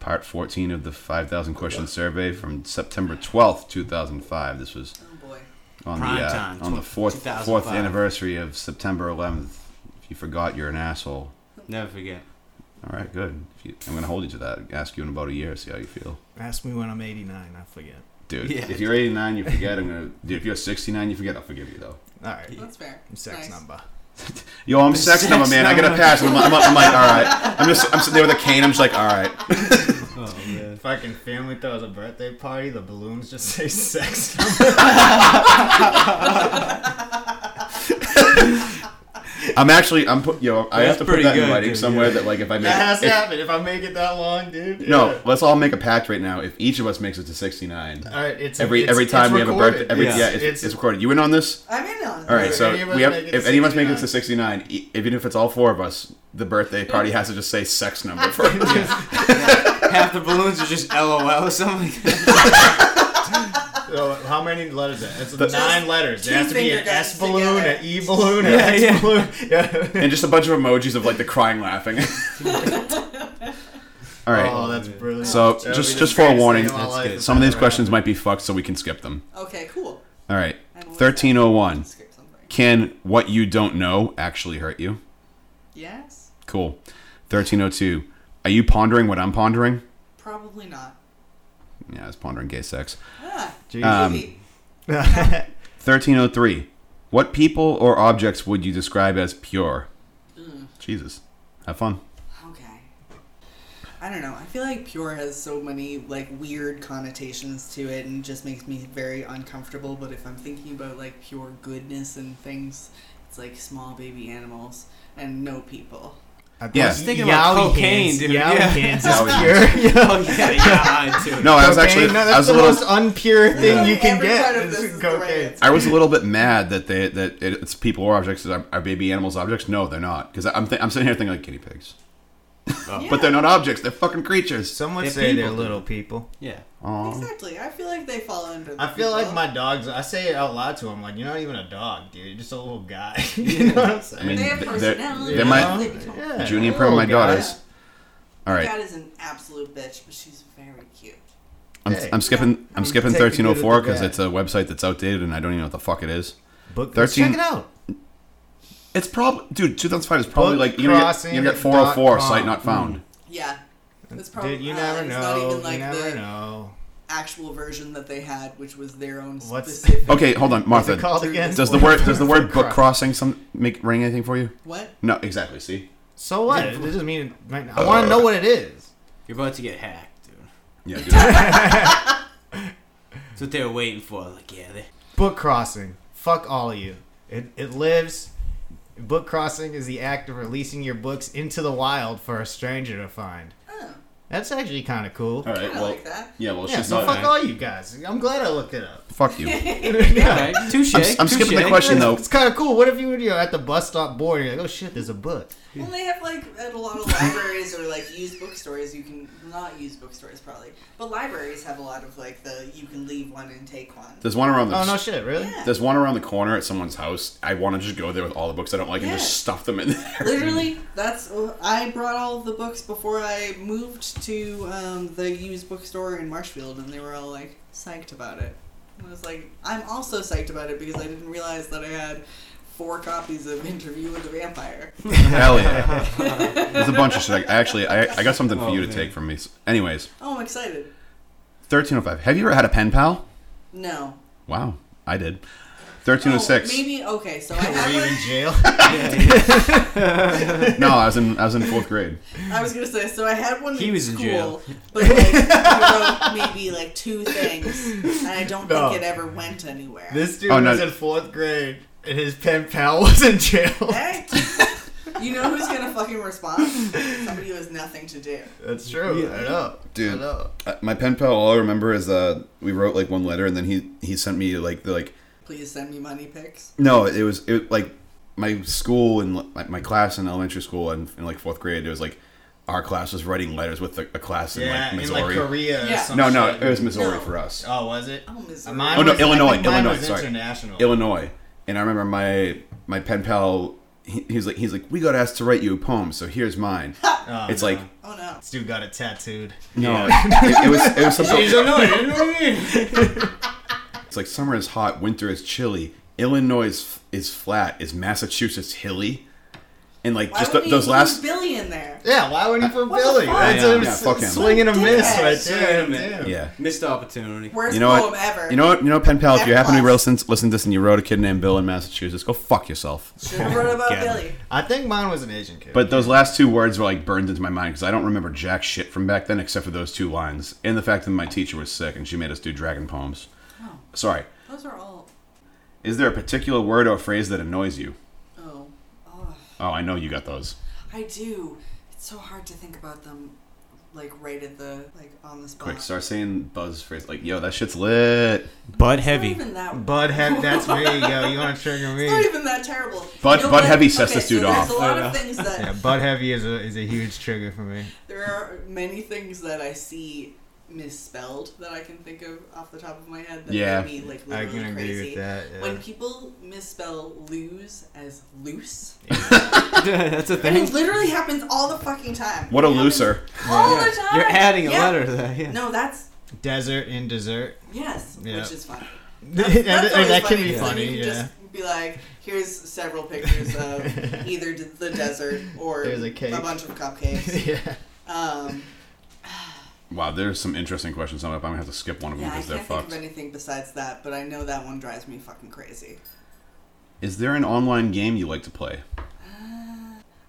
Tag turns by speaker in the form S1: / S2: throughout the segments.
S1: part 14 of the 5,000 question survey from September 12th, 2005. This was
S2: Oh boy.
S1: on
S3: Prime
S1: the uh,
S3: time,
S1: on the
S3: tw-
S1: fourth fourth
S3: 2005.
S1: anniversary of September 11th. If you forgot, you're an asshole.
S3: Never forget.
S1: All right, good. If you, I'm gonna hold you to that. Ask you in about a year, see how you feel,
S4: Ask me when I'm 89. I forget.
S1: dude.
S3: Yeah.
S1: If you're 89, you forget. I'm gonna. Dude, if you're 69, you forget. I'll forgive you though.
S4: All right.
S2: That's fair.
S4: Sex
S2: Nice.
S4: number.
S1: Yo, I'm sex
S3: Sex
S1: number man. I gotta
S3: number.
S1: pass. And I'm, I'm, I'm like, all right. I'm just. I'm sitting there with a cane. I'm just like, all right.
S3: Oh man.
S5: Fucking family throws a birthday party. The balloons just say sex.
S1: I'm actually. I'm put. Yo, I
S3: That's
S1: have to put
S3: pretty
S1: that in
S3: good,
S1: writing
S3: dude,
S1: somewhere
S3: yeah.
S1: that like if I make
S5: that has to
S1: if-
S5: happen if I make it that long, dude.
S1: no, let's all make a pact right now. If each of us makes it to 69,
S5: All right. It's
S1: every
S5: it's,
S1: every time
S5: it's
S1: we have a
S5: recorded.
S1: birthday, every
S3: Yeah.
S1: yeah, it's, it's, recorded. You in on this?
S2: I'm in on it.
S1: All right,
S5: If
S1: so
S5: any of us
S1: we have.
S5: make it
S1: If
S5: to
S1: anyone's making it to 69, e- even if it's all four of us, the birthday party has to just say sex number for
S3: Half the balloons are just LOL or something.
S5: So oh, how many letters? Is it? It's
S1: That's-
S5: nine letters. There has to be
S2: finger
S5: an S
S2: guns
S5: balloon,
S2: together.
S5: an E balloon, an
S3: Yeah,
S5: X
S3: yeah.
S5: balloon. Yeah.
S1: and just a bunch of emojis of like the crying laughing. all right.
S5: Oh, that's brilliant.
S1: so
S5: That would be
S1: just
S5: the
S1: just
S5: greatest
S1: forewarning,
S5: thing in my
S3: That's
S5: life
S3: good.
S5: if
S1: some of
S5: that
S1: these
S5: ever
S1: questions
S5: happened.
S1: might be fucked, so we can skip them.
S2: Okay, cool.
S1: All right.
S2: I'm always-
S1: 1301.
S2: Skip something.
S1: Can what you don't know actually hurt you?
S2: Yes?
S1: Cool. 1302. Are you pondering what I'm pondering?
S2: Probably not.
S1: Yeah, I was pondering gay sex.
S2: Ah,
S1: Um,
S2: maybe.
S1: 1303. What people or objects would you describe as pure? Jesus. Have fun.
S2: Okay. I don't know. I feel like pure has so many like weird connotations to it and just makes me very uncomfortable. But if I'm thinking about like pure goodness and things, it's like small baby animals and no people.
S4: I
S1: Yeah.
S4: was
S3: thinking about cocaine, dude.
S4: Yowie
S3: Yeah.
S4: hands
S1: Yowie
S4: is
S1: hands.
S4: pure.
S3: oh yeah, yeah, I do.
S1: No, I was
S4: Cocaine?
S1: actually
S4: no, that's
S1: I was a
S4: the
S1: little
S4: most unpure thing you can
S2: Every
S4: get.
S2: part of this
S4: is
S2: is the right
S4: cocaine.
S2: answer.
S1: I was a little bit mad that they that it, it's people or objects that are, are baby animals objects. No, they're not. Because I'm th- I'm sitting here thinking like guinea pigs,
S2: Yeah,
S1: but they're not objects. They're fucking creatures.
S5: Some would
S3: They're
S5: say they're
S3: people.
S5: little people.
S3: Yeah.
S1: Aw.
S2: Exactly. I feel like they fall under. The
S5: I feel like
S2: people.
S5: my dogs. I say it out loud to them. Like you're not even a dog, dude. You're just a little guy. you know what I'm saying?
S1: I mean,
S2: They have
S1: th- they're,
S2: personality.
S1: they're
S5: Yeah.
S1: my
S2: They become-
S5: Yeah.
S1: Junior and
S5: Little
S1: Pearl, my
S5: guy.
S1: daughters. All
S2: God
S1: right,
S2: is an absolute bitch, but she's very cute.
S1: I'm,
S5: Hey.
S1: I'm skipping I'm
S4: mean,
S1: skipping
S4: take the good with the
S1: 1304 because
S4: bad.
S1: it's a website that's outdated and I don't even know what the fuck it is.
S5: Book
S1: Thirteen-
S5: Check it out.
S1: It's probably dude 2005 is probably
S5: Book
S1: like you know you get-
S5: crossing
S1: you get 404
S5: dot
S1: site
S5: com. Hmm.
S1: not found.
S2: Yeah. It's probably
S5: Dude, you
S2: uh,
S5: never
S2: it's
S5: know.
S2: not even like
S5: you never
S2: the
S5: know.
S2: actual version that they had, which was their own
S5: What's-
S2: specific.
S1: Okay, hold on,
S5: What's
S1: Martha.
S5: it called again?
S1: Does the word does the word book crossing some make ring anything for you?
S2: What?
S1: No, exactly. See.
S5: So what? It doesn't mean. It might not. I
S1: Uh,
S5: want to know what it is.
S3: You're about to get hacked, dude.
S1: Yeah. Dude.
S3: That's what they were waiting for. Like, yeah, they,
S5: Book crossing. Fuck all of you. It, it lives. Book crossing is the act of releasing your books into the wild for a stranger to find.
S2: Oh,
S5: That's actually kind of cool.
S1: All right.
S2: I
S1: Well.
S2: like that.
S1: Yeah. Well,
S5: Yeah,
S1: she's
S5: so
S1: not.
S5: fuck all you guys. I'm glad I looked it up.
S1: Fuck you.
S3: okay, touche.
S1: I'm, I'm skipping the
S3: touche.
S1: question though.
S5: It's kind of cool. What if you were you know, at the bus stop bored and you're like, oh shit, there's a book.
S2: Well, they have like at a lot of libraries or like used bookstores. You can not use bookstores probably, but libraries have a lot of like the you can leave one and take one.
S1: There's one around the.
S5: Oh no shit, really?
S2: Yeah.
S1: There's one around the corner at someone's house. I want to just go there with all the books I don't like and
S2: Yeah.
S1: just stuff them in there.
S2: Literally, that's I brought all the books before I moved to um, the used bookstore in Marshfield, and they were all like psyched about it. And I was like, I'm also psyched about it because I didn't realize that I had four copies of Interview with the Vampire.
S1: Hell yeah. There's a bunch of shit. I, actually, I, I got something for
S3: Oh,
S1: you to
S3: man.
S1: take from me. Anyways,
S2: Oh, I'm excited.
S1: 1305. Have you ever had a pen pal?
S2: No.
S1: Wow, I did.
S2: Oh,
S1: 1306.
S2: maybe okay. So I
S5: Were
S2: have
S5: you in
S2: like,
S5: jail?
S1: no, I was in I was in fourth grade.
S2: I was gonna say so I had one.
S3: He was in
S2: school,
S3: jail.
S2: but like I wrote maybe like two things, and I don't
S5: No.
S2: think it ever went anywhere.
S5: this dude
S1: Oh, no.
S5: was in fourth grade and his pen pal was in jail.
S2: Hey, you know who's gonna fucking respond? Somebody who has nothing to do.
S5: That's true. I know.
S1: Dude.
S5: I know.
S1: Uh, my pen pal, all I remember is uh, we wrote like one letter, and then he he sent me like the like
S2: Please send me money pics.
S1: no, it was it was, like my school and my, my class in elementary school and in like fourth grade. It was like our class was writing letters with a, a class in
S5: Yeah,
S1: like
S5: in like
S1: Missouri.
S5: Korea. Or
S2: Yeah.
S5: some
S1: no, no,
S5: shit.
S1: it was Missouri
S2: No.
S1: for us.
S5: Oh, was it?
S2: Oh, Missouri.
S5: Mine
S1: Oh, no,
S5: was- I think
S1: Illinois,
S5: Mine
S1: Illinois,
S5: was
S1: sorry.
S5: international.
S1: Illinois, and I remember my my pen pal he, he's like he's like we got asked to write you a poem, so here's mine.
S5: Oh,
S1: It's
S5: no.
S1: like
S2: Oh no.
S5: this dude got it tattooed.
S1: no, it, it was it was something.
S3: He's annoyed. I know what I mean.
S1: It's like summer is hot, winter is chilly. Illinois is, is flat. Is Massachusetts hilly? And like
S2: Why
S1: just
S2: would
S1: th-
S2: he
S1: those
S2: include
S1: last.
S2: Billy in there.
S5: Yeah, why wouldn't you put
S2: What the
S5: Billy?
S2: fuck?
S5: That's
S1: Yeah,
S5: a
S1: yeah,
S5: s-
S1: fuck him.
S5: swing and a miss
S2: Dickhead.
S5: right
S3: Swing
S5: there.
S3: and a miss.
S5: Damn.
S1: Yeah.
S3: Missed opportunity.
S2: Worst
S1: You know
S2: poem
S1: what?
S2: ever.
S1: You know what? You know, pen pal. If you
S2: F
S1: happen to
S2: plus.
S1: be listen listen to this and you wrote a kid named Bill in Massachusetts, go fuck yourself.
S2: Should have wrote about
S5: Yeah.
S2: Billy.
S5: I think mine was an Asian kid.
S1: But those last two words were like burned into my mind because I don't remember jack shit from back then except for those two lines and the fact that my teacher was sick and she made us do dragon poems.
S2: Oh,
S1: Sorry.
S2: those are all.
S1: Is there a particular word or phrase that annoys you?
S2: Oh, oh,
S1: Oh, I know you got those.
S2: I do. It's so hard to think about them, like right at the like on the spot.
S1: Quick, start saying buzz phrase like, "Yo, that shit's lit."
S4: Butt
S2: It's not
S4: heavy.
S2: even that.
S5: Bud Heavy, that's me. Yo, you want to trigger me?
S2: It's not even that terrible.
S1: Bud-
S2: You know
S1: Bud
S2: what?
S1: Heavy sets this
S2: so
S1: dude off.
S2: There's a lot of things that
S5: Yeah, Bud Heavy is a is a huge trigger for me.
S2: there are many things that I see misspelled that I can think of off the top of my head that
S1: Yeah.
S2: make me like
S5: I
S2: literally
S5: can agree
S2: crazy.
S5: with that. yeah.
S2: When people misspell lose as loose,
S3: That's a
S2: and
S3: thing.
S2: it literally happens all the fucking time.
S1: What a
S2: It happens
S1: loser!
S2: All the time.
S3: You're adding a
S2: Yeah.
S3: letter to that. Yeah.
S2: No, that's
S5: Desert in dessert.
S2: yes,
S5: Yeah.
S2: which is fine.
S5: That's,
S2: always
S5: that can be
S2: because then
S5: funny.
S2: you
S5: Yeah.
S2: can Just be like, here's several pictures of either d- the desert or
S5: There's a cake.
S2: bunch of cupcakes.
S5: yeah.
S2: Um,
S1: Wow, there's some interesting questions coming up. I'm gonna have to skip one of them
S2: yeah, I
S1: because
S2: can't
S1: they're
S2: think
S1: fucked.
S2: of anything besides that, but I know that one drives me fucking crazy.
S1: Is there an online game you like to play?
S2: Uh,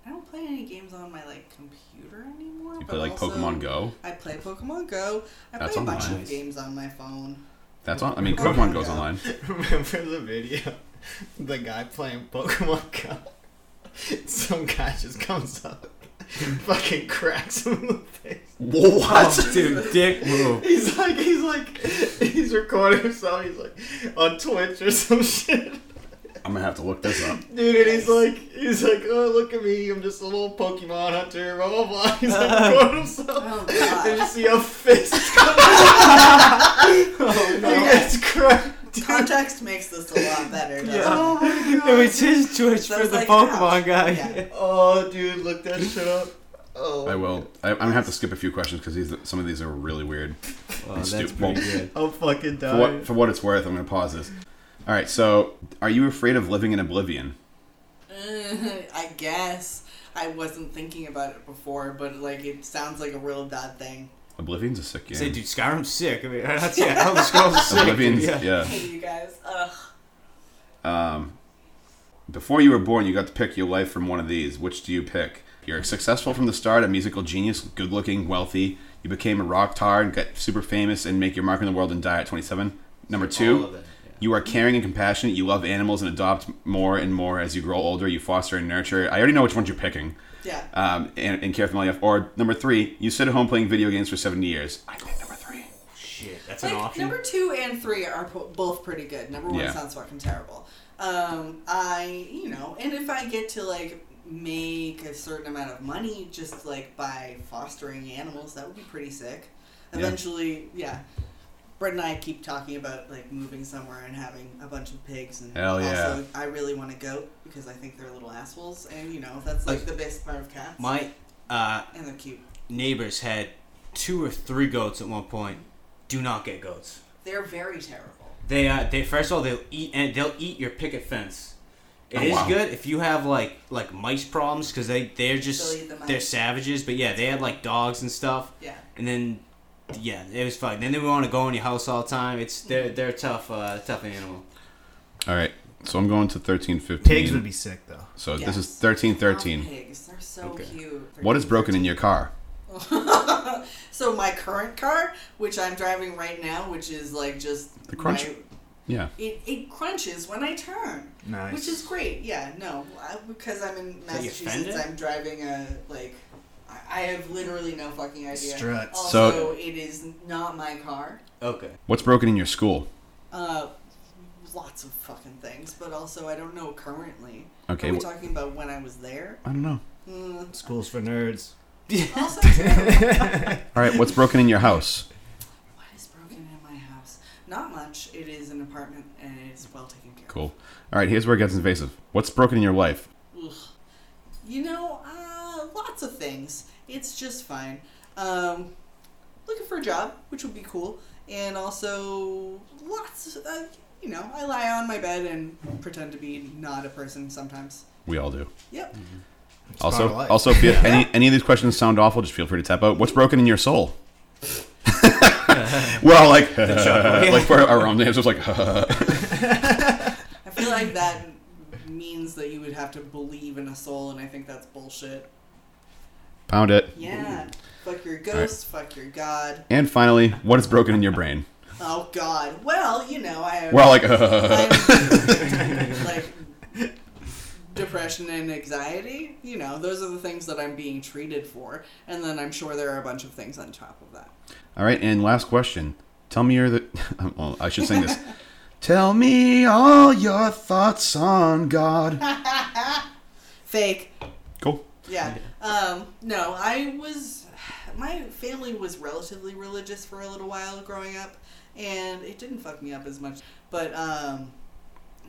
S2: I don't play any games on my like computer anymore.
S1: You
S2: but
S1: play like
S2: also,
S1: Pokemon Go.
S2: I play Pokemon Go. I
S1: That's
S2: play a bunch
S1: online.
S2: of games on my phone.
S1: That's on. I mean,
S2: Pokemon
S1: Pokemon goes
S2: Go.
S1: online.
S5: Remember the video? The guy playing Pokemon Go. Some guy just comes up, fucking cracks him in the face.
S1: What?
S3: Oh, dude, dick move.
S5: He's like, he's like, he's recording himself. He's like on Twitch or some shit.
S1: I'm gonna have to look this up.
S5: Dude, and he's like, he's like, oh look at me, I'm just a little Pokemon hunter, blah blah blah. He's like recording himself.
S2: Oh
S5: And
S2: god.
S5: you see a fist come
S3: Oh
S5: He gets cracked.
S2: Context makes this a lot better. doesn't
S3: Yeah.
S2: it?
S5: Oh my
S3: It
S5: god.
S3: was his Twitch
S2: That
S3: for
S2: was
S3: the
S2: like,
S3: Pokemon
S2: ouch.
S3: guy.
S2: Yeah.
S5: Oh, dude, look that shit up. Oh.
S1: I will. I, I'm gonna have to skip a few questions because these some of these are really weird.
S3: Oh,
S1: It's
S3: that's
S1: stupid.
S3: pretty good.
S5: I'm fucking
S1: For
S5: dying.
S1: what, for what it's worth, I'm gonna pause this. All right. So, are you afraid of living in oblivion?
S2: Uh, I guess I wasn't thinking about it before, but like it sounds like a real bad thing.
S1: Oblivion's a sick game.
S3: Say, dude, Skyrim's sick. I mean, that's yeah. Elder Scrolls is sick.
S1: Oblivion's
S3: yeah.
S1: yeah.
S2: Hey, you guys. Ugh.
S1: Um, before you were born, you got to pick your life from one of these. Which do you pick? You're successful from the start, a musical genius, good looking, wealthy. You became a rock star and got super famous and make your mark in the world and die at 27. Number
S3: All of
S1: two,
S3: it,
S1: you are caring and compassionate. You love animals and adopt more and more as you grow older. You foster and nurture. I already know which ones you're picking.
S2: Yeah.
S1: Um, and, and care for my life. Or number three, you sit at home playing video games for 70 years. I pick number three.
S3: Shit, that's
S2: like
S3: an option.
S2: number two and three are po- both pretty good. Number one
S1: Yeah.
S2: sounds fucking terrible. Um, I you know, and if I get to like make a certain amount of money just like by fostering animals, that would be pretty sick.
S1: Yeah.
S2: Eventually, yeah. Brett and I keep talking about like moving somewhere and having a bunch of pigs, and
S1: Hell yeah.
S2: also I really want a goat because I think they're little assholes, and you know that's like
S3: Like-
S2: the best part of cats,
S3: My uh,
S2: and they're cute.
S3: neighbors had two or three goats at one point. Do not get goats.
S2: They're very terrible.
S3: They uh, they first of all they'll eat and they'll eat your picket fence. It
S1: Oh,
S3: is
S1: wow.
S3: good if you have like like mice problems because they they're
S2: They'll
S3: just
S2: eat the mice.
S3: they're savages. But yeah, they had like dogs and stuff.
S2: Yeah.
S3: And then yeah, it was fun. Then they want to go in your house all the time. It's they're they're a tough uh, tough animal.
S1: All right. So I'm going to 1315.
S5: Pigs would be sick though.
S1: So
S2: Yes.
S1: this is 1313.
S2: Brown pigs. They're so
S3: Okay.
S2: cute.
S1: What is broken in your car?
S2: so my current car, which I'm driving right now, which is like just
S1: The crunch-
S2: my-
S1: Yeah.
S2: it, it crunches when I turn,
S5: Nice.
S2: which is great. Yeah, no, I, because I'm in
S3: that your
S2: Massachusetts,
S3: fender?
S2: I'm driving a like. I- I have literally no fucking idea.
S5: Struts.
S2: Also,
S1: So-
S2: it is not my car.
S3: Okay.
S1: What's broken in your school?
S2: Uh, lots of fucking things, but also I don't know currently.
S1: Okay,
S2: Are we
S1: wh-
S2: talking about when I was there?
S1: I don't know.
S2: Mm,
S5: Schools for nerds.
S2: also, too,
S1: All right, what's broken in your house?
S2: What is broken in my house? Not much. It is an apartment and it is well taken care
S1: Cool. All right, here's where it gets invasive. What's broken in your life?
S2: of. Ugh. You know, uh, lots of things. It's just fine. Um, looking for a job, which would be cool, and also lots. Of, uh, you know, I lie on my bed and pretend to be not a person sometimes.
S1: We all do.
S2: Yep.
S4: It's part
S1: Also,
S4: of life.
S1: also, if you, any any of these questions sound awful, just feel free to tap out. What's broken in your soul? We're all like, like for our own names, it's like,
S2: I feel like that means that you would have to believe in a soul, and I think that's bullshit.
S1: pound it.
S2: Yeah. Fuck your ghost. Fuck your god.
S1: And finally, what is broken in your brain?
S2: Oh god. Well, you know, I.
S1: We're all like,
S2: I'm- like depression and anxiety you know those are the things that i'm being treated for and then i'm sure there are a bunch of things on top of that
S1: All right, and last question. Tell me your the. Well, I should sing this. Tell me all your thoughts on God.
S2: fake
S1: Cool.
S2: yeah um no i was my family was relatively religious for a little while growing up and it didn't fuck me up as much but um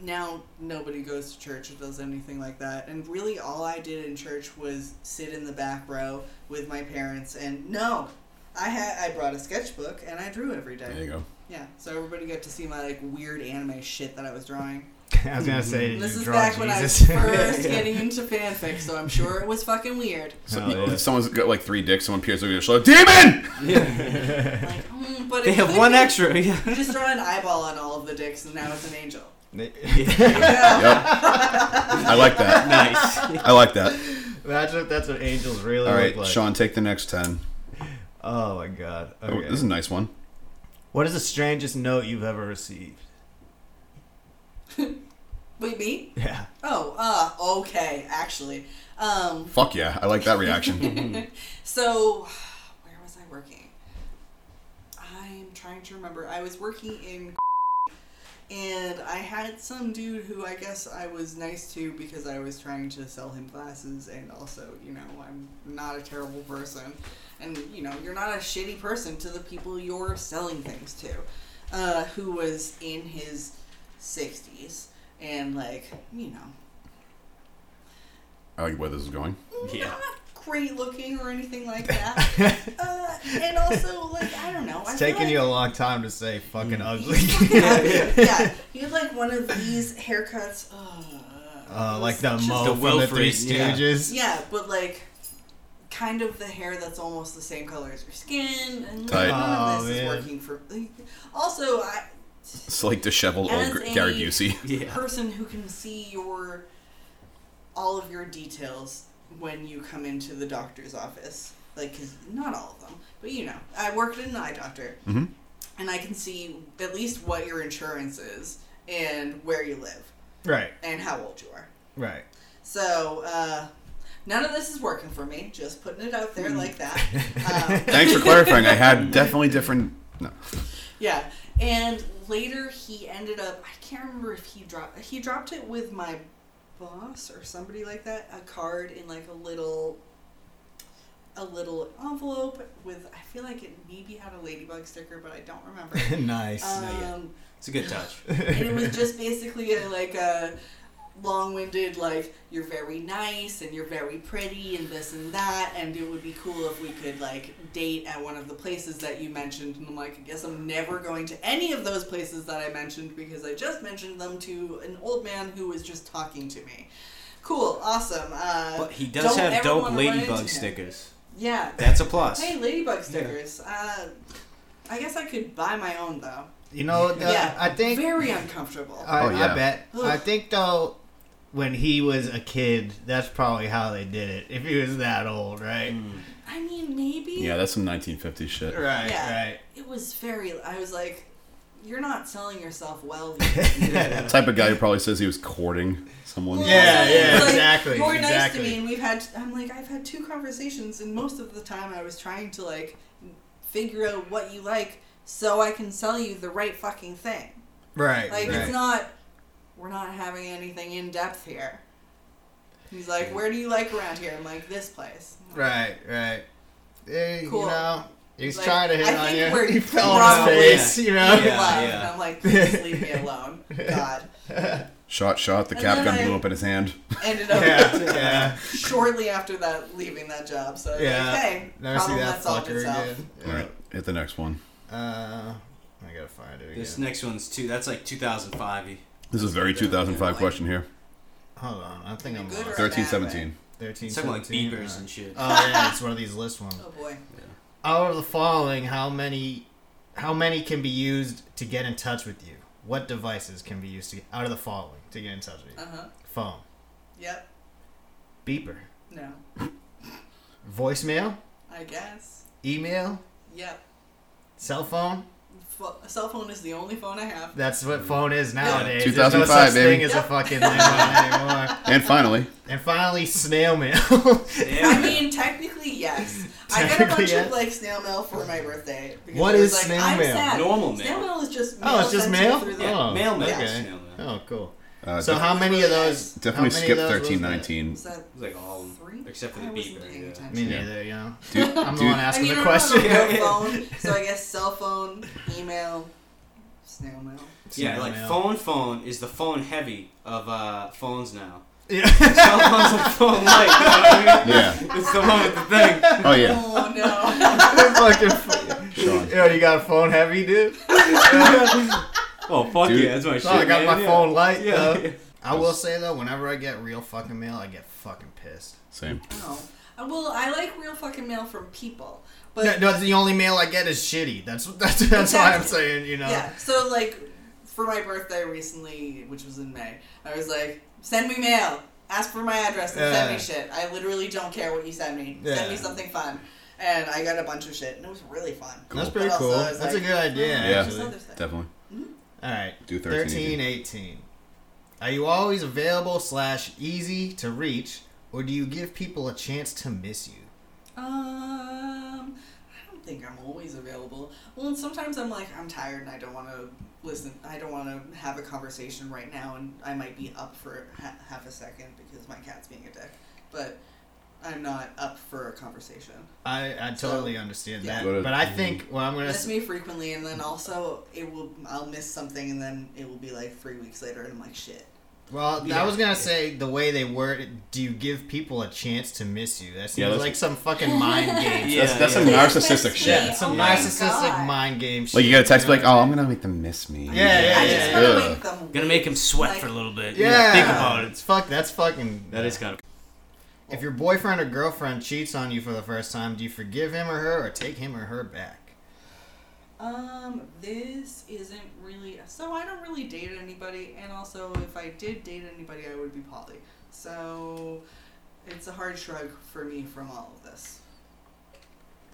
S2: now nobody goes to church or does anything like that and really all i did in church was sit in the back row with my parents and no i had i brought a sketchbook and i drew every day
S1: There you go.
S2: yeah so everybody got to see my like weird anime shit that i was drawing
S4: I was gonna say, did
S2: this
S4: you
S2: is
S4: draw
S2: back
S4: Jesus?
S2: when i was first getting into fanfic so i'm sure it was fucking weird
S1: So,
S5: Oh,
S4: Hell yeah.
S1: if Someone's got like three dicks. Someone peers over your shoulder. Demon.
S2: Like, mm, but
S3: They
S2: it
S3: have
S2: could
S3: one
S2: be-
S3: extra. Yeah.
S2: You just draw an eyeball on all of the dicks, and now it's an angel.
S1: Yep. I like that.
S3: Nice.
S1: I like that.
S5: Imagine if that's what angels really
S1: All right,
S5: look like.
S1: Sean, take the next ten.
S5: Oh my god.
S1: Oh,
S5: Okay.
S1: This is a nice one.
S5: What is the strangest note you've ever received?
S2: Wait, me?
S5: Yeah.
S2: Oh, uh, okay, actually. Um,
S1: Fuck yeah, I like that reaction.
S2: so, where was I working? I'm trying to remember. I was working in and I had some dude who I guess I was nice to because I was trying to sell him glasses, and also, you know, I'm not a terrible person. And, you know, you're not a shitty person to the people you're selling things to, uh, who was in his 60s and, like, you know,
S1: I like where this is going.
S3: Yeah.
S2: not great looking or anything like that. uh, and also, like, I don't know. Oh, I
S5: It's
S2: feel
S5: taking
S2: like
S5: you a long time to say fucking
S1: Mm.
S5: ugly.
S2: yeah, yeah. You had like one of these haircuts. Uh,
S5: uh, like the
S2: just-
S5: Mo
S3: the
S5: from the
S3: Wilfred,
S5: Three
S3: yeah.
S5: Stooges.
S2: Yeah, but like kind of the hair that's almost the same color as your skin, and
S1: Tight.
S2: like, none
S5: Oh,
S2: of this
S5: man.
S2: is working for. Also, I,
S1: It's like disheveled old
S2: As
S1: Gr-
S2: a-
S1: Gary Busey.
S3: Yeah.
S2: person who can see your all of your details when you come into the doctor's office like 'cause not all of them but you know i worked in an eye doctor
S1: Mhm.
S2: and i can see at least what your insurance is and where you live
S5: Right,
S2: and how old you are
S5: right.
S2: so uh, none of this is working for me just putting it out there like that um,
S1: Thanks for clarifying. I had definitely different. No.
S2: Yeah, and later he ended up. I can't remember if he dropped. He dropped it with my boss or somebody like that. A card in like a little, a little envelope with. I feel like it maybe had a ladybug sticker, but I don't remember.
S5: nice.
S2: um,
S3: It's a good touch.
S2: and it was just basically a, like a long-winded like you're very nice and you're very pretty and this and that and it would be cool if we could like date at one of the places that you mentioned and I'm like I guess I'm never going to any of those places that I mentioned because I just mentioned them to an old man who was just talking to me. Cool, awesome. Uh,
S3: But he does
S2: don't
S3: have
S2: ever
S3: dope
S2: wanna run into
S3: ladybug
S2: him.
S3: stickers.
S2: Yeah.
S3: That's a plus.
S2: Hey, ladybug stickers. Uh, I guess I could buy my own though.
S5: You know, uh,
S2: yeah,
S5: I think.
S2: very uncomfortable.
S5: I,
S1: Oh, yeah.
S5: I bet.
S2: Ugh.
S5: I think though, when he was a kid, that's probably how they did it. If he was that old, right?
S3: Mm.
S2: I mean, maybe.
S1: Yeah, that's some 1950s shit.
S5: Right,
S2: Yeah.
S5: right.
S2: It was very. I was like, you're not selling yourself well.
S1: The type of guy who probably says he was courting someone.
S5: Yeah, yeah,
S2: Like,
S5: exactly,
S2: You're nice
S5: exactly.
S2: to me, and we've had. I'm like, I've had two conversations, and most of the time I was trying to like figure out what you like so I can sell you the right fucking thing.
S5: Right,
S2: Like
S5: right.
S2: it's not. We're not having anything in depth here. He's like, where do you like around here? I'm like, this place.
S5: Right, right. Eh,
S2: Cool.
S5: You know, he's
S2: Like,
S5: trying to hit
S2: I
S5: on
S2: think
S5: you.
S2: we're
S5: he fell on his
S2: probably-
S5: face, you know?
S2: Love.
S3: yeah.
S2: And I'm like, please leave me alone. God.
S1: Shot, shot. The
S2: And
S1: cap
S2: then
S1: gun
S2: I-
S1: blew up in his hand.
S2: Ended up
S5: yeah, yeah.
S2: shortly after that leaving that job. So I was
S5: Yeah.
S2: like, hey,
S5: Never see
S2: problem
S5: that
S2: solved
S5: fucker
S2: itself.
S5: again.
S1: All right, hit the next one.
S5: Uh, I gotta find it again.
S3: This next one's too. That's like 2005. -y.
S1: This is very 2005 question here.
S5: Hold on, I think I'm
S2: Good
S5: lost.
S2: or-
S1: 1317.
S5: Thirteen.
S3: It's talking like
S5: 17,
S3: beepers
S5: uh,
S3: and shit.
S5: Oh yeah, it's one of these list ones.
S2: Oh boy.
S5: Out of the following, how many, how many can be used to get in touch with you? What devices can be used to out of the following to get in touch with you?
S2: Uh huh.
S5: Phone,
S2: Yep.
S5: beeper,
S2: No.
S5: voicemail,
S2: I guess.
S5: email,
S2: Yep.
S5: cell phone.
S2: Fo- cell phone is the only phone I have.
S5: That's
S1: Mm.
S5: what phone is nowadays. There's no
S1: 2005,
S5: such
S1: baby.
S5: thing as a fucking landline anymore.
S1: And finally,
S5: And finally, snail mail.
S2: I mean, technically, yes. I got a bunch
S5: Technically,
S2: of like snail mail for my birthday. because
S5: What
S2: I was
S5: is snail
S2: I'm
S5: mail?
S2: Sad.
S3: Normal mail.
S2: Snail mail is just mail
S5: Oh, it's just
S2: sent to you
S5: mail.
S2: through the-
S3: Yeah,
S5: oh,
S3: mail mail.
S5: Okay.
S3: Snail mail.
S5: Oh, cool.
S1: uh,
S5: So
S1: def-
S5: how many of those?
S1: definitely
S5: how many
S1: skip
S5: of those was there?
S1: 1319.
S2: Was that
S3: It's like all
S2: three?
S3: except for
S2: I
S3: the
S2: wasn't
S3: beeper.
S2: paying
S3: Yeah.
S2: attention.
S5: Me
S1: Yeah.
S5: neither. You know,
S1: Dude,
S5: I'm the
S1: dude,
S5: one
S2: And
S5: asking
S2: you
S5: the
S2: don't
S5: question.
S2: have a
S3: Yeah.
S2: phone, so I guess cell phone, email, snail mail.
S3: Yeah,
S5: Snail
S3: like
S5: mail.
S3: phone, phone is the phone heavy of uh, phones now.
S5: Yeah.
S3: Cell phone's a phone light. You know what I mean?
S1: Yeah.
S3: It's the one with the thing.
S1: Oh, yeah.
S2: Oh no.
S5: Fucking phone.
S1: Sean.
S5: Yo, you got a phone heavy, dude?
S3: Oh fuck
S1: Dude.
S3: yeah, that's my shit.
S5: Oh, I got
S3: man,
S5: my
S3: yeah.
S5: phone light,
S3: Yeah.
S5: though. I will say though, whenever I get real fucking mail, I get fucking pissed.
S1: Same.
S2: no. Uh, Well, I like real fucking mail from people, but
S5: No, no, the only mail I get is shitty. That's that's that's why I'm
S2: Exactly.
S5: saying, you know.
S2: yeah. So like, for my birthday recently, which was in May, I was like, send me mail, ask for my address, and send me
S5: Yeah.
S2: shit. I literally don't care what you send me. Send me
S5: Yeah.
S2: something fun. And I got a bunch of shit, and it was really fun.
S5: That's
S1: Cool.
S5: pretty
S2: But also,
S5: cool.
S2: I was
S5: That's a
S2: like,
S5: good idea,
S1: Yeah.
S2: This
S5: actually.
S2: other thing.
S1: Definitely.
S5: All right.
S1: Do 13.
S5: 13, 18. Are you always available slash easy to reach, or do you give people a chance to miss you?
S2: Um, I don't think I'm always available. Well, and sometimes I'm like, I'm tired and I don't want to listen. I don't want to have a conversation right now, and I might be up for ha- half a second because my cat's being a dick. But I'm not up for a conversation.
S5: I, I
S2: So-
S5: totally understand
S2: Yeah.
S5: that,
S1: What a-
S5: but I think well, I'm gonna
S2: Miss
S5: s-
S2: me frequently, and then also it will. I'll miss something, and then it will be like three weeks later, and I'm like, shit.
S5: well
S3: Yeah.
S5: I was gonna say the way they word it, do you give people a chance to miss you? That
S1: Yeah,
S5: seems
S1: that's-
S5: like some fucking mind game.
S3: Yeah.
S1: That's, that's some
S2: Yeah.
S1: narcissistic
S2: Yeah.
S1: shit.
S5: Yeah, some
S2: Oh my
S5: narcissistic
S2: God.
S5: mind game.
S1: Like,
S5: shit,
S1: you got a text
S5: know?
S1: like, oh, I'm going to make them miss me.
S5: Yeah, yeah,
S2: I
S5: yeah,
S2: just
S5: yeah.
S2: want
S1: Ugh.
S2: to make them.
S3: Gonna make him sweat
S2: Like-
S3: for a little bit.
S5: yeah.
S3: Think about it.
S5: It's fuck. That's fucking.
S3: That is kind of.
S5: If your boyfriend or girlfriend cheats on you for the first time, do you forgive him or her, or take him or her back?
S2: Um, this isn't really so I don't really date anybody and also if I did date anybody I would be poly. So it's a hard shrug for me from all of this.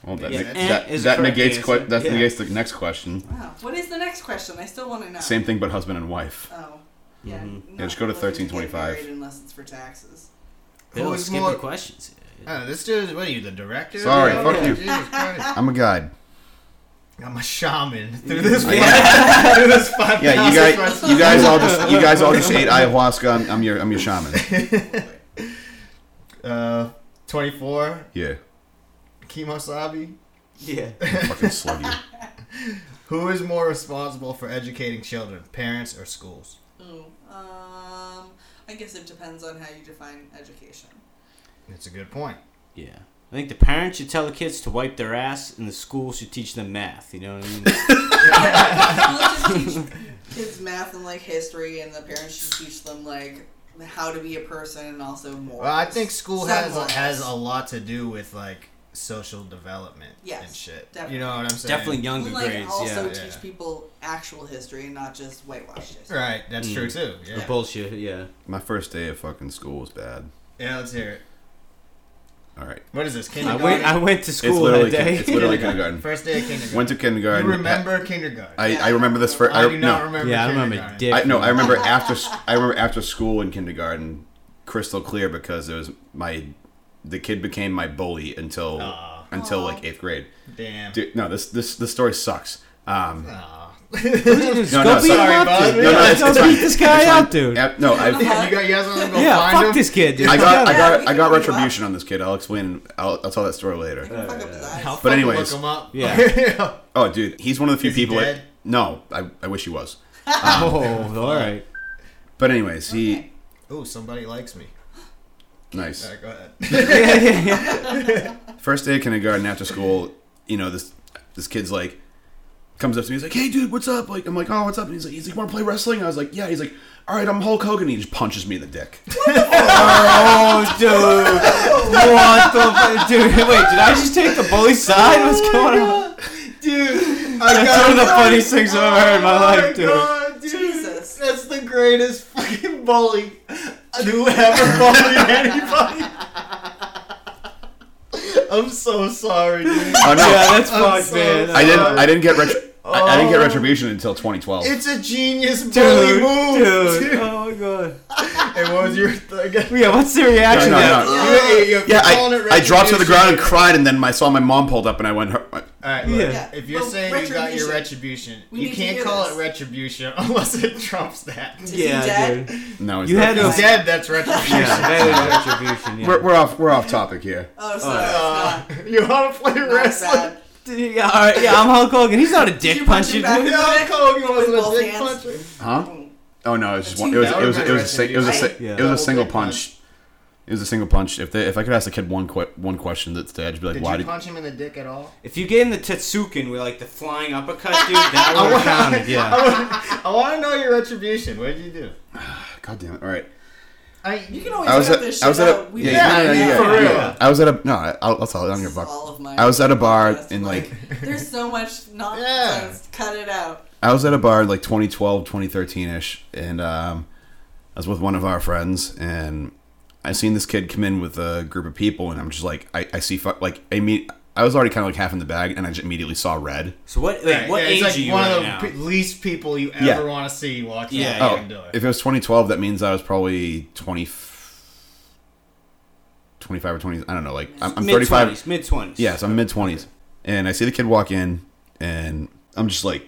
S1: Well, that,
S3: Yeah,
S1: neg-
S3: eh
S1: that,
S3: is a
S1: that
S3: correct
S1: negates
S3: answer.
S1: que- that
S3: Yeah.
S1: negates the next question.
S2: Wow. What is the next question? I still want to know.
S1: Same thing, but husband and wife.
S2: Oh. Yeah.
S3: Mhm.
S2: not
S1: Yeah, just go to
S2: really get
S1: 1325.
S2: married Unless it's for taxes.
S3: Bill,
S5: Who's
S3: skip
S5: more-
S3: the questions.
S5: Oh, this dude is what are you, the director?
S1: Sorry,
S5: Oh,
S1: fuck
S5: yeah,
S1: you.
S5: Jesus Christ.
S1: I'm a guide.
S5: I'm a shaman through this.
S1: Yeah.
S5: through this five
S1: Yeah, you
S5: thousand
S1: guys,
S5: questions.
S1: you guys all just, you guys all just ate ayahuasca. I'm, I'm your, I'm your shaman.
S5: Uh, 24,
S1: Yeah,
S5: Kimosabi.
S3: Yeah.
S1: fucking slug you.
S5: Who is more responsible for educating children, parents or schools?
S2: Ooh. Um I guess it depends on how you define education.
S5: It's a good point.
S3: Yeah. I think the parents should tell the kids to wipe their ass, and the school should teach them math. You know what I mean?
S2: I'll just teach kids math and like history, and the parents should teach them like how to be a person and also morals.
S5: Well, I think school
S2: Some
S5: has
S2: morals.
S5: has a lot to do with like social development
S2: Yes,
S5: and shit.
S2: definitely.
S5: You know what I'm saying?
S3: Definitely younger
S2: like
S3: grades.
S2: also
S3: Yeah.
S5: yeah.
S2: teach people actual history and not just whitewashed history.
S5: Right, that's
S3: Mm.
S5: true too. Yeah.
S3: The bullshit. Yeah.
S1: My first day of fucking school was bad.
S5: yeah, let's hear it.
S1: All right,
S5: What is this?
S3: I
S5: Kindergarten.
S3: went. I went to
S1: it's
S3: school
S1: literally,
S3: that
S1: kin-
S3: day.
S1: it's literally kindergarten.
S5: First day of kindergarten.
S1: Went to kindergarten.
S5: You remember kindergarten?
S1: I, I remember this first.
S5: I,
S1: I,
S5: do
S1: no,
S5: not remember.
S3: yeah, I remember.
S5: kindergarten.
S3: Dick.
S1: I, no, I remember after s- I remember after school in kindergarten, crystal clear because it was my the kid became my bully until
S5: Aw.
S1: until
S2: Aw.
S1: like eighth grade.
S5: Damn.
S1: Dude, no, this this this story sucks. Um,
S5: Aw.
S1: No,
S3: no,
S1: no,
S3: go beat him
S1: sorry,
S3: up,
S5: bud.
S3: dude.
S5: No, no,
S1: it's-
S3: Go
S1: it's
S3: beat
S1: fine.
S3: this guy up, dude.
S1: ep- no, I,
S5: you got you guys want to go
S3: Yeah,
S5: find
S3: fuck
S5: him?
S3: this kid, dude.
S1: I got I
S2: Yeah,
S1: got
S2: we
S1: I
S2: can
S1: got
S2: look him
S1: retribution on this kid. I'll explain. I'll, I'll tell that story later.
S2: Fuck up his eyes.
S5: I'll
S1: But
S5: fucking
S1: anyways.
S5: look him up.
S3: Yeah.
S1: Oh, dude, he's one of the few
S5: Is he
S1: people. that-
S5: dead?
S1: no, I, I wish he was.
S3: Oh, all right.
S1: But anyways, he
S2: Okay.
S5: Oh, somebody likes me.
S1: nice.
S5: Alright, go ahead.
S1: First day of kindergarten after school, you know, this this kid's like comes up to me, he's like, Hey dude, what's up? Like I'm like, Oh, what's up? And he's like he's like, Wanna play wrestling? I was like, Yeah, he's like, Alright, I'm Hulk Hogan and he just punches me in the dick.
S3: Oh, dude. What the fu- Dude, wait, did I just take the bully side? What's
S1: Oh
S3: going on?
S5: Dude, I
S3: That's
S5: got
S3: one of the funniest things I've ever heard
S1: Oh
S3: in my life, dude.
S5: Oh God, dude.
S2: Jesus.
S5: That's the greatest fucking bully who ever bullied anybody. I'm so sorry, dude.
S1: Oh no.
S3: Yeah, that's
S5: I'm
S3: fucked,
S5: so
S3: man.
S1: I didn't I didn't get retri- I, I
S5: Oh.
S1: didn't get retribution until twenty twelve.
S5: It's a genius bully
S3: Dude,
S5: move.
S3: dude.
S5: dude.
S3: Oh my god.
S5: Hey, what was your thing?
S3: Yeah, what's the reaction?
S1: No, no,
S3: then?
S1: no.
S5: You- you- you're
S1: Yeah,
S5: calling
S1: I,
S5: it
S1: I dropped to the
S5: retribution.
S1: ground and cried, and then I saw my mom pulled up, and I went. "Her- uh,
S5: All right, look,
S3: Yeah.
S5: if you're
S2: Well,
S5: saying you got your retribution,
S2: We need
S5: you
S2: to
S5: can't
S2: hear
S5: call
S2: this.
S5: it retribution unless it trumps that.
S2: Is he
S3: Yeah,
S2: dead?
S3: dude.
S1: No, he's
S3: You
S1: not.
S3: had
S5: He's
S3: a.
S5: dead. That's retribution.
S3: Yeah, that is retribution. Yeah.
S1: We're, we're off. We're off topic here.
S2: Oh, sorry.
S5: Uh, you want to play
S2: it's not, not as
S5: wrestling?
S2: bad.
S3: Yeah, all right, yeah, I'm Hulk Hogan. He's not a dick
S2: you punch
S3: puncher,
S2: him back?
S3: dude.
S5: Yeah, Kobe wasn't
S2: With
S5: a
S2: both
S5: dick
S2: hands.
S5: puncher.
S1: Huh? Oh no, it was just
S2: That's
S1: one. It
S2: you.
S1: was.
S5: That
S1: It was. It
S5: would've
S1: was. A, sing- it was a.
S2: been
S1: si-
S3: Yeah.
S1: It was a single
S5: Double punch.
S1: punch. It was a single punch. If they, if I could ask the kid one que- one question that today, I'd just be like,
S5: Did
S1: why
S5: you
S1: did?
S5: punch him in the dick at all?
S3: If you get in the Tetsuken with like the flying uppercut, dude, that would have counted. Yeah.
S5: I want to know your retribution. What did you do?
S1: God damn it! All right.
S5: I,
S2: Oh, You can always
S1: I was
S2: cut
S1: at.
S2: this shit
S1: I was
S2: out.
S1: at. A,
S2: We
S1: yeah,
S2: did
S1: yeah,
S2: not
S1: yeah,
S2: know.
S1: yeah,
S5: for
S1: yeah.
S5: real.
S1: I was at a. No, I- I'll, I'll tell it on your buck.
S2: All of mine.
S1: I was at a bar in like.
S2: There's so much not
S5: Yeah.
S2: sense. Cut it out.
S1: I was at a bar in like 2012, 2013 ish, and um, I was with one of our friends, and I seen this kid come in with a group of people, and I'm just like, I, I see, fu- like, I mean, I was already kind of like half in the bag, and I just immediately saw red.
S3: So what? Like, what
S5: yeah,
S3: age
S5: it's like
S3: are you
S5: one
S3: right
S5: of the
S3: now?
S5: pe- least people you ever
S1: Yeah.
S5: want to see walk
S3: Yeah,
S5: out
S3: yeah.
S5: yeah,
S1: Oh,
S5: and do it.
S1: if it was 2012, that means I was probably 20, 25 or 20. I don't know. Like, I'm, I'm 35.
S3: Mid-twenties, Mid twenties.
S1: Yeah, so I'm mid 20s. And I see the kid walk in, and I'm just like,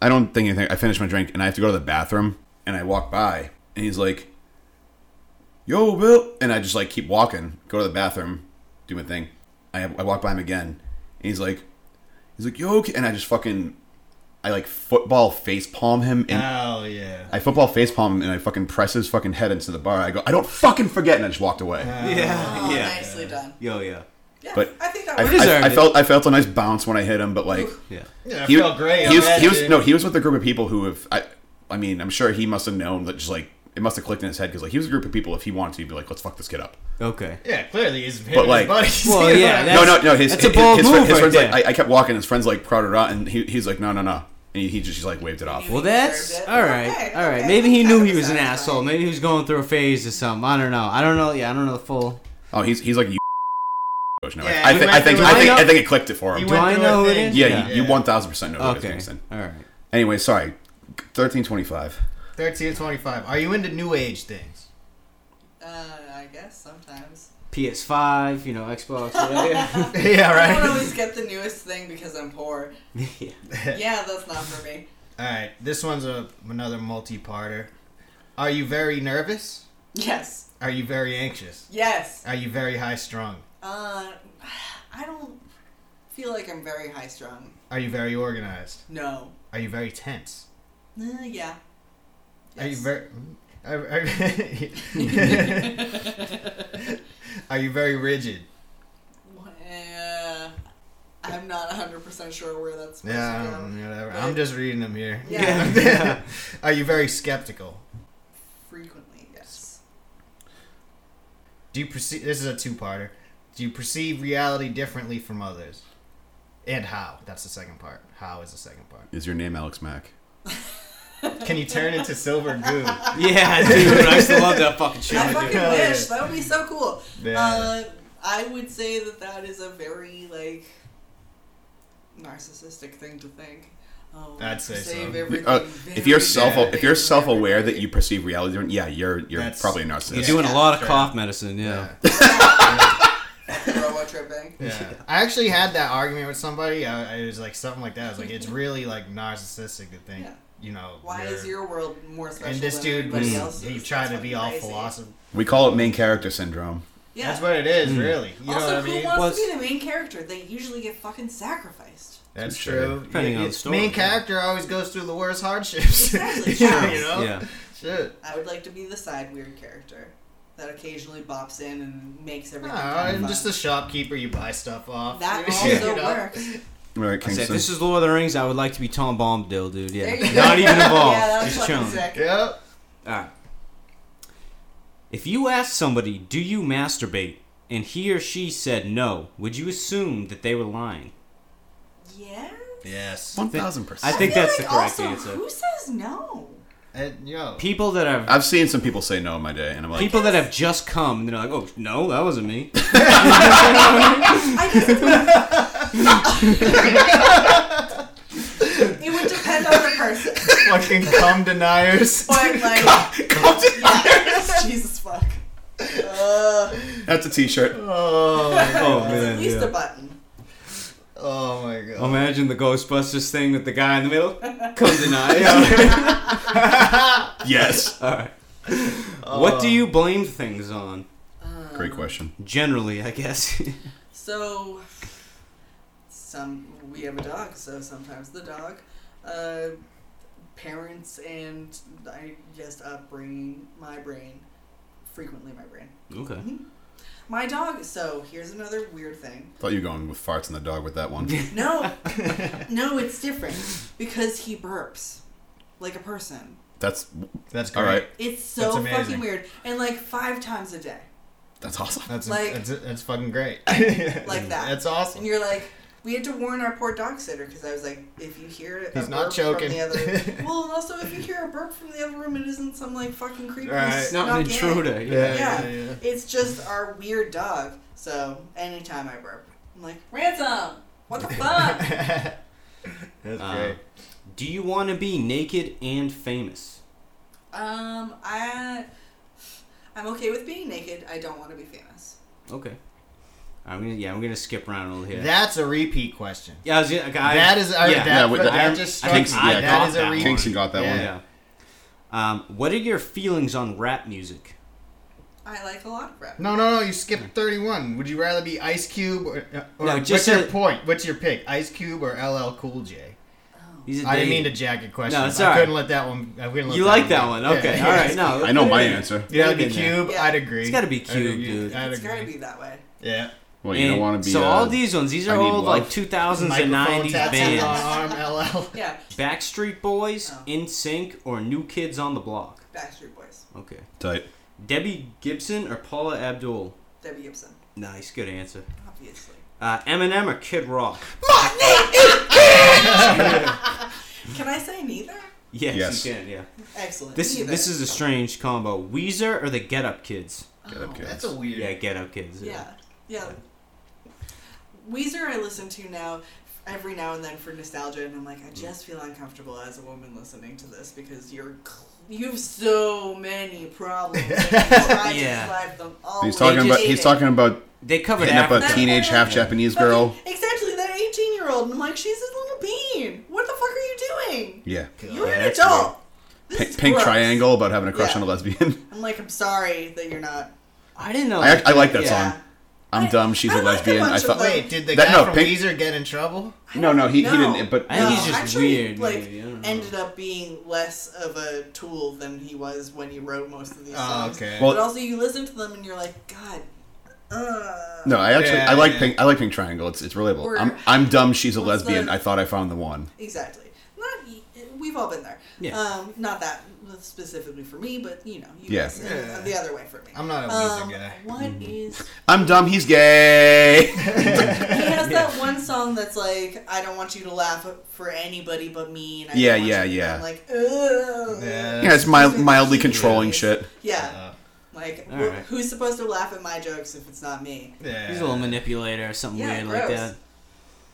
S1: I don't think anything. I finish my drink, and I have to go to the bathroom, and I walk by, and he's like, Yo, Bill. And I just like keep walking, go to the bathroom, do my thing. I, I walk by him again, and he's like, He's like, Yo, okay. And I just fucking, I like football face palm him, and
S3: Ah.
S5: Oh yeah.
S1: I football face palm him, and I fucking press his fucking head into the bar. I go, I don't fucking forget, and I just walked away.
S3: Yeah.
S2: Oh,
S3: Yeah.
S2: nicely done.
S3: Yo, yeah.
S2: Yeah,
S1: But
S2: I think that
S1: I,
S2: was
S3: deserved
S1: I, I
S3: it.
S1: felt I felt a nice bounce when I hit him, but like
S3: Yeah.
S5: yeah, I
S1: he,
S5: felt great.
S1: he was,
S5: I'm
S1: he was
S5: editing.
S1: no, he was with a group of people who have. I, I mean, I'm sure he must have known that just like it must have clicked in his head because like he was a group of people. If he wanted to, he'd be like, let's fuck this kid up.
S3: Okay.
S5: Yeah, clearly he's him
S1: But,
S5: and
S1: like-
S5: his buddies.
S3: Well,
S5: you
S3: yeah,
S5: know?
S3: that- That's-
S1: no, no, no. His
S3: that's a bold
S1: his, fri-
S3: move
S1: his
S3: right
S1: friends
S3: there.
S1: like I, I kept walking. His friends like crowded out, and he, he's like, no, no, no, and he, he just he's like waved it off.
S3: Well,
S2: He
S3: that's
S2: deserved it.
S3: all right.
S2: Okay,
S3: all right.
S2: okay,
S3: Maybe he
S2: that
S3: knew
S2: was
S3: he was an
S2: satisfying.
S3: asshole. Maybe he was going through a phase or something. I don't know. I don't know. Yeah, I don't know the full.
S1: Oh, he's he's like you. Now.
S5: Yeah,
S1: I, I
S5: he
S1: think I
S5: went
S1: think
S5: through
S1: I
S5: it.
S1: think
S3: I
S1: I
S3: know-
S1: think it clicked it for
S5: He
S1: him.
S3: Do
S5: went
S3: I
S5: through
S3: know
S5: a
S3: it
S5: thing.
S3: is?
S1: Yeah,
S3: Yeah.
S1: you, you one thousand percent know who it is,
S3: Okay.
S1: Kingston.
S3: All right.
S1: Anyway, sorry, thirteen twenty five.
S5: 13 to 25. Are you into new age things?
S2: Uh, I guess sometimes.
S3: PS5, you know, Xbox. Whatever.
S5: yeah,
S2: I don't
S5: right?
S2: always get the newest thing because I'm poor.
S3: yeah.
S2: Yeah, that's not for me.
S5: Alright, this one's a, another multi parter. Are you very nervous?
S2: Yes.
S5: Are you very anxious?
S2: Yes.
S5: Are you very high strung?
S2: Uh, I don't feel like I'm very high strung.
S5: Are you very organized?
S2: No.
S5: Are you very tense?
S2: Uh, yeah.
S5: Are you
S2: Yes.
S5: very. mm, Are, are, are you very rigid?
S2: Uh, I'm not 100% sure where that's supposed
S5: Yeah, I
S2: to go.
S5: don't know, whatever. I'm just reading them here.
S2: Yeah.
S5: are you very skeptical?
S2: Frequently, yes.
S5: Do you perceive this is a two-parter? Do you perceive reality differently from others? And how? That's the second part. How is the second part?
S1: Is your name Alex Mack?
S5: Can you turn into silver goo?
S3: Yeah, dude. I used to love that fucking show.
S2: I
S3: dude.
S2: fucking
S5: Yeah.
S2: wish. That would be so cool.
S5: Yeah.
S2: Uh, I would say that that is a very, like, narcissistic thing to think. Oh,
S5: I'd say
S2: save
S5: so.
S2: everything
S1: Uh, if you're
S2: very,
S1: self
S5: Yeah.
S1: if you're
S2: very,
S1: self aware
S2: very-
S1: that you perceive reality different, yeah, you're you're
S5: That's-
S1: probably a narcissist.
S5: yeah.
S3: You're doing a lot of
S5: Sure.
S3: cough medicine. Yeah.
S2: Robo tripping.
S5: Yeah. I actually had that argument with somebody. I, it was like something like that. I was like, it's really like narcissistic to think,
S2: Yeah.
S5: you know.
S2: Why
S5: you're-
S2: is your world more special?
S5: And this
S2: than
S5: dude
S2: everybody
S5: was
S2: else's?
S5: he tried to
S2: That's
S5: be
S2: fucking
S5: all
S2: crazy.
S5: philosoph.
S1: We call it main character syndrome.
S2: Yeah.
S5: That's what it is,
S3: Hmm.
S5: really. You
S2: also,
S5: know what I
S2: who
S5: mean?
S2: wants
S3: Was-
S2: to be the main character? They usually get fucking sacrificed.
S5: That's
S1: Sure.
S5: true.
S3: Depending on the
S5: It's-
S3: story,
S5: Main
S3: yeah.
S5: character always goes through the worst hardships.
S2: Exactly.
S5: you know?
S3: Yeah.
S5: Shit.
S2: I would like to be the side weird character that occasionally bops in and makes
S5: No,
S2: everything. kind
S5: Ah, I'm
S2: of
S5: just a shopkeeper you buy stuff off.
S2: that
S5: You
S2: also
S5: know?
S2: works.
S1: Right,
S3: I said,
S1: Kingston.
S3: this is Lord of the Rings. I would like to be Tom Bombadil, dude. Yeah,
S2: There you go.
S3: not even involved.
S2: yeah, that was
S3: just
S2: fucking
S3: chilling.
S2: sick.
S5: Yep.
S3: Alright. If you asked somebody, do you masturbate, and he or she said no, would you assume that they were lying?
S2: Yeah.
S5: Yes.
S1: One thousand percent.
S3: I think
S2: feel
S3: that's
S2: like
S3: the correct
S2: also,
S3: answer.
S2: Who says no?
S5: And yo.
S3: People that have
S1: I've seen some people say no in my day, and I'm like,
S3: people that have just come and they're like, oh no, that wasn't me.
S2: I just. it would depend on the person.
S5: fucking cum deniers.
S2: But like,
S5: cum
S2: Jesus fuck. Uh,
S1: that's a T-shirt.
S5: Oh my,
S2: it's
S3: Oh
S2: Uh, at
S3: man,
S2: least a
S3: yeah.
S2: button.
S5: oh my god.
S3: Imagine the Ghostbusters thing with the guy in the middle. Come deny.
S1: Yes.
S3: All right. What do you blame things on?
S2: Um,
S1: Great question.
S3: Generally, I guess.
S2: So, some we have a dog, so sometimes the dog, uh, parents, and I guess upbringing, my brain, frequently my brain,
S3: okay.
S2: my dog. So here's another weird thing.
S1: Thought you were going with farts and the dog with that one.
S2: No, no, it's different because he burps like a person.
S1: That's
S5: That's great.
S1: all right.
S2: It's
S5: That's
S2: so
S5: amazing.
S2: fucking weird, and like five times a day,
S1: That's awesome.
S5: That's,
S2: Like-
S5: that's that's fucking great.
S2: Like that.
S5: That's
S2: and
S5: awesome.
S2: you're like. We had to warn our poor dog sitter because I was like, if you hear it,
S5: He's not choking.
S2: From the other, Well, and also if you hear a burp from the other room, it isn't some like fucking creepy.
S5: Right.
S3: It's
S2: It's
S3: not an intruder.
S2: Yeah.
S5: yeah, yeah, yeah.
S2: It's just our weird dog. So anytime I burp, I'm like ransom. What the fuck?
S5: That's
S3: Uh,
S5: great.
S3: Do you want to be naked and famous?
S2: um, I I'm okay with being naked. I don't want to be famous.
S3: Okay. I'm gonna yeah, I'm gonna skip around a little here.
S5: That's a repeat question.
S3: yeah, I was gonna, I,
S5: that is I,
S3: yeah.
S5: that,
S1: Yeah, wait,
S5: that,
S1: that-
S5: just
S3: I
S5: struck
S3: think
S5: me.
S1: Kingston, yeah,
S5: that
S3: got
S5: is
S3: that
S5: a
S3: one.
S5: repeat.
S1: Kingston got that
S5: Yeah.
S1: one.
S3: yeah. Um, what are your feelings on rap music?
S2: I like a lot of rap.
S5: No, no, no! You skipped thirty-one. Would you rather be Ice Cube or, or
S3: No, just
S5: what's
S3: a-
S5: your point? What's your pick? Ice Cube or LL Cool J?
S3: These are
S5: I didn't mean to
S3: dated.
S5: jack your question.
S3: No, it's
S5: I
S3: all
S5: couldn't let that one. I wouldn't let
S3: You
S5: that
S3: like that one?
S5: go.
S3: Okay.
S5: Yeah,
S3: All
S5: yeah.
S3: right. No.
S1: I know my
S3: yeah.
S1: answer.
S5: You gotta be
S3: Been there.
S5: Cube.
S2: Yeah.
S5: I'd agree.
S3: It's gotta be
S5: I'd
S3: Cube,
S5: agree.
S3: dude.
S5: I'd
S2: It's gotta
S5: agree.
S2: be that way.
S5: Yeah.
S1: Well, you don't
S3: And
S1: want to be.
S3: so
S1: uh,
S3: all these ones, these
S1: I
S3: are
S1: need
S3: old
S1: love.
S3: like 2000s and
S5: Microphone
S3: 90s
S5: tattoo
S3: bands.
S5: on arm, LL.
S2: Yeah,
S3: Backstreet Boys,
S2: Oh.
S3: In Sync, or New Kids on the Block.
S2: Backstreet Boys,
S3: Okay.
S1: tight.
S3: Debbie Gibson or Paula Abdul.
S2: Debbie Gibson,
S3: Nice, good answer.
S2: obviously.
S3: Uh, Eminem or Kid Rock.
S2: Can I say neither?
S3: Yes,
S1: Yes.
S3: you can. Yeah.
S2: Excellent.
S3: This
S2: neither.
S3: this is a strange combo. Weezer or the Get Up Kids.
S1: Get up,
S2: Oh.
S1: kids.
S5: That's a weird.
S3: Yeah, Get Up Kids.
S2: Yeah, yeah. Weezer, I listen to now every now and then for nostalgia, and I'm like, I just feel uncomfortable as a woman listening to this because you're cl- you have so many problems. and you try to
S3: Yeah.
S2: drive them all.
S1: He's
S2: away.
S1: talking about. He's talking about
S3: They covered
S1: hitting up a
S3: Africa.
S2: teen-
S1: teenage half Japanese
S2: Fucking-
S1: girl.
S2: Exactly that 18 year old, and I'm like, she's a little bean. What the fuck are you doing?
S1: Yeah.
S2: You're an
S3: that's
S2: adult. This
S1: Pink,
S2: is
S1: pink
S2: gross.
S1: triangle about having a crush
S2: Yeah.
S1: on a lesbian.
S2: I'm like, I'm sorry that you're not.
S3: I didn't know.
S1: I, act- I like that
S2: Yeah.
S1: song. I'm
S2: I-
S1: dumb. She's
S2: I
S1: a
S2: like a
S1: lesbian. I
S2: bunch of
S1: thought.
S2: those.
S5: Wait, did the
S1: That-
S5: guy
S1: no,
S5: from
S1: Pink-
S5: Weezer get in trouble?
S1: No, no, he, he
S2: No.
S1: didn't. But
S3: I think he's
S2: No,
S3: just
S2: actually,
S3: weird,
S2: Like,
S3: maybe, I don't know.
S2: ended up being less of a tool than he was when he wrote most of these
S5: Oh,
S2: songs.
S5: okay.
S1: Ah, Well-
S2: but also, you listen to them and you're like, God, uh,
S1: no, I actually
S5: Yeah,
S1: I like
S5: yeah.
S1: pink. I like Pink Triangle. It's it's relatable.
S2: Or-
S1: I'm I'm dumb. She's a
S2: What's
S1: lesbian.
S2: the-
S1: I thought I found the one.
S2: exactly. Not y- we've all been there.
S3: Yeah.
S2: Um, not that specifically for me, but you know, you
S1: Yeah.
S2: listen
S5: Yeah.
S2: the other way for me.
S5: I'm not a Weezer
S2: um,
S5: guy.
S2: what is-
S1: I'm dumb. He's gay.
S2: He has that one song that's like, "I don't want you to laugh for anybody but me." And I don't
S1: Yeah,
S2: want you
S1: yeah,
S2: to-"
S1: yeah.
S2: I'm like, ugh.
S5: Yeah.
S1: yeah, it's mild, mildly
S2: Yeah.
S1: controlling shit.
S2: Yeah.
S5: Uh,
S2: Like,
S3: All
S2: wh-
S3: right.
S2: who's supposed to laugh at my jokes if it's not me?
S5: yeah.
S3: He's a little manipulator or something
S2: Yeah,
S3: weird like
S2: gross.
S3: that.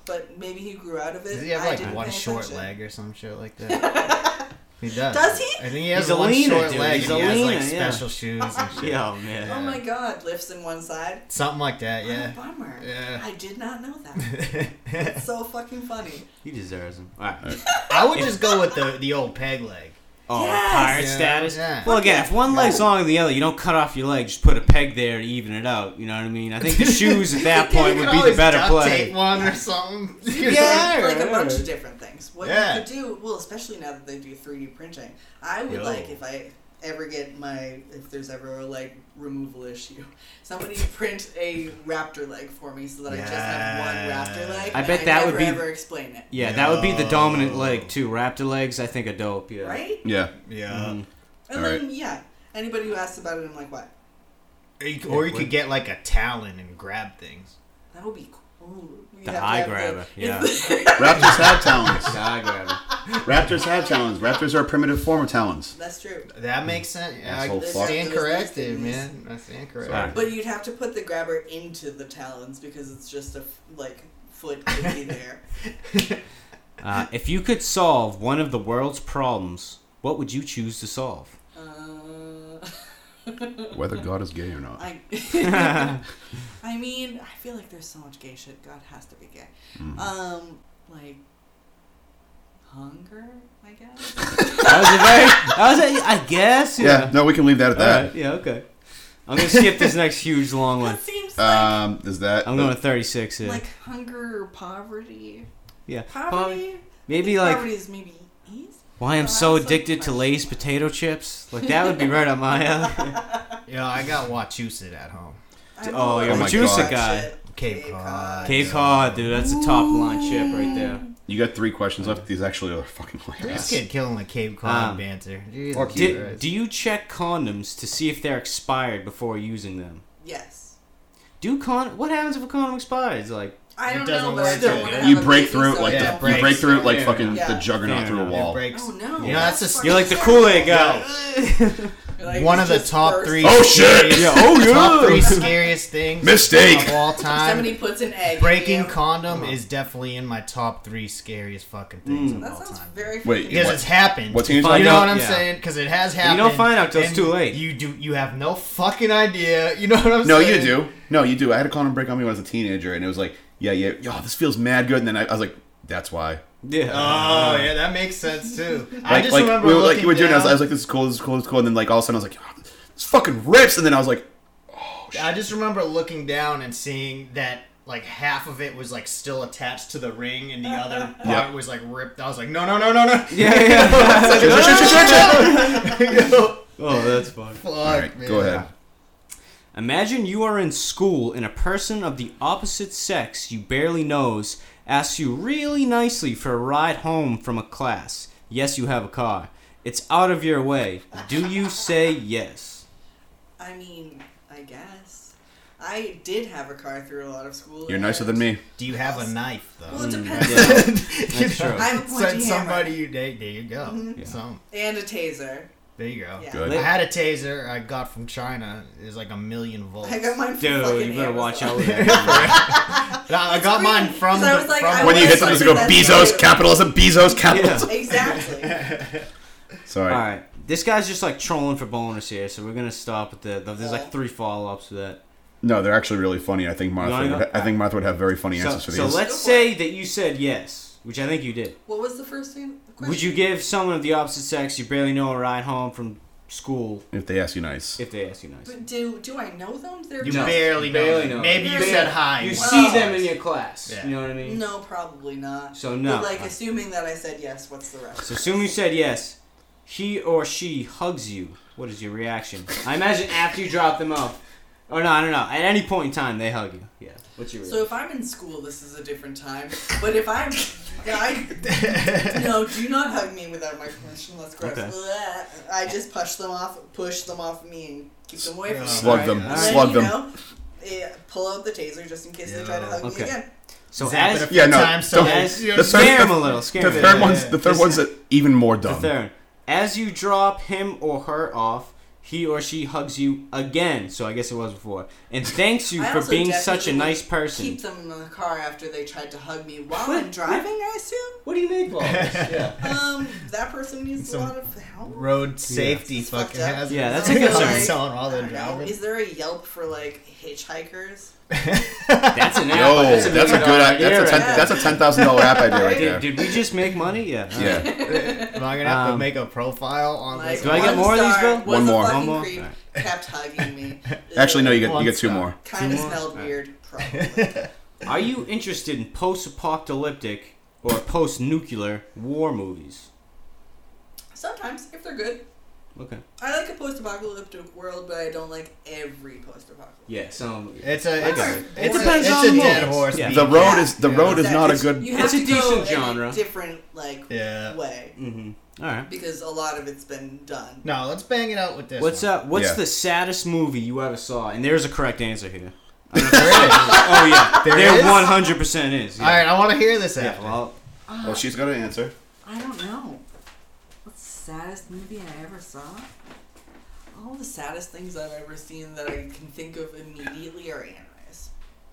S2: But maybe he grew out of it.
S5: Does he have
S2: I
S5: like
S2: didn't
S5: one
S2: pay
S5: short
S2: attention.
S5: leg or some shit like that? he does.
S2: Does he?
S5: I think he has
S3: He's a
S5: one
S3: leaner,
S5: short
S3: dude.
S5: leg.
S3: He's
S5: and
S3: a
S5: he
S3: leaner,
S5: has like
S3: yeah.
S5: special shoes and shit.
S3: Yeah, man.
S5: Yeah.
S2: Oh my god, lifts in one side.
S5: Something like that,
S2: What
S5: yeah.
S2: a bummer.
S5: Yeah.
S2: I did not know that. It's so fucking funny.
S3: He deserves him. All right.
S5: I would just go with the the old peg leg.
S3: Oh,
S2: Yes!
S3: pirate
S5: Yeah,
S3: status.
S5: yeah.
S3: Well, again, if one leg's longer than the other, you don't cut off your leg. Just put a peg there to even it out. You know what I mean? I think the shoes at that point
S5: You
S3: would
S5: could
S3: be the
S5: always
S3: better
S5: duct
S3: play.
S5: Tape one or something.
S3: Yeah.
S2: Like a
S3: yeah.
S2: bunch of different things. What
S5: Yeah.
S2: you could do, well, especially now that they do 3D printing, I would
S5: Yo.
S2: like if I ever get my if there's ever a leg removal issue, somebody print a raptor leg for me so that I just have one raptor leg.
S3: I
S2: and
S3: bet that
S2: never,
S3: would be-
S2: ever explain it.
S3: Yeah, that would be the dominant
S5: No.
S3: leg too. Raptor legs, I think, are dope. Yeah.
S2: Right?
S1: Yeah.
S5: Yeah.
S3: Mm-hmm.
S2: And
S1: All
S2: then yeah, anybody who asks about it, I'm like, what?
S5: Or you, or you could get like a talon and grab things.
S2: That would be cool. You'd
S3: The
S2: have to
S3: eye
S2: have
S3: grabber.
S2: the-
S3: Yeah.
S1: Raptors have talons.
S3: The eye grabber.
S1: Raptors have talons. Raptors are a primitive form of talons.
S2: That's true.
S3: Mm.
S5: That makes sense. Yeah, I
S1: Asshole fuck.
S5: stand
S2: Those- those things.
S5: corrected, man. I stand
S1: Sorry.
S5: corrected.
S2: But you'd have to put the grabber into the talons because it's just a f- like foot in there.
S3: Uh, if you could solve one of the world's problems, what would you choose to solve?
S2: Uh,
S1: Whether God is gay or not.
S2: I, I mean, I feel like there's so much gay shit. God has to be gay. Um, like hunger, I guess.
S3: That was a very. That was a, I guess.
S1: Yeah, no, we can leave that at
S3: All right.
S1: that.
S3: Yeah. Okay. I'm gonna skip this next huge long one.
S2: That seems
S1: Um, is that
S3: I'm going to
S2: like
S3: 36. Here.
S2: like hunger or poverty.
S3: yeah. Probably-
S2: Poverty.
S3: Maybe like
S2: poverty is maybe easy.
S3: why I'm
S2: Well,
S3: so
S2: that's a
S3: addicted to
S2: question.
S3: Lay's potato chips. Like that would be right up my alley.
S5: Yeah, I got Wachusett at home.
S2: I'm
S3: oh,
S2: all
S3: you're
S1: a
S2: about
S1: juice
S2: that
S3: guy.
S2: shit.
S5: Cape
S2: Cape
S5: Cod.
S2: Cod.
S3: Cape Cod, dude. That's a top line chip right there.
S1: you got three questions left? These actually are fucking hilarious.
S5: This kid killing the Cape Cod
S3: Um,
S5: banter. Jesus
S1: or Cuba.
S3: Do,
S5: Christ.
S3: do you check condoms to see if they're expired before using them?
S2: Yes.
S3: Do con? What happens if a condom expires? Like,
S2: I
S5: It
S2: don't
S5: doesn't
S2: know, but I
S5: work
S2: don't
S5: out.
S2: wanna
S5: You
S2: have
S1: You
S2: a
S1: break
S2: baby,
S1: through it
S2: so
S1: like
S2: I
S5: Yeah,
S1: the,
S5: it
S2: don't-
S1: you break through it like
S5: Fair
S1: fucking
S2: enough.
S1: the
S2: Yeah.
S1: juggernaut
S3: Fair
S1: through a
S3: enough.
S1: wall.
S5: It breaks.
S2: Oh no!
S1: Yeah.
S5: You know, that's a
S2: fucking
S3: you're like the
S2: terrible.
S3: Kool Aid guy.
S2: Like,
S5: one
S2: you
S5: of the
S2: just
S5: top
S2: burst.
S5: three.
S1: Oh, shit!
S5: scariest-
S1: Yeah, oh,
S5: Top
S1: yeah!
S5: three scariest things
S1: Mistake.
S5: of all
S2: If
S5: time.
S2: Somebody puts an egg. in
S5: Breaking
S2: you.
S5: condom is definitely in my top three scariest fucking
S1: Mm.
S5: things of
S2: That
S5: all
S2: sounds
S5: time.
S2: very.
S1: Wait,
S2: fucking-
S5: Because it's happened.
S1: What's in your
S5: you
S3: Find
S5: know
S3: out-
S5: what I'm
S3: yeah.
S5: saying? Because it has
S3: you
S5: happened.
S3: don't find out till it's
S5: and
S3: too late.
S5: You do. You have no fucking idea. You know what I'm
S1: No,
S5: saying?
S1: you do. No, you do. I had a condom break on me when I was a teenager, and it was like, yeah, yeah, oh, this feels mad good. And then I, I was like, that's why.
S3: yeah.
S5: Oh yeah, that makes sense too. I
S1: Like,
S5: just
S1: like
S5: remember
S1: we were,
S5: looking
S1: like you were doing. I was,
S5: down-
S1: I was like, this is cool. This is cool. This is cool. And then like all of a sudden, I was like, oh, this fucking rips. And then I was like,
S5: I just remember looking down and seeing that like half of it was like still attached to the ring and the other part
S1: Yep.
S5: was like ripped. I was like, no, no, no, no, no.
S3: Yeah, yeah.
S1: shit, shit, shit, shit, shit.
S3: oh, that's fun.
S5: Fuck,
S1: all right,
S5: man.
S1: go ahead.
S3: Imagine you are in school and a person of the opposite sex you barely knows asks you really nicely for a ride home from a class. Yes, you have a car. It's out of your way. Do you say yes?
S2: I mean, I guess. I did have a car through a lot of school.
S1: You're
S2: and-
S1: nicer than me.
S5: Do you have a knife though?
S2: Well, it depends.
S3: yeah.
S5: You
S3: That's
S5: know,
S3: true.
S2: I have a
S5: send
S2: pointy
S5: somebody
S2: hammer.
S5: you date. There you go.
S3: Yeah.
S5: Some-
S2: And a taser.
S5: there you go.
S2: Yeah.
S1: Good.
S5: I had a taser I got from China. It was like a million volts.
S2: I got mine. from
S3: Dude,
S2: fucking
S3: you better watch out
S2: Amazon.
S3: with that.
S5: No, I got
S2: great,
S5: mine from
S2: 'cause I
S5: the-
S2: was like,
S5: from
S2: I
S5: the
S1: When you hit them,
S2: That's
S1: just go
S2: right.
S1: oh, Bezos capitalism, Bezos capitalism.
S2: Exactly.
S1: Sorry.
S3: All right, this guy's just like trolling for bonus here, so we're gonna stop at the. There's like three follow-ups to that.
S1: No, they're actually really funny. I think
S3: wanna
S1: Martha.
S3: go?
S1: Would, I think Martha would have very funny
S3: So,
S1: answers for
S3: so
S1: these.
S3: let's say that you said yes, which I think you did.
S2: What was the first thing? the question?
S3: Would you give someone of the opposite sex you barely know a ride home from school
S1: If they ask you nice,
S3: if they ask you nice?
S2: But do do I know them? They're
S5: You
S2: just-
S5: barely,
S3: barely
S5: know.
S3: know.
S5: them. Maybe you
S2: Barely.
S5: said hi.
S3: You
S5: once.
S3: see them in your class.
S5: Yeah.
S3: You know what I mean?
S2: No, probably not.
S3: So no.
S2: But like assuming that I said yes, what's the rest?
S3: So assume you said yes. He or she hugs you. What is your reaction? I imagine after you drop them off. Or no, I don't know. At any point in time, they hug you. Yeah. What's your
S2: So
S3: reaction?
S2: if I'm in school, this is a different time. But if I'm, I no, do not hug me without my permission. That's gross.
S3: Okay.
S2: Bleh. I just push them off, push them off me, and keep them away from me.
S1: slug
S3: Alright,
S1: them,
S3: alright.
S2: And then,
S1: slug
S2: you
S1: them.
S2: know, eh, pull out the taser just in case they try to hug
S3: Okay.
S2: me again.
S3: So,
S5: Zap it a
S3: as
S5: few
S1: Yeah, no,
S5: times so
S1: don't-
S5: it's-
S3: as
S5: you know,
S1: the
S3: scare
S1: third-
S3: him a little, scare
S1: The
S3: him.
S1: third
S5: yeah,
S1: one's
S5: yeah.
S1: the third
S5: This-
S1: one's even more
S3: The
S1: dumb.
S3: third. As you drop him or her off, he or she hugs you again. So I guess it was before, and thanks you
S2: I
S3: for
S2: also
S3: being such a
S2: definitely
S3: nice person.
S2: Keep them in the car after they tried to hug me while
S3: What?
S2: I'm driving. I assume.
S3: What do you make of all this? Yeah.
S2: Um, that person needs
S5: Some
S2: a lot of help.
S5: road safety
S2: It's fucked
S5: fucking
S2: up.
S5: hazard.
S3: Yeah, that's a concern.
S5: I'm telling all
S2: I
S5: the
S2: don't know.
S5: drivers.
S2: Is there a Yelp for like hitchhikers?
S3: That's an app.
S1: Yo, that's a,
S3: million
S1: good.
S3: dollar
S1: That's
S3: idea
S1: a ten.
S3: right
S2: there.
S1: That's a ten thousand dollar app idea right
S3: Did,
S1: there.
S3: did we just make money? Yeah.
S1: Yeah.
S5: Am I gonna have to
S3: Um,
S5: make a profile on
S2: Like,
S5: this?
S3: Do I get
S2: one
S3: more of these,
S2: star
S3: Bill?
S2: was
S1: One
S2: a
S1: more.
S2: fucking
S3: One more?
S2: creep,
S3: Alright.
S2: Kept hugging me.
S1: Actually, no. You get you
S5: One
S1: get two
S5: stop.
S1: more.
S2: Kind
S3: Two
S2: of
S3: more?
S2: smelled
S3: Alright.
S2: weird. Probably.
S3: Are you interested in post-apocalyptic or post-nuclear war movies?
S2: Sometimes, if they're good.
S3: Okay.
S2: I like a post-apocalyptic world, but I don't like every post-apocalyptic.
S3: Yeah. So
S5: It's a it's,
S2: Okay.
S5: it's
S2: It depends
S5: a, it's
S3: on
S5: a
S3: the
S5: dead
S3: mold.
S5: horse.
S3: Yeah.
S5: beat.
S1: The road
S2: Yeah.
S1: is the
S5: Yeah.
S1: road is
S2: Exactly.
S1: not a
S2: It's-
S1: good.
S2: You have
S3: It's a
S2: to go
S3: decent
S2: in a
S3: genre.
S2: different like
S5: Yeah.
S2: way
S3: Mm-hmm. All right.
S2: because a lot of it's been done.
S5: No, let's bang it out with this.
S3: What's
S5: one.
S3: up? What's
S1: Yeah.
S3: the saddest movie you ever saw? And there's a correct answer here. I don't know if-
S5: There it is.
S3: oh yeah,
S5: There
S3: there,
S5: is?
S3: 100% is. Yeah.
S5: All right, I want to hear this
S3: Yeah,
S5: after.
S3: well,
S1: Well, she's got an answer.
S2: I don't know. What's the saddest movie I ever saw? All the saddest things I've ever seen that I can think of immediately are animes.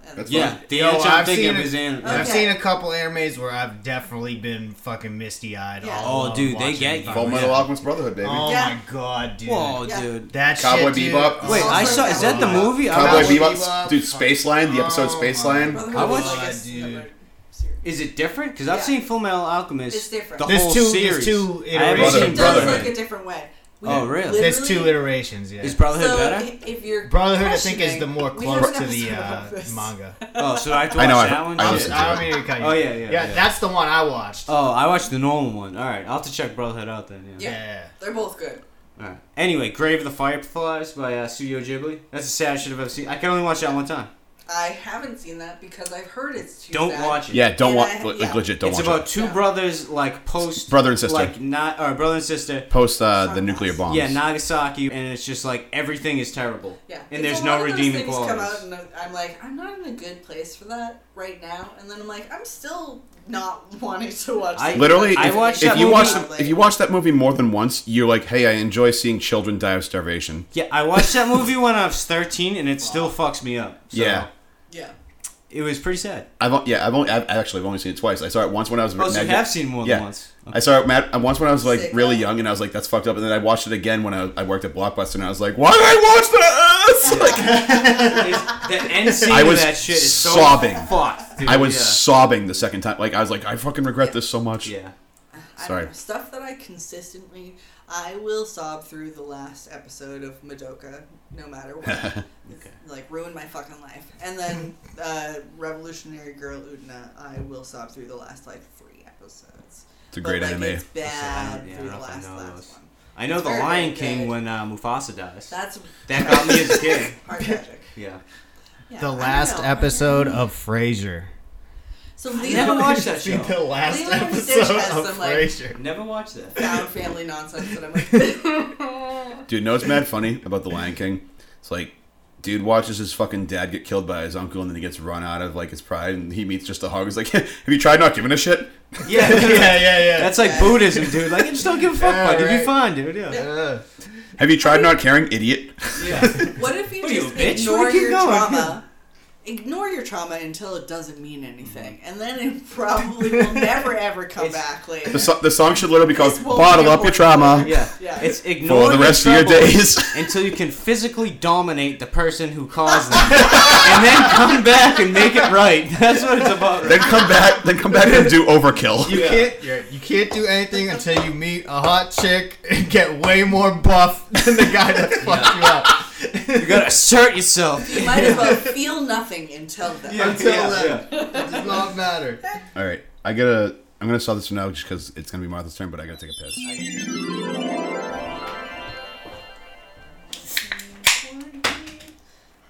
S2: And
S1: That's
S3: yeah.
S1: fine.
S3: The
S5: Yo,
S3: answer I'm
S5: I've
S3: thinking
S5: seen
S3: of
S5: it.
S3: is an.
S2: Okay.
S5: I've seen a couple animes where I've definitely been fucking misty eyed.
S2: Yeah.
S3: Oh, dude, they get you.
S1: Full
S3: yeah.
S1: Metal Alchemist Brotherhood, baby.
S5: Oh
S2: Yeah.
S5: my god, dude.
S3: Whoa,
S2: Yeah.
S3: dude.
S5: That
S1: Cowboy
S5: shit, dude.
S1: Bebop.
S5: Oh
S3: Wait,
S5: my
S3: I saw. Is that the
S5: God.
S3: movie? I
S1: Cowboy
S3: watched-
S5: Bebop.
S1: Bebop, dude. Space Line, the episode
S5: Oh
S1: Space
S5: my
S1: Line.
S2: Brotherhood
S3: I
S2: was,
S3: watched-
S2: like, a s-
S5: dude.
S2: like a series.
S3: Is it different? Because I've
S2: Yeah.
S3: seen Full Metal Alchemist.
S2: It's different.
S3: The
S5: There's
S3: whole
S5: two- there's
S3: series.
S5: two
S3: I haven't
S1: iterations.
S3: seen
S2: It does
S3: Brotherhood.
S2: look a different way. We
S3: Oh, really?
S5: There's two
S2: literally-
S5: iterations, yeah.
S3: Is Brotherhood
S2: so
S3: better?
S2: i- If you're
S5: Brotherhood, I think, is
S2: questioning-
S5: the more
S2: we have
S5: close to
S2: an
S5: the
S2: episode
S5: uh,
S2: about this.
S5: manga.
S3: Oh, so I have to
S1: I
S3: watch
S1: know, I-
S3: that one.
S1: I
S5: I'm
S1: was-
S5: s-
S3: too?
S5: I don't mean to cut you.
S3: Oh, yeah, yeah, yeah.
S5: that's the one I watched.
S3: Oh, I watched the normal one. All right, I'll have to check Brotherhood out then. Yeah.
S5: yeah.
S2: yeah. They're both good.
S3: All right. Anyway, Grave of the Fireflies by uh, Studio Ghibli. That's the saddest shit I've ever seen. I can only watch that one time.
S2: I haven't seen that because I've heard it's too
S3: Don't
S2: sad.
S3: watch it.
S1: Yeah, don't
S2: Yeah,
S1: watch.
S2: yeah.
S1: Like, legit, don't
S3: it's
S1: watch
S3: about
S1: it.
S3: two
S2: Yeah.
S3: brothers, like post
S1: Brother and sister.
S3: like not or brother and sister.
S1: Post uh, the nuclear bombs.
S3: Yeah, Nagasaki, and it's just like everything is terrible.
S2: Yeah.
S3: and
S2: It's
S3: there's
S2: a
S3: no
S2: lot of those
S3: redeeming
S2: things
S3: qualities.
S2: Come out and I'm- I'm like, I'm not in a good place for that right now. And then I'm like, I'm still not wanting to watch.
S3: I-
S2: something
S1: Literally,
S3: I
S1: if,
S3: watched
S1: if
S3: that
S1: you
S3: movie-
S1: watch the- if you watch that movie more than once, you're like, hey, I enjoy seeing children die of starvation.
S3: Yeah, I watched that movie when I was 13, and it still fucks me up. So
S1: Yeah.
S2: Yeah.
S3: it was pretty sad.
S1: I've o- yeah, I've only I've actually I've only seen it twice. I saw it once when I was
S3: Oh, so you
S1: mad-
S3: have seen more
S1: yeah.
S3: than once. Okay.
S1: I saw it mad- once when I was like
S2: Sick.
S1: really young, and I was like, "That's fucked up." And then I watched it again when I, I worked at Blockbuster, and I was like, "Why did I watch that?" It's like-
S3: It's- the end scene
S1: I
S3: of
S1: was
S3: that shit is so
S1: sobbing.
S3: fucked. dude,
S1: I was
S3: yeah.
S1: sobbing the second time. Like I was like, "I fucking regret this so much."
S3: yeah.
S2: I
S1: Sorry.
S2: Don't know, stuff that I consistently, I will sob through the last episode of Madoka, no matter what. It's, Like ruin my fucking life. And then uh, Revolutionary Girl Udna, I will sob through the last like three episodes.
S1: It's a great
S2: but, like,
S1: anime.
S2: It's
S3: I
S2: bad
S3: don't- yeah, I
S2: through the
S3: don't know if I
S2: last
S3: know
S2: last
S3: those.
S2: one.
S3: I know
S2: It's
S3: the
S2: very,
S3: Lion
S2: very
S3: King
S2: good.
S3: when uh, Mufasa dies.
S2: That's
S3: That got me as a kid.
S2: hard magic.
S3: Yeah.
S2: Yeah,
S5: The
S2: I don't
S5: last
S2: know.
S5: episode of Frasier.
S2: So
S3: I
S2: Lilo
S3: never watched that
S5: See
S3: show.
S5: the last
S2: Lilo and Stitch
S5: episode
S2: has
S5: of
S2: some, like-
S5: Frasier.
S3: Never watched that.
S2: found family nonsense that I'm like.
S1: Dude, no, it's mad funny about the Lion King. It's like, dude watches his fucking dad get killed by his uncle, and then he gets run out of like his pride, and he meets just a hog. He's like, "Have you tried not giving a shit?"
S3: Yeah.
S5: yeah, yeah, yeah.
S3: That's like Buddhism, dude. Like, you just don't give a fuck,
S5: Yeah,
S3: bud. You'll be
S5: right.
S3: fine, dude. Yeah.
S5: Ugh.
S1: Have you tried not caring, idiot?
S3: Yeah.
S2: what if you
S3: What are you,
S2: just
S3: a bitch?
S2: ignore
S3: Where'd you
S2: your
S3: go?
S2: trauma? Ignore your trauma until it doesn't mean anything, and then it probably will never ever come
S3: Mm-hmm. It's-
S2: back later.
S1: The, so- the song should literally be called
S2: This won't be
S1: "Bottle Up Your
S2: important.
S1: Trauma"
S3: Yeah.
S2: Yeah.
S3: It's ignore
S1: for the rest of your
S3: troubles
S1: days.
S3: until you can physically dominate the person who caused them, and then come back and make it right. That's what it's about.
S1: then come back. Then come back and do overkill.
S5: You can't you're, you can't do anything until you meet a hot chick and get way more buff than the guy that fucked you up.
S3: You gotta assert yourself.
S2: You might as well feel nothing until then.
S5: Until
S3: yeah,
S5: then, it does not matter.
S1: All right, I gotta. I'm gonna stop this for now just because it's gonna be Martha's turn, but I gotta take a piss.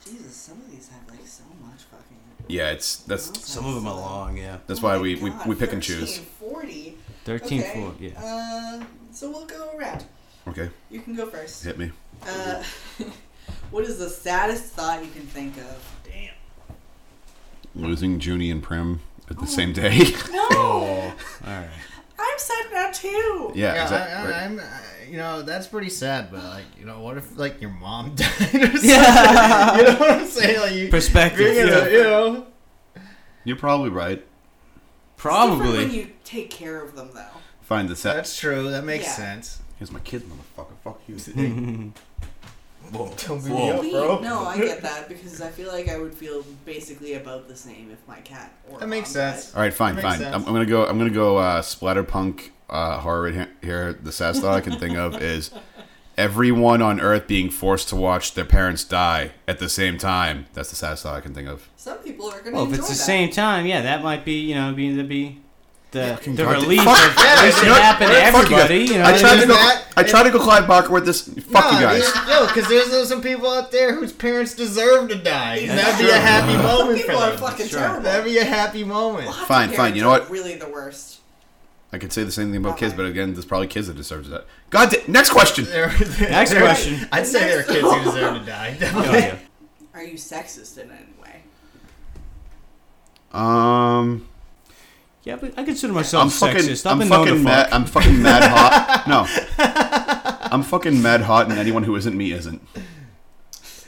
S2: Jesus, some of these have like so much fucking.
S1: Yeah, it's that's
S3: Some of them are long, yeah.
S1: that's
S2: Oh
S1: why
S2: my
S1: we, we,
S2: God,
S1: we pick and choose.
S2: 1340.
S3: 13
S2: Okay,
S3: 4, yeah.
S2: Uh, so we'll go around.
S1: Okay,
S2: You can go first.
S1: hit me.
S2: Uh, what is the saddest thought you can think of? Damn.
S1: Losing Junie and Prim at the same day.
S2: No,
S1: Oh,
S3: Alright.
S2: I'm sad now too.
S1: yeah,
S5: Yeah,
S1: exactly.
S5: I, I, I'm, I- you know, that's pretty sad. But like, you know, what if like your mom died or something?
S3: Yeah.
S5: you know what I'm saying? Like, you,
S3: Perspective.
S5: you're gonna-
S3: Yeah.
S5: you know,
S1: You're probably right.
S2: It's different
S3: Probably.
S2: when you take care of them, though.
S1: Find the set.
S5: that's true. That makes
S2: Yeah.
S5: sense.
S1: Here's my kid, motherfucker. Fuck you.
S3: Oh,
S5: Don't beat
S1: Whoa.
S5: me up, bro.
S2: No, I get that because I feel like I would feel basically about the same if my cat or
S5: That makes
S2: mom died.
S5: sense.
S1: All right, fine,
S5: Makes
S1: fine.
S5: sense.
S1: I'm, I'm gonna go. I'm gonna go. Uh, splatterpunk uh, horror right he- here. The saddest thought I can think of is everyone on Earth being forced to watch their parents die at the same time. That's the saddest thought I can think of.
S2: Some people are gonna.
S3: Well, if
S2: enjoy
S3: it's the
S2: that.
S3: same time, yeah, that might be, you know, be to be the, the
S1: God,
S3: relief
S1: fuck.
S3: of at least it
S1: You know what?
S3: happened to
S1: Fuck you guys.
S3: everybody. You know,
S1: I tried to go.
S5: That-
S1: I tried to go Clive Barker with this. Fuck you
S5: Nah,
S1: guys.
S5: there's- Yo, because there's those some people out there whose parents deserve to die. And that'd be a happy moment for
S2: People are
S5: them.
S2: fucking
S3: Sure.
S2: terrible.
S5: That'd be a happy moment.
S2: Lots of
S1: Fine, fine,
S2: parents
S1: you know what?
S2: are Really the worst.
S1: I could say the same thing about
S2: Okay.
S1: kids, but again, there's probably kids that deserve that. God, da- next question.
S5: There- there-
S3: Next
S5: there-
S3: question.
S5: I'd say there are
S2: Next-
S5: kids who deserve to die.
S3: Oh, yeah.
S2: Are you sexist in any way?
S1: Um,
S3: yeah, but I consider
S1: I'm,
S3: myself
S1: fucking.
S3: sexist. I've
S1: I'm
S3: been known to
S1: fucking mad.
S3: fuck.
S1: I'm fucking mad hot. No, I'm fucking mad hot, and anyone who isn't me isn't.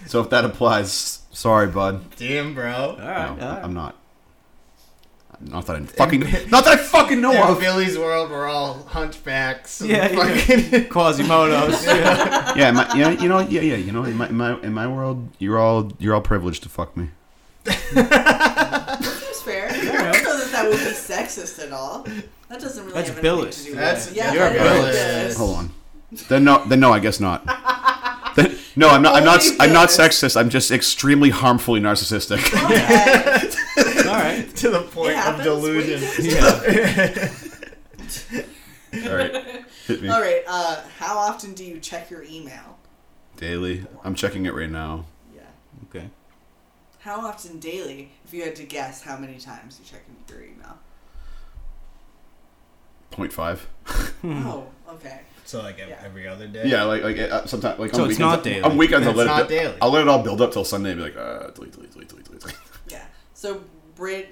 S1: So if that applies, sorry, bud.
S5: Damn, bro.
S3: All right,
S1: no,
S3: all right.
S1: I'm not. Not that I fucking. not that I fucking know
S5: In
S1: of.
S5: Billy's world, we're all hunchbacks. and
S3: Yeah, yeah.
S5: fucking-
S3: Quasimodo's. yeah.
S1: Yeah, in my, yeah, you know, yeah, yeah, you know, in my, in my in my world, you're all you're all privileged to fuck me.
S2: Seems fair. I don't know that that would be sexist at all. That doesn't really
S3: That's
S2: have anything
S3: Billis.
S2: to do with
S5: That's-
S2: it. Yeah,
S5: you're
S2: that
S5: Billis.
S2: is Billis.
S1: Hold on. Then no, then no, I guess not. Then, no, I'm not. I'm not. I'm not sexist. I'm just extremely harmfully narcissistic.
S2: Okay.
S3: All right.
S5: to the
S2: It
S5: point of
S2: happens. We
S5: delusion.
S2: just-
S3: Yeah.
S1: All right, hit me
S2: All right. Uh, how often do you check your email?
S1: daily. I'm checking it right now.
S2: Yeah.
S3: Okay.
S2: How often daily? If you had to guess, how many times you check your email?
S1: 0.5.
S5: Hmm.
S2: Oh, okay.
S5: So like ev-
S2: Yeah.
S5: every other day.
S1: Yeah, like like uh, sometimes like
S3: So
S1: on
S3: it's
S1: weekends,
S3: not daily.
S1: On weekends, I'll
S5: It's
S1: let
S5: not
S1: it. bu-
S5: daily.
S1: I'll let it all build up till Sunday. and Be like, uh, delete, delete, delete, delete, delete.
S2: Yeah. So Brit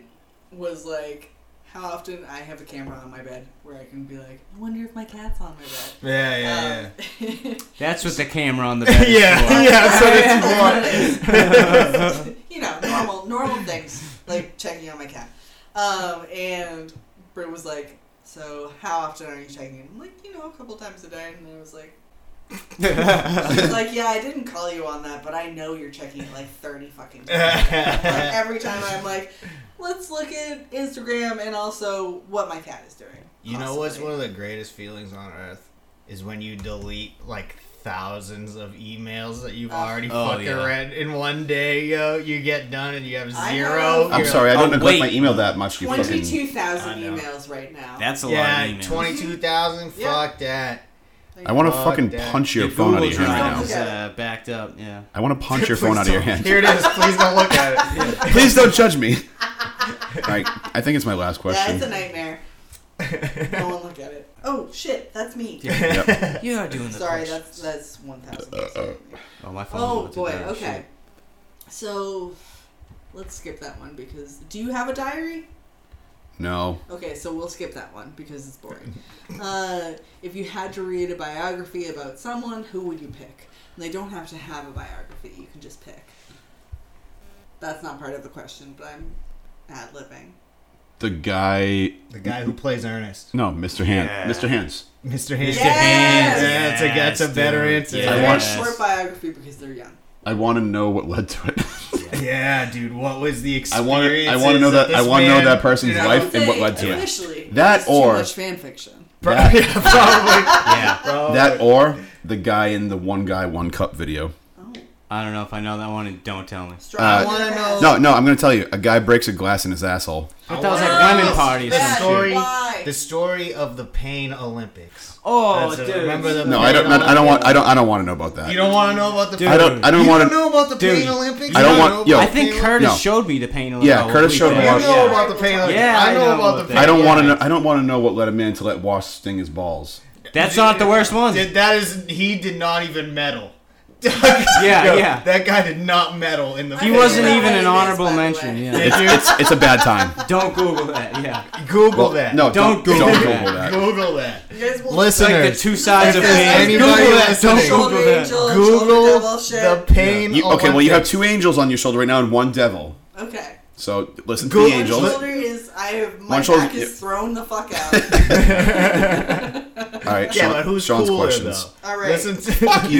S2: was like, "How often I have a camera on my bed where I can be like, I wonder if my cat's on my bed."
S5: Yeah, yeah,
S2: Um,
S3: That's what the camera on the
S5: yeah.
S3: bed is for.
S5: yeah, yeah. So it's more.
S2: That's what it is. you know, normal, normal things like checking on my cat. Um, and Britt was like, "So how often are you checking?" I'm like, "You know, a couple times a day." And I was like, she's like, "Yeah, I didn't call you on that, but I know you're checking it like thirty fucking times." like, every time I'm like, "Let's look at Instagram and also what my cat is doing."
S5: You know what's
S2: possibly."
S5: one of the greatest feelings on earth is when you delete like thousands of emails that you've
S2: Oh.
S5: already
S3: Oh,
S5: fucking
S3: yeah.
S5: read in one day, yo. You get done and you have
S2: I
S5: zero.
S2: have-
S1: I'm
S5: You're
S1: sorry, I
S3: Oh,
S1: don't neglect my
S3: wait.
S1: email that much. You fucking.
S2: Twenty-two thousand
S5: I know.
S2: emails right now.
S3: That's a
S5: Like, yeah,
S3: lot of emails.
S5: twenty-two thousand.
S2: Yeah.
S5: Fuck that.
S1: I want to
S5: Fuck
S1: fucking
S5: that.
S1: punch your
S3: Your
S1: phone out
S3: Google
S1: of your hand
S3: Drive
S1: right
S2: Okay.
S1: now.
S3: is uh, backed up. Yeah.
S1: I want to punch your phone
S5: Please
S1: out of your
S5: don't-
S1: hand.
S5: Here it is. Please don't look at it.
S1: Please don't judge me. All right, I think it's my last
S2: Yeah,
S1: question.
S2: it's a nightmare. no one look at it. Oh shit, that's me.
S1: Yep.
S3: You are doing the
S2: Sorry,
S3: question.
S2: that's that's one thousand.
S5: Uh,
S3: Oh, my phone.
S2: Oh boy, okay. So let's skip that one because do you have a diary?
S1: No.
S2: Okay, so we'll skip that one because it's boring. uh, if you had to read a biography about someone, who would you pick? And they don't have to have a biography; you can just pick. That's not part of the question, but I'm ad libbing.
S1: The guy.
S5: The guy who plays Ernest,
S1: No, Mr. Hand.
S3: Yeah.
S1: Mr. Hands.
S5: Mr. Hands.
S2: Yes! Hands.
S5: Yeah, that's a that's a
S3: Yes,
S5: better
S3: dude.
S5: answer.
S3: Yeah.
S1: I
S2: Very
S1: want-
S2: short biography because they're young.
S1: I want to know what led to it.
S5: Yeah, dude. What was the
S1: I
S5: experience?
S1: wanna- I wanna know that- I wanna know that person's
S2: Oh,
S1: life. And what led to it?
S2: Initially,
S1: That
S2: it's
S1: or-
S2: too much fan fiction.
S1: That,
S5: probably.
S3: Yeah.
S5: Bro.
S1: that or the guy in the one guy one cup video.
S2: Oh,
S3: I don't know if I know that one. and Don't tell me.
S2: strong.
S1: I
S5: wanna know-
S1: No, no, I'm gonna tell you. A guy breaks a glass in his asshole.
S3: But
S5: I
S3: that was
S5: wanna
S3: like
S5: know
S3: women
S5: the-
S3: parties.
S5: The
S3: and shit.
S5: story,
S2: Why?
S5: the story of the Pain Olympics.
S3: Oh,
S5: That's
S3: dude.
S5: it. Remember the
S1: No, I don't. I don't want. I don't. I don't want to know about that.
S5: You don't want to know about the.
S3: Dude.
S1: I don't. I don't
S5: you
S1: want
S5: don't know about the
S3: Dude.
S5: Pain Olympics.
S1: I
S5: You
S1: don't want-
S5: know
S1: yo.
S5: about
S3: I
S5: the
S3: think
S5: Pain
S3: Curtis
S1: No.
S3: showed me the pain. a
S1: Yeah,
S3: little
S1: Curtis
S3: bit.
S1: showed me
S5: Olympics?
S1: Yeah.
S5: You know
S1: Yeah.
S5: about the Pain Olympics.
S3: Yeah,
S5: I know about the.
S3: that.
S1: I don't want to know.
S3: Yeah.
S1: I don't want to know what led a man to let wasp sting his balls.
S3: That's not the worst one.
S5: Dude, that is. He did not even medal.
S3: Yeah,
S5: Yo,
S3: yeah.
S5: That guy did not medal in the.
S3: He
S5: Pain
S3: wasn't
S5: Olympics.
S3: even
S2: It
S3: an
S2: is,
S3: honorable
S2: by the
S3: mention.
S2: way.
S3: Yeah.
S5: Did you?
S1: It's it's a bad time.
S3: Don't Google that. Yeah.
S5: Google
S1: Well,
S5: that.
S1: No,
S3: Don't
S1: don't,
S3: Google
S1: don't
S3: that.
S1: Google that.
S5: Google that.
S2: You guys will
S3: It's like the two sides of
S5: If there's
S3: pain. Google
S5: anybody
S3: that. Don't
S5: listening-
S3: Google that.
S2: Angel and
S5: Google
S2: shoulder devil shit.
S5: the Pain
S1: You- okay, well, you have
S5: Olympics.
S1: two angels on your shoulder right now and one devil.
S2: Okay.
S1: So listen to
S5: Go-
S1: the angels.
S2: One shoulder is I have my
S1: One shoulder-
S2: back is
S1: yeah.
S2: thrown the fuck out.
S1: All right,
S5: Yeah,
S1: Sean-
S5: but who's
S1: Sean's
S5: cooler
S1: questions.
S5: though?
S2: All right.
S5: Listen to Fuck
S3: No,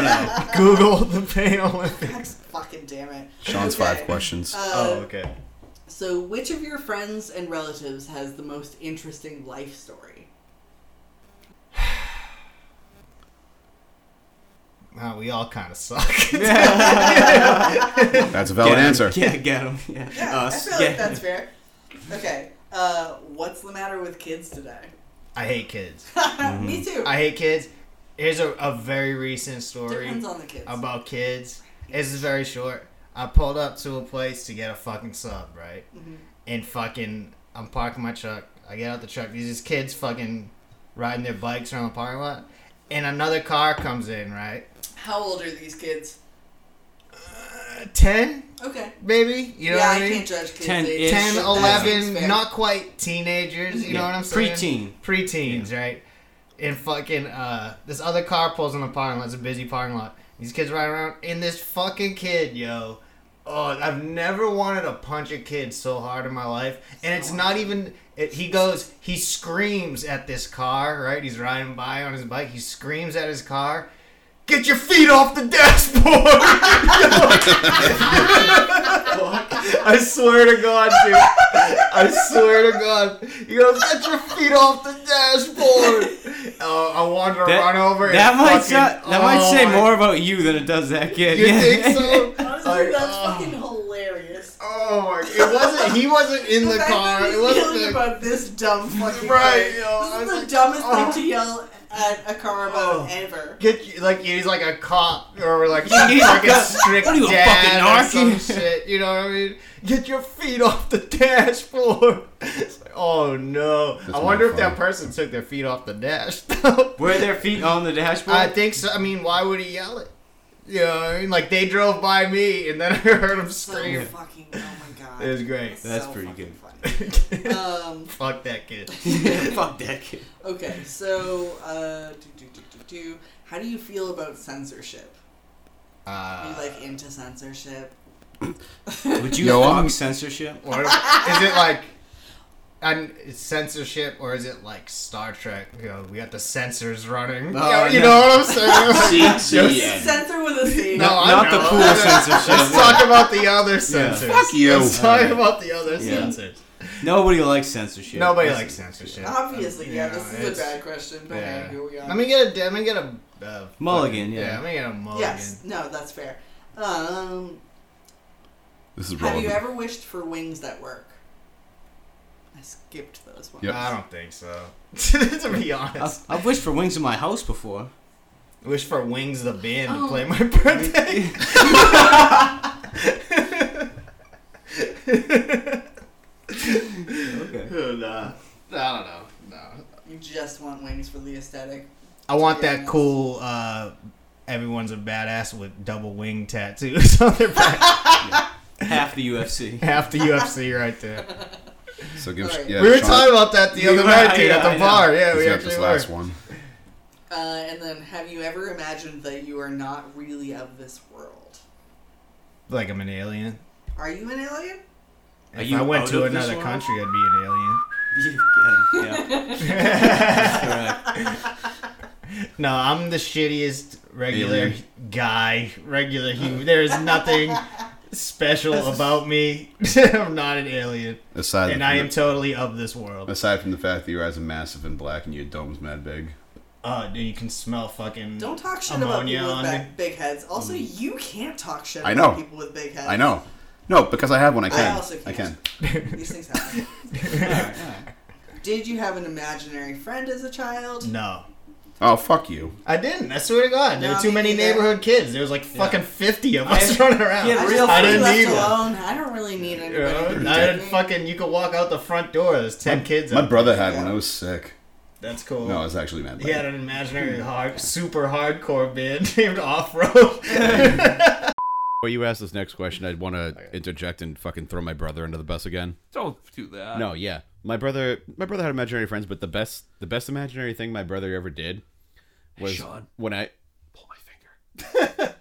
S3: no, no, no.
S5: Google the Pain Olympics.
S2: Fucking damn it.
S1: Sean's
S2: Okay.
S1: five questions.
S2: Uh,
S5: Oh, okay.
S2: So, which of your friends and relatives has the most interesting life story?
S5: Wow, we all kind of suck.
S1: That's a valid
S3: Get him.
S1: answer.
S3: Yeah, get him. Yeah.
S2: Yeah,
S3: Us.
S2: I feel
S3: yeah.
S2: like that's fair. Okay. Uh, uh, what's the matter with kids today?
S5: I hate kids.
S2: Me too.
S5: I hate kids. Here's a, a very recent story
S2: Depends on the kids.
S5: about kids. This is very short. I pulled up to a place to get a fucking sub, right?
S2: Mm-hmm.
S5: And fucking, I'm parking my truck. I get out the truck. These is kids fucking riding their bikes around the parking lot. And another car comes in, right?
S2: How old are these kids?
S5: Uh, 10,
S2: Okay.
S5: maybe? You know
S2: yeah,
S5: what I
S2: I
S5: mean?
S2: can't judge kids.
S3: 10
S2: They-
S3: ish.
S2: that's-
S5: 10,
S2: that's
S5: 11,
S2: fair.
S5: not quite teenagers, you know what I'm saying?
S3: Preteen.
S5: Preteens, right? And fucking, uh, this other car pulls in the parking lot. It's a busy parking lot. These kids riding around, and this fucking kid, yo. Oh, I've never wanted to punch a kid so hard in my life. And it's not even. It, he goes, he screams at this car, right? He's riding by on his bike. He screams at his car, Get your feet off the dashboard! I swear to God, dude. I swear to God. You goes, get your feet off the dashboard. Oh, I wanted to
S3: That,
S5: run over.
S3: that
S5: and
S3: might
S5: fucking-
S3: sa- that might
S5: oh
S3: say
S5: my-
S3: more about you than it does that kid.
S5: You
S3: yeah.
S5: think so?
S2: Honestly,
S5: Like,
S2: that's
S5: oh.
S2: fucking hilarious.
S5: Oh my! It wasn't. He wasn't in the
S2: fact
S5: car.
S2: that
S5: It
S2: he's
S5: wasn't.
S2: yelling
S5: The,
S2: about this dumb fucking
S5: Right,
S2: thing.
S5: yo, I
S2: This
S5: was
S2: is the
S5: like,
S2: dumbest
S5: oh.
S2: thing to yell at a car about
S5: Oh.
S2: ever.
S5: Get you, like he's like a cop or like he's like a strict
S3: What are you, a
S5: dad or
S3: fucking
S5: some
S3: narc?
S5: shit. You know what I mean? Get your feet off the dashboard. It's like, oh no! I
S1: That's
S5: wonder
S1: my
S5: if that
S1: fault.
S5: person took their feet off the dash. though.
S3: Were their feet on the dashboard?
S5: I think so. I mean, why would he yell it? You know what I mean? Like they drove by me and then I heard him
S2: So
S5: scream.
S2: fucking, oh my god.
S5: It was great.
S3: That's
S2: so
S3: pretty
S2: fucking funny. um,
S5: Fuck that kid.
S3: Fuck that kid.
S2: okay, so, uh, do, do, do, do, do. how do you feel about censorship? Are you,
S5: Uh,
S2: like, into censorship?
S3: Would you
S1: Yo,
S3: fuck
S1: I'm-
S3: censorship?
S5: Or is it like and it's censorship, or is it like Star Trek? You know, we got the censors running.
S3: Oh,
S5: you
S3: no.
S5: know what I'm saying?
S1: C
S5: Yes.
S1: C N.
S2: Censor with a C.
S5: No, Oh, I
S3: Not
S5: know.
S3: the cool
S5: Let's
S3: censorship.
S5: talk about the other censors.
S1: Fuck you.
S5: Let's talk about the other
S3: Yeah.
S5: censors.
S3: Nobody likes censorship.
S5: Nobody
S3: That's-
S5: likes censorship.
S2: Obviously, yeah,
S5: You know,
S2: this is
S5: it's-
S2: a bad question, but
S5: yeah.
S2: hey, here we are.
S5: Let me get a. Let me get a uh,
S3: Mulligan,
S5: fucking-
S3: yeah.
S5: Let me get a mulligan.
S2: yes, no, that's fair. Um,
S1: This is
S2: have you
S1: relevant.
S2: ever wished for wings that work? I skipped those ones.
S1: Yep.
S5: I don't think so. to be
S3: I've,
S5: honest,
S3: I've wished for wings in my house before.
S5: wish for Wings the band
S2: Oh.
S5: to play my birthday.
S3: Okay.
S5: nah, I don't know. No.
S2: You just want wings for the aesthetic.
S5: I want
S2: Yeah.
S5: that cool. Uh, everyone's a badass with double wing tattoos on their back.
S3: Half the UFC.
S5: Half the UFC right there.
S1: So give
S2: Alright.
S1: yeah,
S5: we were
S1: Sean-
S5: talking about that the
S3: We
S5: other
S3: were,
S5: night, dude,
S3: yeah,
S5: at the
S3: I know.
S5: bar. Yeah,
S1: he's
S5: we
S1: got this
S5: actually were.
S1: last one.
S2: Uh, and then, have you ever imagined that you are not really of this world?
S5: Like I'm an alien.
S2: Are you an alien?
S1: Mm.
S3: Are
S5: if
S3: you
S5: I went
S3: out
S5: to
S3: of this
S5: another
S3: world?
S5: country, I'd be
S3: You
S5: an alien.
S3: get 'em, Yeah. Correct.
S5: No, I'm the shittiest regular
S1: Alien.
S5: guy, regular human. There is nothing special about me. I'm not an alien,
S1: Aside
S5: and
S1: from
S5: I am
S1: the-
S5: totally of this world.
S1: aside from the fact that your eyes are massive and black and your dome's mad big.
S5: Uh, dude, you can smell fucking.
S2: Don't talk shit
S5: Ammonia
S2: about people
S5: on
S2: with
S5: me.
S2: ba- big heads. Also, you can't talk shit
S1: Mm. I
S2: about
S1: know.
S2: people with big heads.
S1: I know. No, because I have one. I
S2: I
S1: can.
S2: also can't.
S1: I can.
S2: These things happen.
S3: Alright, alright.
S2: Did you have an imaginary friend as a child?
S5: No,
S1: Oh fuck you.
S5: I didn't. I swear to God, there
S2: No,
S5: were too
S2: me
S5: many
S2: neither.
S5: neighborhood kids. There was like fucking fifty of us running around.
S3: Yeah,
S2: I,
S3: real
S2: just
S5: I
S2: feel
S5: didn't
S2: left
S5: need one.
S2: alone. I don't really need
S5: You know,
S2: anybody.
S5: I didn't fucking. You could walk out the front door. There's ten kids.
S1: My
S5: out
S1: brother had
S2: Yeah.
S1: one. I was sick.
S5: there. That's cool.
S1: No, I was actually mad.
S5: he had
S1: Yeah.
S5: an imaginary hard, super hardcore band named Off Road.
S1: Before you ask this next question, I'd want to interject and fucking throw my brother under the bus again.
S6: Don't do that.
S1: No, yeah. My brother my brother had imaginary friends, but the best the best imaginary thing my brother ever did was
S6: Sean.
S1: when I
S6: Pull my finger.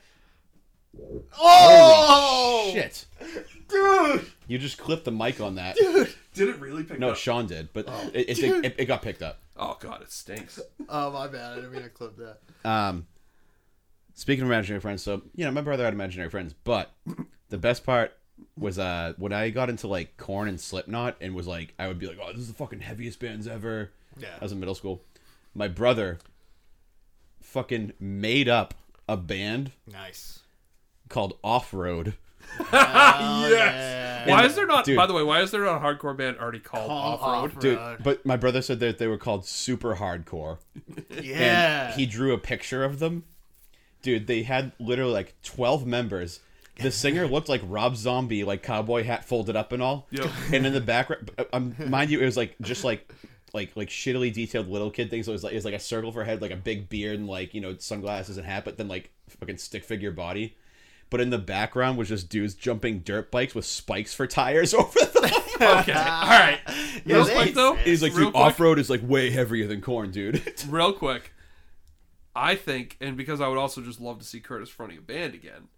S5: oh
S1: shit.
S5: dude!
S1: You just clipped the mic on that.
S6: Did it really pick
S1: No,
S6: up?
S1: Sean did, but it, it, it, it got picked up.
S6: oh god, it stinks.
S5: Oh my bad, I didn't mean to clip that.
S1: Um, speaking of imaginary friends, so you know my brother had imaginary friends, but the best part was uh when I got into like Corn and Slipknot and was like I would be like, oh, this is the fucking heaviest bands ever.
S5: Yeah.
S1: I was in middle school. My brother fucking made up a band
S5: Nice.
S1: called Off Road.
S5: Oh,
S6: Yes.
S5: yeah.
S6: Why is there not?
S7: Dude.
S6: By the way, why is there not a hardcore band already called
S5: Called
S6: off road?
S5: Off-Road.
S7: Dude,
S5: Road.
S7: but my brother said that they were called super hardcore.
S5: Yeah.
S7: And he drew a picture of them. Dude, they had literally like 12 members. The singer looked like Rob Zombie, like cowboy hat folded up and all.
S6: Yep.
S7: And in the background, um, mind you, it was like just like like like shittily detailed little kid things. So it was like it was like a circle for a head, like a big beard, and like you know sunglasses and hat, but then like fucking stick figure body. But in the background was just dudes jumping dirt bikes with spikes for tires over them.
S6: Okay. All right.
S5: Yeah,
S6: Real
S5: they-
S6: quick though.
S7: He's like,
S6: real
S7: dude,
S6: quick,
S7: off road is like way heavier than corn, dude.
S6: Real quick. I think, and because I would also just love to see Curtis fronting a band again,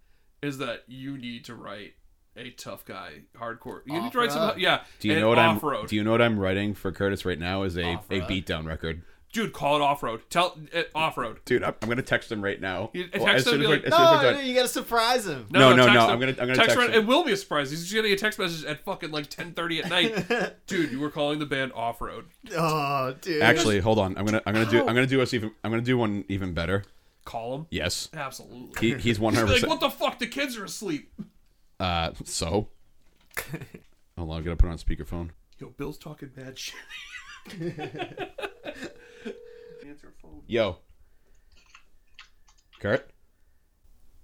S6: is that you need to write a tough guy hardcore. You need to write some.
S5: Off-road.
S6: Yeah.
S7: Do you
S6: and
S7: know what
S6: off
S7: I'm?
S6: road?
S7: Do you know what I'm writing for Curtis right now? Is a a
S5: Off-road.
S7: beatdown record.
S6: Dude, call it off road. Tell uh, off road.
S7: Dude, I'm, I'm gonna text him right now.
S6: You- text
S7: as soon
S6: him and
S7: as
S6: be
S7: we're-
S6: like,
S7: as soon as
S5: No,
S7: we're
S5: no,
S7: done.
S5: you gotta surprise him.
S7: No, no,
S6: text
S7: no,
S6: him.
S7: I'm gonna- I'm gonna text
S6: Ryan-
S7: him.
S6: It will be a surprise. He's just getting a text message at fucking like 10:30 at night. Dude, you were calling the band off road.
S5: Oh, dude.
S7: Actually, hold on. I'm gonna I'm gonna do I'm gonna do us even I'm gonna do one even better.
S6: Call him.
S7: Yes,
S6: Absolutely.
S7: he, he's
S6: Like
S7: 100. percent
S6: what the fuck? The kids are asleep.
S7: Uh, so. Hold on, I gotta put it on speakerphone.
S6: Yo, Bill's talking bad shit. Answer phone.
S7: Yo, Kurt,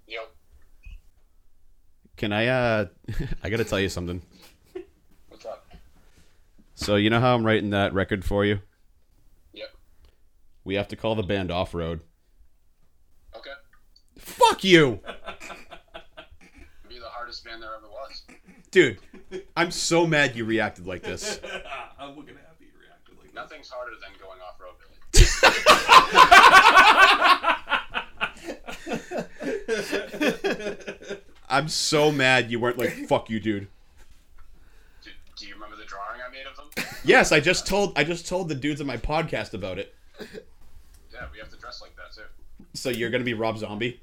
S8: Yo,
S7: can I? Uh, I gotta tell you something.
S8: what's up?
S7: So you know how I'm writing that record for you?
S8: Yep.
S7: We have to call the band Off Road.
S8: Okay.
S7: Fuck you.
S8: Be the hardest band there ever was.
S7: dude i'm so mad you reacted like this
S6: I'm looking at you reacted like that.
S8: Nothing's harder than going off road, Billy.
S7: i'm so mad you weren't like fuck you dude
S8: Do, do you remember the drawing I made of them?
S7: yes i just told i just told the dudes on my podcast about it
S8: yeah, we have to dress like that too.
S7: so you're gonna be rob zombie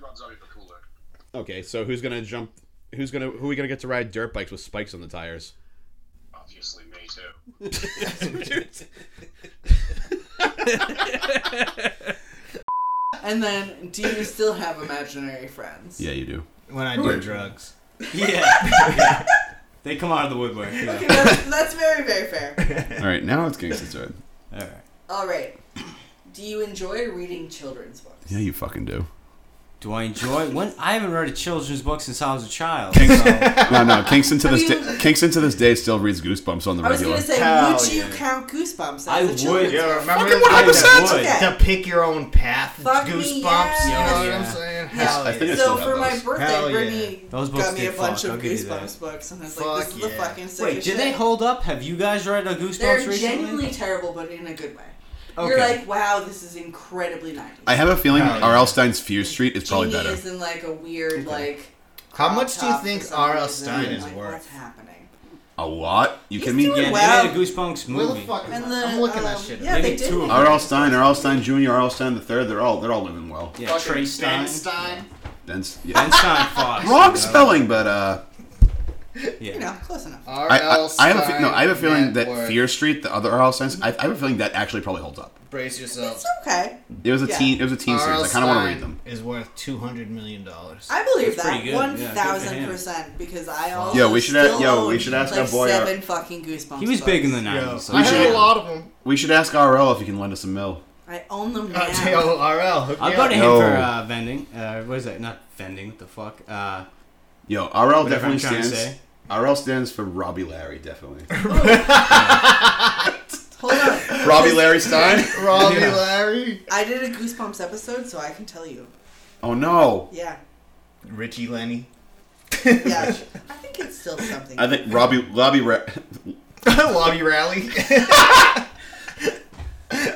S8: Rob Zombie for cooler.
S7: okay so who's gonna jump who's gonna who are we gonna get to ride dirt bikes with spikes on the tires
S8: Obviously, me too.
S2: And then, do you still have imaginary friends?
S1: Yeah, you do.
S5: when I do drugs.
S3: Yeah. they come out of the woodwork. Yeah.
S2: Okay, that's, that's very, very fair.
S1: All right, now it's getting started.
S3: All right.
S2: All right. Do you enjoy reading children's books?
S1: Yeah, you fucking do.
S3: Do I enjoy when I haven't read a children's book since I was a child? So.
S1: No, no. Kingston to
S2: Have
S1: this
S2: you-
S1: day, Kingston to this day still reads Goosebumps on the
S2: I was
S1: regular.
S2: gonna say,
S5: Hell
S2: would you
S5: yeah.
S2: count Goosebumps? As
S3: I
S2: a
S3: would.
S2: children's
S3: Yeah,
S2: book?
S5: remember
S3: Fucking
S5: the-
S3: 100%.
S2: Okay.
S5: The pick your own path,
S2: Fuck me,
S5: goosebumps.
S2: yeah.
S5: You know
S3: Yeah.
S5: what I'm saying?
S2: Yeah.
S5: Hell
S1: I think
S5: yeah.
S1: it's- still
S2: So
S1: have
S2: for my
S1: those.
S2: birthday,
S5: Hell yeah.
S2: Brittany
S3: Those books
S2: got me a
S3: did
S2: bunch
S3: fuck,
S2: of
S3: I'll give you that.
S2: Goosebumps books, and I was
S5: Fuck
S2: like, "This is the
S5: yeah.
S2: fucking sickest
S3: Wait, did
S2: shit."
S3: they hold up? Have you guys read a Goosebumps
S2: They're
S3: recently?
S2: genuinely terrible, but in a good way. You're
S3: Okay.
S2: like, "Wow, this is incredibly 90s."
S1: I have a feeling
S5: Oh, yeah.
S1: R.L. Stein's Fear Street is probably
S2: Genie
S1: better.
S2: is in like a weird like.
S5: How
S2: crop
S5: much do you
S2: top for
S5: think
S2: some
S5: R.L.
S2: reason,
S5: Stein
S2: and
S5: is
S2: like,
S5: worth?
S2: What's happening?
S1: A lot? You
S2: He's
S1: kidding me?
S2: doing
S3: Yeah,
S2: Wow.
S3: they made a Goosebumps
S5: Where the
S3: movie.
S5: fuck is
S2: And
S5: that?
S2: then
S5: I'm looking
S2: um,
S5: that shit up.
S2: Yeah,
S3: Maybe
S2: they did.
S3: two of
S2: make
S3: them.
S1: R.L. Stein, R.L. Stein Jr., R.L. Stein the third. They're all they're all living well.
S3: Yeah, Trey Stein.
S5: Ben Stein.
S1: That's
S3: Ben
S1: yeah.
S3: Stein Fox.
S1: Wrong spelling, but uh,
S2: You know, close enough.
S1: I,
S5: R.L.
S1: I, I have a fe- no. I have a feeling
S5: Stein
S1: that
S5: Network.
S1: Fear Street, the other R.L. Stein's, I, I have a feeling that actually probably holds up.
S5: Brace yourself.
S2: It's okay.
S1: It was a
S2: Yeah.
S1: teen. It was a teen
S5: R.L.
S1: series. I kind of want to read
S5: Stein
S1: them.
S5: Is worth two hundred million dollars.
S2: I believe
S3: That's pretty
S2: that
S3: good.
S2: one
S3: Yeah, good for
S2: thousand
S3: him.
S2: percent because I also
S1: Yo, we should a-
S2: still
S1: yo, we
S2: own,
S1: should ask
S2: like
S1: our boy, uh,
S2: seven fucking goosebumps.
S3: He was big in
S2: books.
S3: the
S5: Yo,
S3: 90s. so-
S5: I
S1: should-
S5: had a lot of them.
S1: We should ask R.L. if he can lend us a mill.
S2: I own them now.
S5: Uh, Yo, R.L. Hook
S3: I'll
S5: me
S3: go
S5: up.
S3: to him
S1: Yo.
S3: for uh, vending. Uh, what is that? Not vending. What the fuck? Uh,
S1: Yo, RL
S3: Whatever I'm
S1: definitely
S3: trying to
S1: stands. RL stands for Robbie Larry, definitely.
S2: Hold on,
S1: Robbie Larry Stein?
S5: Robbie
S3: Yeah.
S5: Larry.
S2: I did a goosebumps episode, so I can tell you.
S1: Oh no.
S2: Yeah,
S5: Richie Lenny.
S2: yeah. I think it's still something.
S1: I think Robbie Robbie Ra-
S5: Lobby Rally.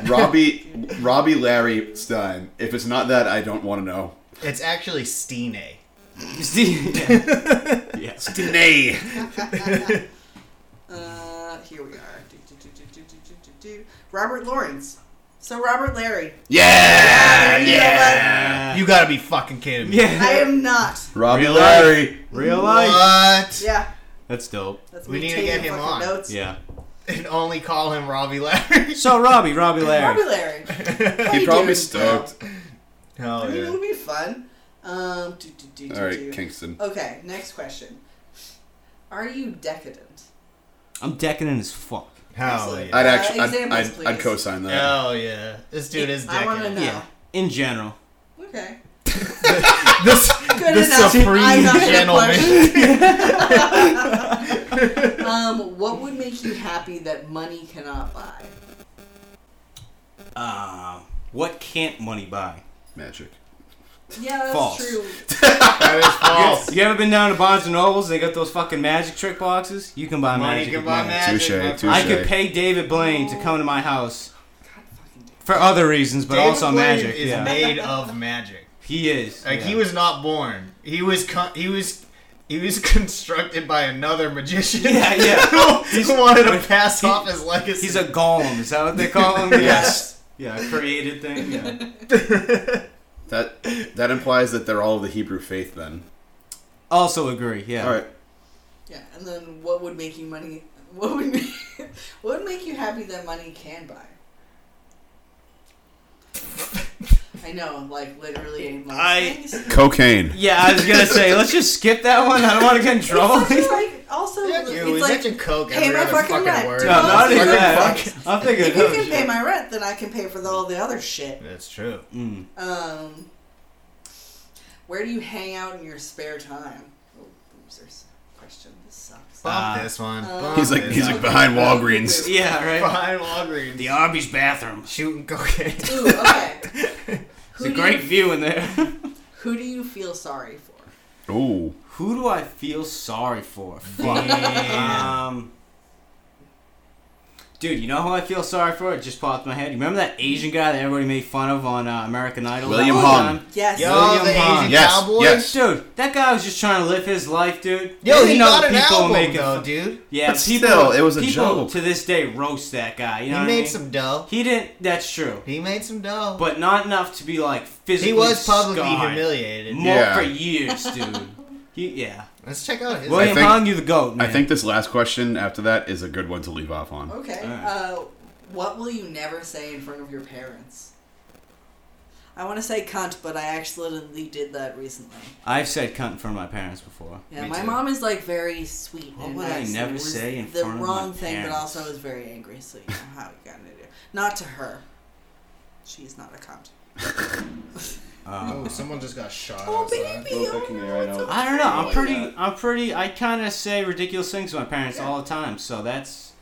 S1: Robbie Robbie Larry Stein. If it's not that, I don't want to know.
S5: it's actually Steene.
S3: Steve- yeah. yeah.
S1: Nay.
S2: Uh, here we are. Do, do, do, do, do, do, do, do, do. Robert Lawrence. So Robert Larry.
S1: Uh, Yeah.
S2: You know what?
S5: You gotta be fucking kidding me.
S2: I
S3: Uh, Yeah.
S2: am not.
S1: Robbie
S3: Real
S1: Larry.
S3: Real life.
S5: What?
S2: Yeah.
S3: That's dope.
S2: That's
S5: We
S2: me
S5: need to
S2: taking
S5: get him
S2: fucking
S5: on.
S2: Notes.
S3: Yeah.
S5: And only call him Robbie Larry.
S3: So Robbie, Robbie Larry.
S2: Robert Larry.
S1: He
S2: Hey,
S1: probably
S2: dude.
S1: stoked. Oh,
S5: Hell
S2: I mean, it
S5: yeah.
S2: would be fun. Um, do, do, do, do,
S1: All
S2: do.
S1: right, Kingston.
S2: Okay, next question. Are you decadent?
S3: I'm decadent as fuck.
S5: Hell
S2: Excellent.
S5: yeah.
S1: I'd actually,
S2: Uh,
S1: I'd,
S2: examples,
S1: I'd, I'd
S2: please.
S1: co-sign that.
S5: Hell yeah. This dude is
S2: I want to
S5: decadent.
S2: know.
S3: Yeah. In general.
S2: Okay.
S5: This,
S2: Good
S5: the
S2: enough. I'm
S5: supreme
S2: not gonna
S5: gentleman.
S2: Um, what would make you happy that money cannot buy?
S3: Uh, what can't money buy?
S1: Magic.
S2: Yeah, that's
S3: False.
S2: true.
S5: That is false.
S3: You ever been down to Barnes and Nobles? They got those fucking magic trick boxes. You can buy
S5: Money
S3: magic.
S5: can
S3: with
S5: buy magic.
S1: Touche,
S5: my
S1: touche.
S5: friend.
S3: I could pay David Blaine to come to my house
S2: God fucking damn.
S3: for other reasons, but
S5: David
S3: also
S5: Blaine
S3: magic.
S5: is
S3: yeah.
S5: made of magic.
S3: he is.
S5: Like
S3: yeah.
S5: he was not born. He was con- he was he was constructed by another magician.
S3: Yeah, yeah.
S5: who, who wanted to
S3: He's-
S5: pass
S3: he-
S5: off his legacy.
S3: He's a golem. Is that what they call him?
S5: Yes.
S3: Yeah, a created thing. Yeah.
S1: That that implies that they're all of the Hebrew faith. Then.
S3: Also agree. Yeah.
S1: All right.
S2: Yeah, and then what would make you money? What would what would make you happy that money can buy? I know, like literally. I'm Like,
S3: I-
S2: things-
S1: Cocaine.
S3: Yeah, I was gonna say let's just skip that one. I don't want to get in trouble.
S2: It's actually, like also,
S5: yeah,
S2: it's
S5: you we
S2: like
S5: mentioned coke
S2: pay
S5: every
S2: my
S5: other
S2: fucking
S5: fucking
S2: rent,
S5: word.
S2: dude.
S3: No, not even
S2: Fucking
S3: that. I'm thinking.
S2: if you
S3: of
S2: can
S3: Oh, shit.
S2: pay my rent, then I can pay for all the other shit.
S5: That's true.
S3: Mm.
S2: Um, where do you hang out in your spare time? Oh, boozers. Question. This sucks.
S5: Bump
S3: Uh,
S5: this one.
S2: uh,
S5: Bump
S1: He's like
S5: this
S1: he's
S5: one.
S1: like behind Walgreens.
S3: Yeah. Right.
S5: behind Walgreens.
S3: The Arby's bathroom.
S5: shooting cocaine.
S2: Ooh, okay. who,
S3: It's a
S2: do
S3: great
S2: you,
S3: view in there.
S2: who do you feel sorry for?
S1: Ooh.
S3: Who do I feel sorry for?
S5: Damn.
S3: Um, dude, you know who I feel sorry for? It just popped in my head. You remember that Asian guy that everybody made fun of on uh, American Idol?
S1: William
S3: that
S1: Hung.
S3: time?
S2: Yes.
S5: Yo,
S3: William
S5: the
S3: Hahn.
S5: Asian
S1: Yes,
S5: cowboy.
S1: yes.
S3: Dude, that guy was just trying to live his life, dude.
S5: Yo,
S3: Didn't
S5: he
S3: know
S5: got
S3: that
S5: an
S3: people were
S5: album
S3: making
S5: though,
S3: fun-
S5: dude.
S3: Yeah,
S1: But
S3: people,
S1: still, it was a
S3: people
S1: joke.
S3: to this day roast that guy. You know what
S5: he
S3: I
S5: made
S3: mean?
S5: some dough.
S3: He didn't. That's true,
S5: He made some dough.
S3: but not enough to be like physically.
S5: he was publicly
S3: scarred.
S5: humiliated.
S3: More
S1: Yeah.
S3: for years, dude. He, yeah.
S5: Let's check out his.
S3: William
S1: think-
S3: Hung, you the goat, man.
S1: I think this last question after that is a good one to leave off on.
S2: Okay.
S3: Alright.
S2: Uh, what will you never say in front of your parents? I want to say cunt, but I accidentally did that recently.
S3: I've said cunt in front of my parents before.
S2: Yeah,
S5: Me
S2: my
S5: too.
S2: mom is like very sweet.
S3: What
S2: and
S3: would I
S2: nice, and
S3: never
S2: it was
S3: say in
S2: the
S3: front of my
S2: wrong thing,
S3: parents?
S2: but also I was very angry. So you know how you got to do. Not to her. She's not a cunt.
S3: Um,
S5: Oh, someone just got shot.
S2: Oh baby, oh.
S5: Oh,
S3: I don't know. I'm pretty. I'm pretty. I kind of say ridiculous things to my parents all the time, so that's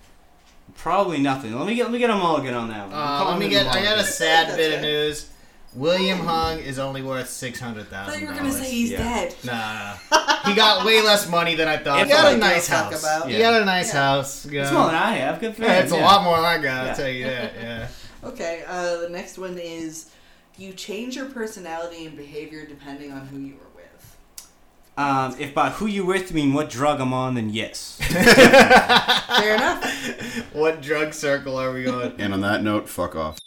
S3: probably nothing. Let me get. Let me get a mulligan on that one.
S5: Uh, let me get. I got a sad bit of news. William Hung is only worth six hundred
S2: I thought
S5: thousand
S2: you were gonna say
S5: dollars.
S2: he's
S3: Yeah.
S2: dead.
S5: Nah, he got way less money than I thought. He
S3: That's
S5: got
S3: all
S5: a
S2: I
S5: nice
S2: give a fuck
S5: house.
S2: about.
S5: He
S3: Yeah.
S5: got a nice
S2: Yeah.
S5: house. you
S3: It's
S5: know.
S3: more than I have. Good for
S5: Yeah,
S3: him,
S5: it's a
S3: yeah.
S5: lot more than I got.
S3: Yeah.
S5: I'll tell you that. Yeah.
S2: Okay. Uh, the next one is you change your personality and behavior depending on who you are with.
S3: Um, if by who you with mean what drug I'm on, then yes.
S2: Fair enough.
S5: What drug circle are we on?
S1: And on that note, fuck off.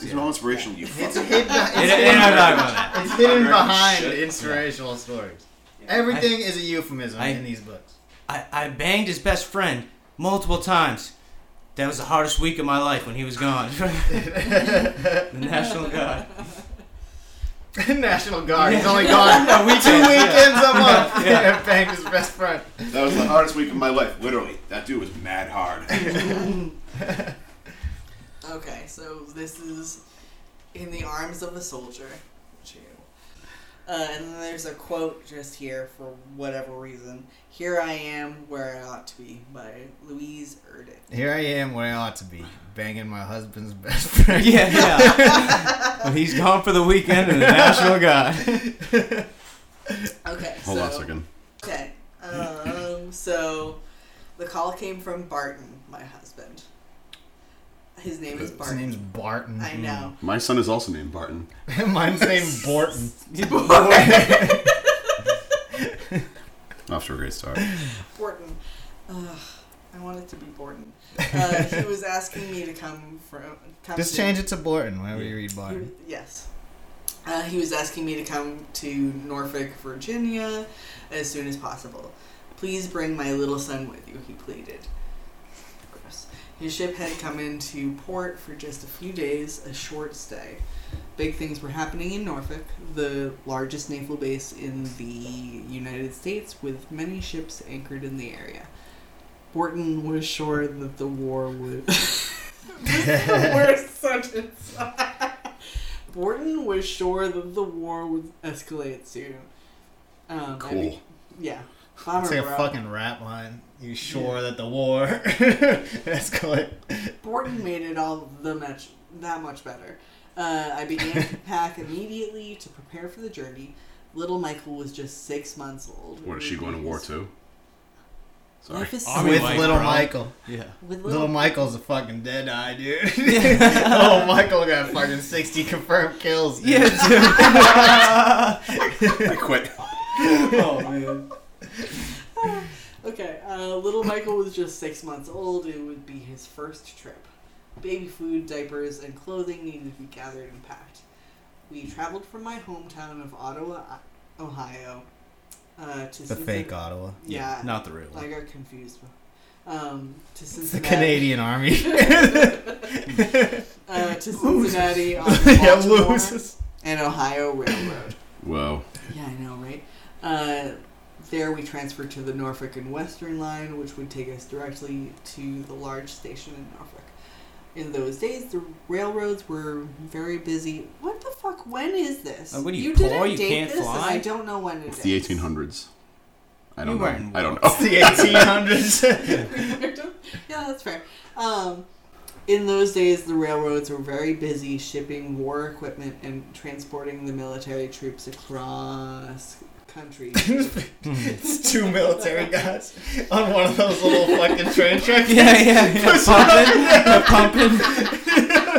S1: These are all inspirational. You
S5: It's
S1: fucking.
S5: hidden.
S3: and,
S5: It's
S3: and I'm
S5: hidden,
S3: not about that.
S5: it's hidden
S1: American
S5: behind
S1: shit.
S5: inspirational stories. Everything is a euphemism
S3: I-
S5: in these books.
S3: I, I banged his best friend multiple times. That was the hardest week of my life when he was gone. the National Guard.
S5: National Guard. He's only gone two weekends a month. Yeah. Banged his best friend.
S1: That was the hardest week of my life. Literally, that dude was mad hard.
S2: Okay, so this is in the arms of a soldier. Chew. Uh, and then there's a quote just here for whatever reason. Here I am where I ought to be by Louise Erdin.
S5: Here I am where I ought to be, banging my husband's best friend.
S3: Yeah, yeah. but he's gone for the weekend in the National Guard.
S2: Okay.
S1: Hold
S2: so,
S1: on a second.
S2: Okay. Um, so the call came from Barton, my husband. His name is
S5: His
S2: Barton.
S5: name's Barton.
S2: I know.
S1: My son is also named Barton.
S5: Mine's named Borton.
S1: Off to a great start.
S2: Borton. Ugh, I want it to be Borton. Uh, he was asking me to come from. Come
S5: Just
S2: to-
S5: change it to Borton whenever you read
S2: He-
S5: Barton.
S2: Yes. Uh, he was asking me to come to Norfolk, Virginia as soon as possible. Please bring my little son with you, he pleaded. Gross. His ship had come into port for just a few days, a short stay. big things were happening in Norfolk, the largest naval base in the United States, with many ships anchored in the area. Wharton was sure that the war would. this is the worst sentence. Wharton was sure that the war would escalate soon. Um, I
S1: Cool.
S2: mean- yeah. Bomber
S5: It's like a
S2: bro.
S5: fucking rap line. You sure that the war escalate?
S2: Borton made it all the much that much better. Uh, I began to pack immediately to prepare for the journey. Little Michael was just six months old.
S1: What is she going to war too? Sorry.
S2: Life is
S3: Army
S5: With
S2: sweet.
S3: life,
S5: little
S3: bro.
S5: Michael.
S3: Yeah.
S2: With
S5: Little
S2: little,
S5: Michael's a fucking dead eye, dude. oh, Michael got fucking 60 confirmed kills. dude.
S1: I quit.
S3: oh man.
S2: okay, uh, little Michael was just six months old. It would be his first trip. Baby food, diapers, and clothing needed to be gathered and packed. We traveled from my hometown of Ottawa, I- Ohio, uh, to
S5: The
S2: Cincinnati-
S5: fake Ottawa.
S2: Yeah,
S3: Not the real
S2: I
S3: one.
S2: got confused. Um, to
S5: It's the
S2: Cincinnati,
S5: Canadian Army.
S2: uh, to Cincinnati on the
S5: yeah,
S2: Baltimore
S5: loses.
S2: and Ohio Railroad.
S1: Whoa.
S2: yeah, I know, right? Uh, there we transferred to the Norfolk and Western line, which would take us directly to the large station in Norfolk. In those days, the railroads were very busy. What the fuck? When is this?
S3: Uh, what are you,
S2: didn't
S3: poor? You
S2: date
S3: can't
S2: this, and
S3: fly?
S2: I don't know when it
S1: It's
S2: is.
S1: the 1800s. I
S3: You
S1: don't
S3: weren't
S1: know. I don't know.
S5: It's the 1800s.
S2: yeah, that's fair. Um, in those days, the railroads were very busy shipping war equipment and transporting the military troops across country.
S5: it's two military guys on one of those little fucking train tracks.
S3: Yeah, yeah, yeah. Pumping, they're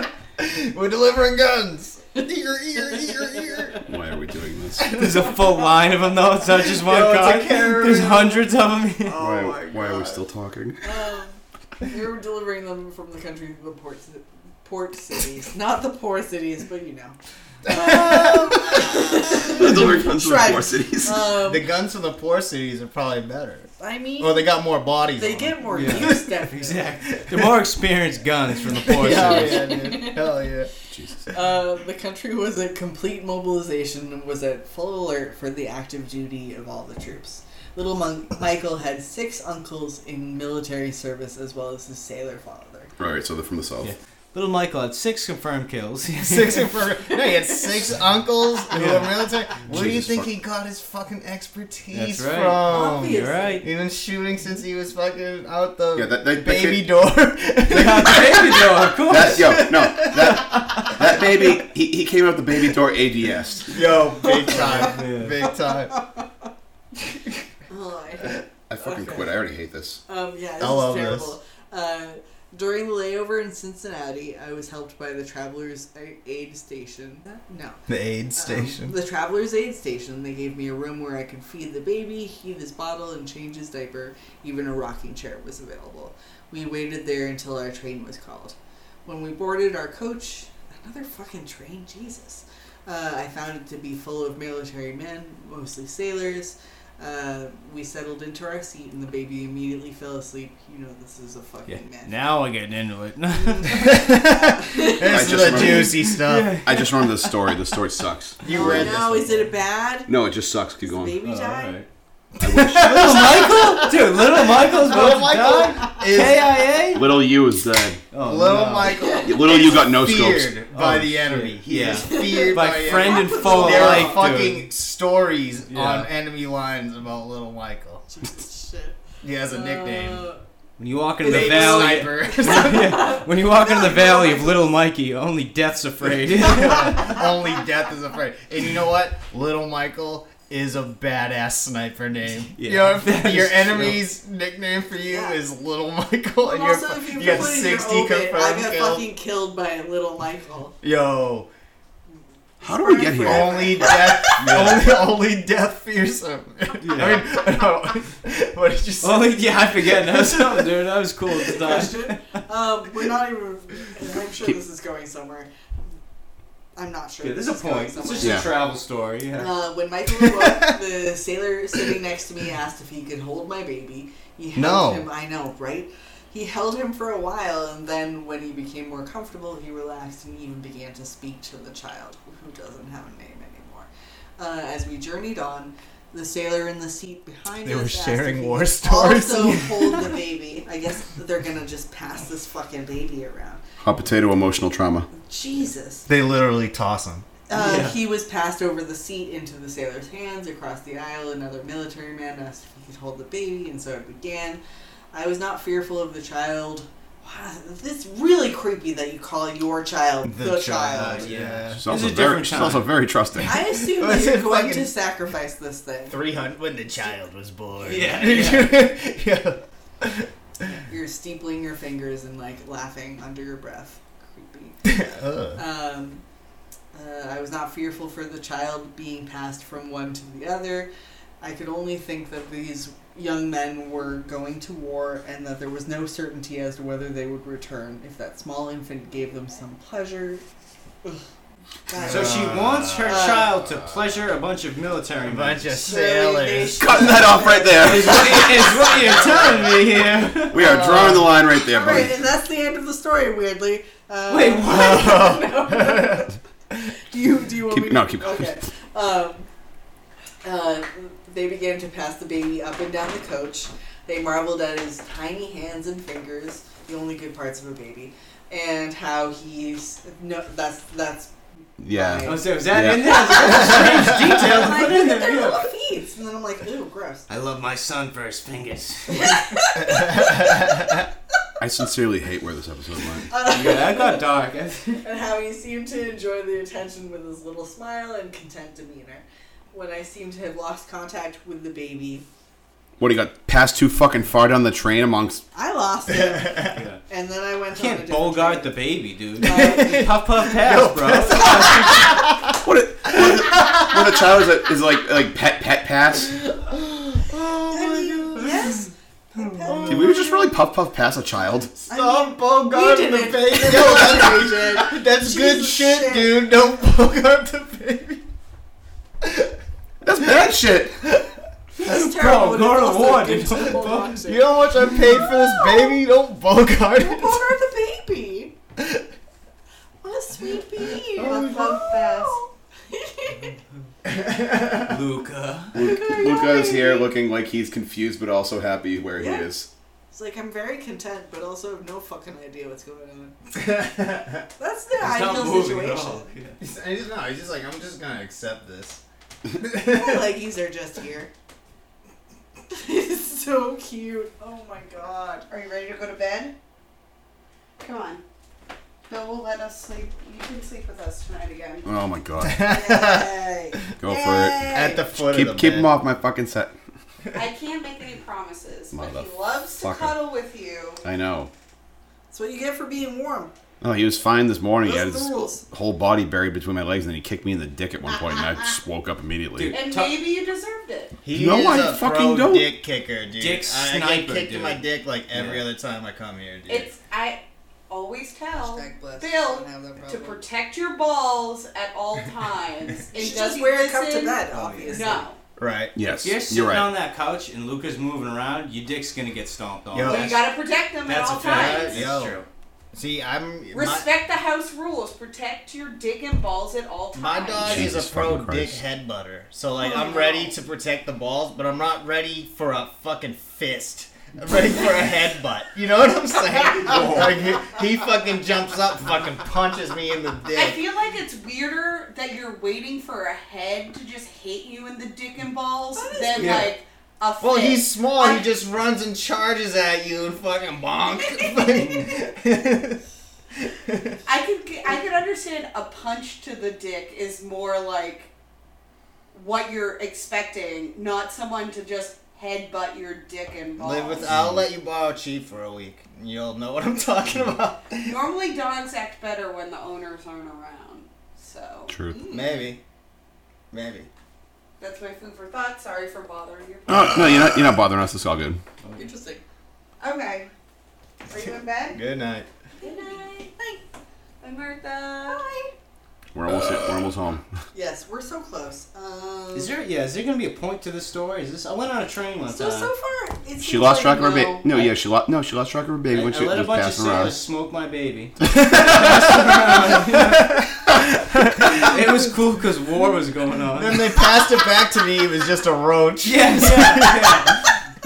S3: pumping.
S5: We're delivering guns. Eager, eager, eager, eager.
S1: Why are we doing this?
S3: There's a full line of them though. It's not just one
S5: Yo, it's a
S3: car.
S5: carrier.
S3: There's hundreds of them.
S5: Oh
S1: why,
S2: my
S1: why are we
S2: God.
S1: still talking?
S2: um, we were delivering them from the country to the port, ci- port cities. Not the poor cities, but you know.
S1: Delivering guns to the
S2: Try-
S1: poor cities.
S2: Um,
S5: The guns from the poor cities are probably better.
S2: I mean,
S5: Well, they got more bodies.
S2: they
S5: on
S2: get
S5: them.
S2: more
S3: Yeah.
S2: use, definitely.
S3: The more experienced guns from the poor
S5: Hell
S3: cities.
S5: yeah, dude. Hell yeah.
S1: Jesus.
S2: Uh, the country was at complete mobilization and was at full alert for the active duty of all the troops. Little Mon- Michael had six uncles in military service as well as his sailor father.
S1: All right, so they're from the south.
S3: Yeah. Little Michael had six confirmed kills.
S5: Six for no, he had six uncles who were
S3: Yeah.
S5: military. Where do you
S1: Jesus
S5: think
S1: fuck.
S5: he got his fucking expertise
S3: That's right.
S5: from?
S2: Obviously.
S3: You're right.
S5: He's been shooting since he was fucking out the
S1: Yeah, that- that- that
S5: baby
S1: kid-
S5: door.
S3: Yeah, baby door, of course.
S1: That, yo, no, that that baby, he, he came out the baby door ADS.
S5: Yo, big time,
S3: Yeah.
S5: big time.
S2: Oh, I hate
S1: I fucking
S2: Okay.
S1: quit. I already hate this.
S2: Um, yeah, this
S5: I love
S2: is terrible. Uh, during the layover in Cincinnati, I was helped by the Travelers Aid Station. No.
S5: The aid
S2: Um,
S5: station.
S2: the Traveler's Aid Station. They gave me a room where I could feed the baby, heat his bottle, and change his diaper. Even a rocking chair was available. We waited there until our train was called. When we boarded our coach, another fucking train, Jesus. Uh, I found it to be full of military men, mostly sailors. Uh, we settled into our seat and the baby immediately fell asleep. You know, this is a
S3: Yeah.
S2: fucking man.
S3: Now we're getting into it.
S1: I
S5: This
S1: just
S5: is the
S1: remember-
S5: juicy stuff.
S1: I just remember this story. This story sucks.
S5: You read this.
S2: now,
S5: one.
S2: Oh, is it bad?
S1: No, it just sucks. Keep
S2: Does the
S1: going.
S3: Oh,
S2: baby died?
S3: little Michael, dude. Little Michael's about
S5: Little
S3: to die.
S5: Michael is
S3: KIA.
S1: Little you is dead.
S3: Oh,
S5: little
S3: no.
S5: Michael.
S1: Little you got no scopes.
S5: feared by
S3: Oh,
S5: the enemy.
S3: shit.
S5: He
S3: Yeah.
S5: is feared by,
S3: By friend
S5: enemy.
S3: and foe
S5: There are
S3: alike,
S5: fucking
S3: dude.
S5: stories
S3: Yeah.
S5: on enemy lines about little Michael.
S2: Jesus shit.
S5: He has a nickname.
S2: Uh,
S3: When you walk into the
S5: Baby
S3: valley,
S5: Sniper.
S3: Yeah, when you walk into the valley of Little Mikey, only death's afraid.
S5: Only death is afraid. And you know what? Little Michael is a badass sniper name.
S3: Yeah,
S5: you know, if
S3: that
S5: your
S3: is
S5: enemy's nickname for you
S2: Yeah.
S5: is Little Michael,
S2: But
S5: and you're,
S2: also, if
S5: you
S2: you,
S5: got
S2: put in your
S5: 60
S2: obit, I
S5: confirmed
S2: got
S5: kills.
S2: fucking killed by a little Michael.
S5: Yo,
S1: How do we get here?
S5: only death, only, only death fearsome. I mean, no, what did you say?
S3: only Oh, yeah, I forget now. So, dude, that was cool at the time.
S2: Question. um, we're not even. I'm sure this is going somewhere. I'm not sure.
S3: Yeah, there's a
S2: this is going
S3: point. It's
S2: somewhere.
S3: just
S1: Yeah.
S3: a travel story. Yeah.
S2: Uh, when Michael awoke, the sailor sitting next to me asked if he could hold my baby. He held
S5: No.
S2: him. I know, right? he held him for a while, and then when he became more comfortable, he relaxed and even began to speak to the child, who doesn't have a name anymore. Uh, as we journeyed on, the sailor in the seat behind
S4: They
S2: us
S4: were
S2: asked if
S4: sharing
S2: he
S4: war
S2: could
S4: stories.
S2: Also, hold the baby. I guess they're gonna just pass this fucking baby around.
S1: Hot potato emotional trauma.
S2: Jesus.
S5: They literally toss him.
S2: Uh, He was passed over the seat into the sailor's hands. Across the aisle, another military man asked if he could hold the baby, and so it began. I was not fearful of the child. Wow, this really creepy that you call your child the, child.
S5: yeah.
S1: She's also,
S3: This is a
S1: very,
S3: different
S1: she's
S3: time.
S1: also very trusting.
S2: I assume
S5: That's
S2: that you're
S5: it,
S2: going
S5: fucking-
S2: to sacrifice this thing.
S5: 300 when the child was born.
S3: Yeah,
S5: yeah.
S2: You're steepling your fingers and like laughing under your breath. Creepy.
S5: Ugh.
S2: Um, uh, I was not fearful for the child being passed from one to the other. I could only think that these young men were going to war and that there was no certainty as to whether they would return if that small infant gave them some pleasure. Ugh. God.
S3: So she wants her
S2: Uh,
S3: child to pleasure a bunch of military
S5: A
S3: men.
S5: bunch of
S2: So they
S5: sailors.
S2: should-
S1: Cutting that off right there.
S3: Is what, you- is what you're telling me here.
S1: We are drawing the line right there,
S2: All right,
S1: buddy.
S2: and that's the end of the story. Weirdly, um,
S3: Wait, what?
S2: do you do you want
S1: Keep-
S2: me? To,
S1: no, keep going.
S2: Okay. Um, uh, they began to pass the baby up and down the coach. They marveled at his tiny hands and fingers, the only good parts of a baby, and how he's no. That's that's.
S1: Yeah.
S3: Oh, so is that
S1: Yeah.
S3: in there? That's a strange detail to
S2: I'm
S3: put
S2: like,
S3: in
S2: look at
S3: there.
S2: their
S3: yeah.
S2: little feet, and then I'm like, ew, gross.
S3: I love my son for his fingers.
S1: I sincerely hate where this episode went.
S2: Uh,
S3: yeah, that got dark.
S2: and how he seemed to enjoy the attention with his little smile and content demeanor. When I seemed to have lost contact with the baby,
S1: What, he got passed too fucking far down the train amongst.
S2: I lost it, and then I went. on a
S3: Can't
S2: different
S3: Bogart the
S2: train.
S3: baby, dude.
S2: Uh,
S3: puff puff pass, bro.
S1: What a, what a, what a child is, a, is like like pet pet pass.
S5: Oh
S2: I mean, yes.
S1: Did we just really puff puff pass a child?
S5: Stop
S2: We
S5: Bogart
S2: did
S5: the
S2: it.
S5: baby.
S2: Yo, that's-
S5: That's good
S2: Jesus
S5: shit,
S2: shit.
S5: dude. Don't Bogart the baby.
S1: That's bad shit.
S2: That's terrible.
S3: go to war, dude.
S5: You know how much I paid for this baby? Don't Bogart it.
S2: Bogart the baby. What a sweet bee.
S5: Oh,
S3: Luca.
S1: Luke, Luca is here looking like he's confused but also happy where
S2: Yeah.
S1: he is.
S2: It's like I'm very content, but also have no fucking idea what's going on. That's the ideal situation.
S5: He's, he's not. He's just like, I'm just gonna accept this.
S2: My leggies are just here. it's so cute. Oh my god.
S9: Are you ready to go to bed? Come on. Bill will let us sleep. You can sleep with us tonight again.
S1: Oh my god.
S2: Yay.
S1: Go for
S5: At the foot
S1: it. Keep
S5: of the
S1: keep
S5: bed.
S1: him off my fucking set.
S9: I can't make any promises, but he
S1: Motherfucker.
S9: loves to cuddle with you.
S1: I know.
S2: That's what you get for being warm.
S1: Oh, he was fine this morning.
S2: Those
S1: He
S2: are
S1: had
S2: the
S1: his
S2: rules.
S1: whole body buried between my legs, and then he kicked me in the dick at one point, and I just woke up immediately.
S3: Dude.
S9: And
S3: Ta-
S9: maybe you deserved it.
S5: He
S1: No,
S5: is
S1: I
S5: a
S1: fucking
S5: pro
S1: don't.
S5: dick kicker, dude.
S3: Dick
S5: I- I get
S3: sniper,
S5: kicked in
S3: dude.
S5: my dick like every
S3: Yeah.
S5: other time I come here, dude.
S9: It's I always tell
S2: Hashtag blessed. Don't
S9: Bill
S2: have that
S9: to
S2: problem.
S9: protect your balls at all
S2: You
S9: times. and
S2: should
S9: does
S2: just
S9: he
S2: wear a
S9: listen?
S2: cup to
S1: Oh,
S2: bed, obviously.
S9: No.
S5: right.
S1: yes,
S3: If you're
S1: you're
S3: sitting
S1: right.
S3: on that couch and Luca's moving around, your dick's gonna get stomped on.
S5: Yo,
S9: Well, you
S5: that's-
S9: gotta protect them at
S3: That's a
S9: all
S3: fact.
S9: times.
S5: Yeah.
S3: That's
S5: Yo.
S3: true.
S5: See, I'm my,
S9: Respect the house rules. Protect your dick and balls at all times.
S5: my dog
S1: Jesus
S5: is a pro
S1: fucking
S5: dick
S1: Christ.
S5: head butter. So like,
S9: Oh,
S5: I'm
S9: no.
S5: ready to protect the balls, but I'm not ready for a fucking fist. I'm ready for a headbutt. You know what I'm saying? like he, he fucking jumps up, fucking punches me in the
S9: I
S5: dick.
S9: feel like it's weirder that you're waiting for a head to just hit you in the dick and balls than
S3: weird.
S9: like a
S5: Well,
S9: fist.
S5: he's small.
S9: I-
S5: He just runs and charges at you and fucking bonk.
S9: I could g- I could understand a punch to the dick is more like what you're expecting, not someone to just headbutt your dick and balls.
S5: Live with. uh, I'll let you borrow cheap for a week. and You'll know what I'm talking about.
S9: Normally, dogs act better when the owners aren't around. So
S1: Truth.
S5: Maybe. Maybe.
S9: that's my food for thought. Sorry for bothering you.
S1: Oh, no, you're not. You're not bothering us. It's all good.
S2: Interesting.
S9: Okay. Are you in bed?
S5: Good night.
S9: Good night. Bye. Bye, Martha. Bye.
S1: We're almost we're almost home.
S2: Yes, we're so close. Um,
S3: Is there yeah? Is there gonna be a point to this story? Is this? I went on a train one
S2: So
S3: time.
S2: so far, it's
S1: uh, She lost
S2: like
S1: track of her baby.
S2: no.
S1: No, yeah, she lost. No, she lost track of her baby
S3: I,
S1: when
S3: I
S1: she
S3: let a
S1: was
S3: bunch of
S1: passing
S3: sailors
S1: around.
S3: smoke my baby. it was cool because war was going on.
S5: Then they passed it back to me. It was just a roach.
S3: Yes, yeah,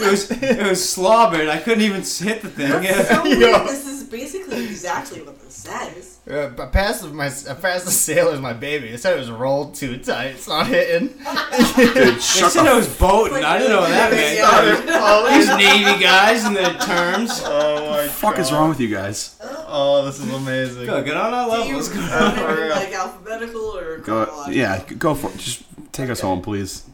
S3: yeah. It was it was slobbered. I couldn't even s- hit the thing. Yeah.
S2: So weird. This is basically exactly what this says.
S5: Uh, I passed the- my I passed the sailor's my baby. They said it was rolled too tight. It's not hitting.
S1: Dude,
S3: They
S1: shut
S3: said it
S1: the
S3: was boating. I didn't know what that meant. These Navy guys and their terms.
S5: Oh my
S1: fuck is wrong with you guys?
S5: Oh, this is amazing.
S3: Go, get on our
S2: Do you
S3: level. Let's go.
S2: want it in,
S5: real.
S2: like alphabetical or
S1: Go,
S2: chronological?
S1: yeah, g- go for it. Just take us home, please.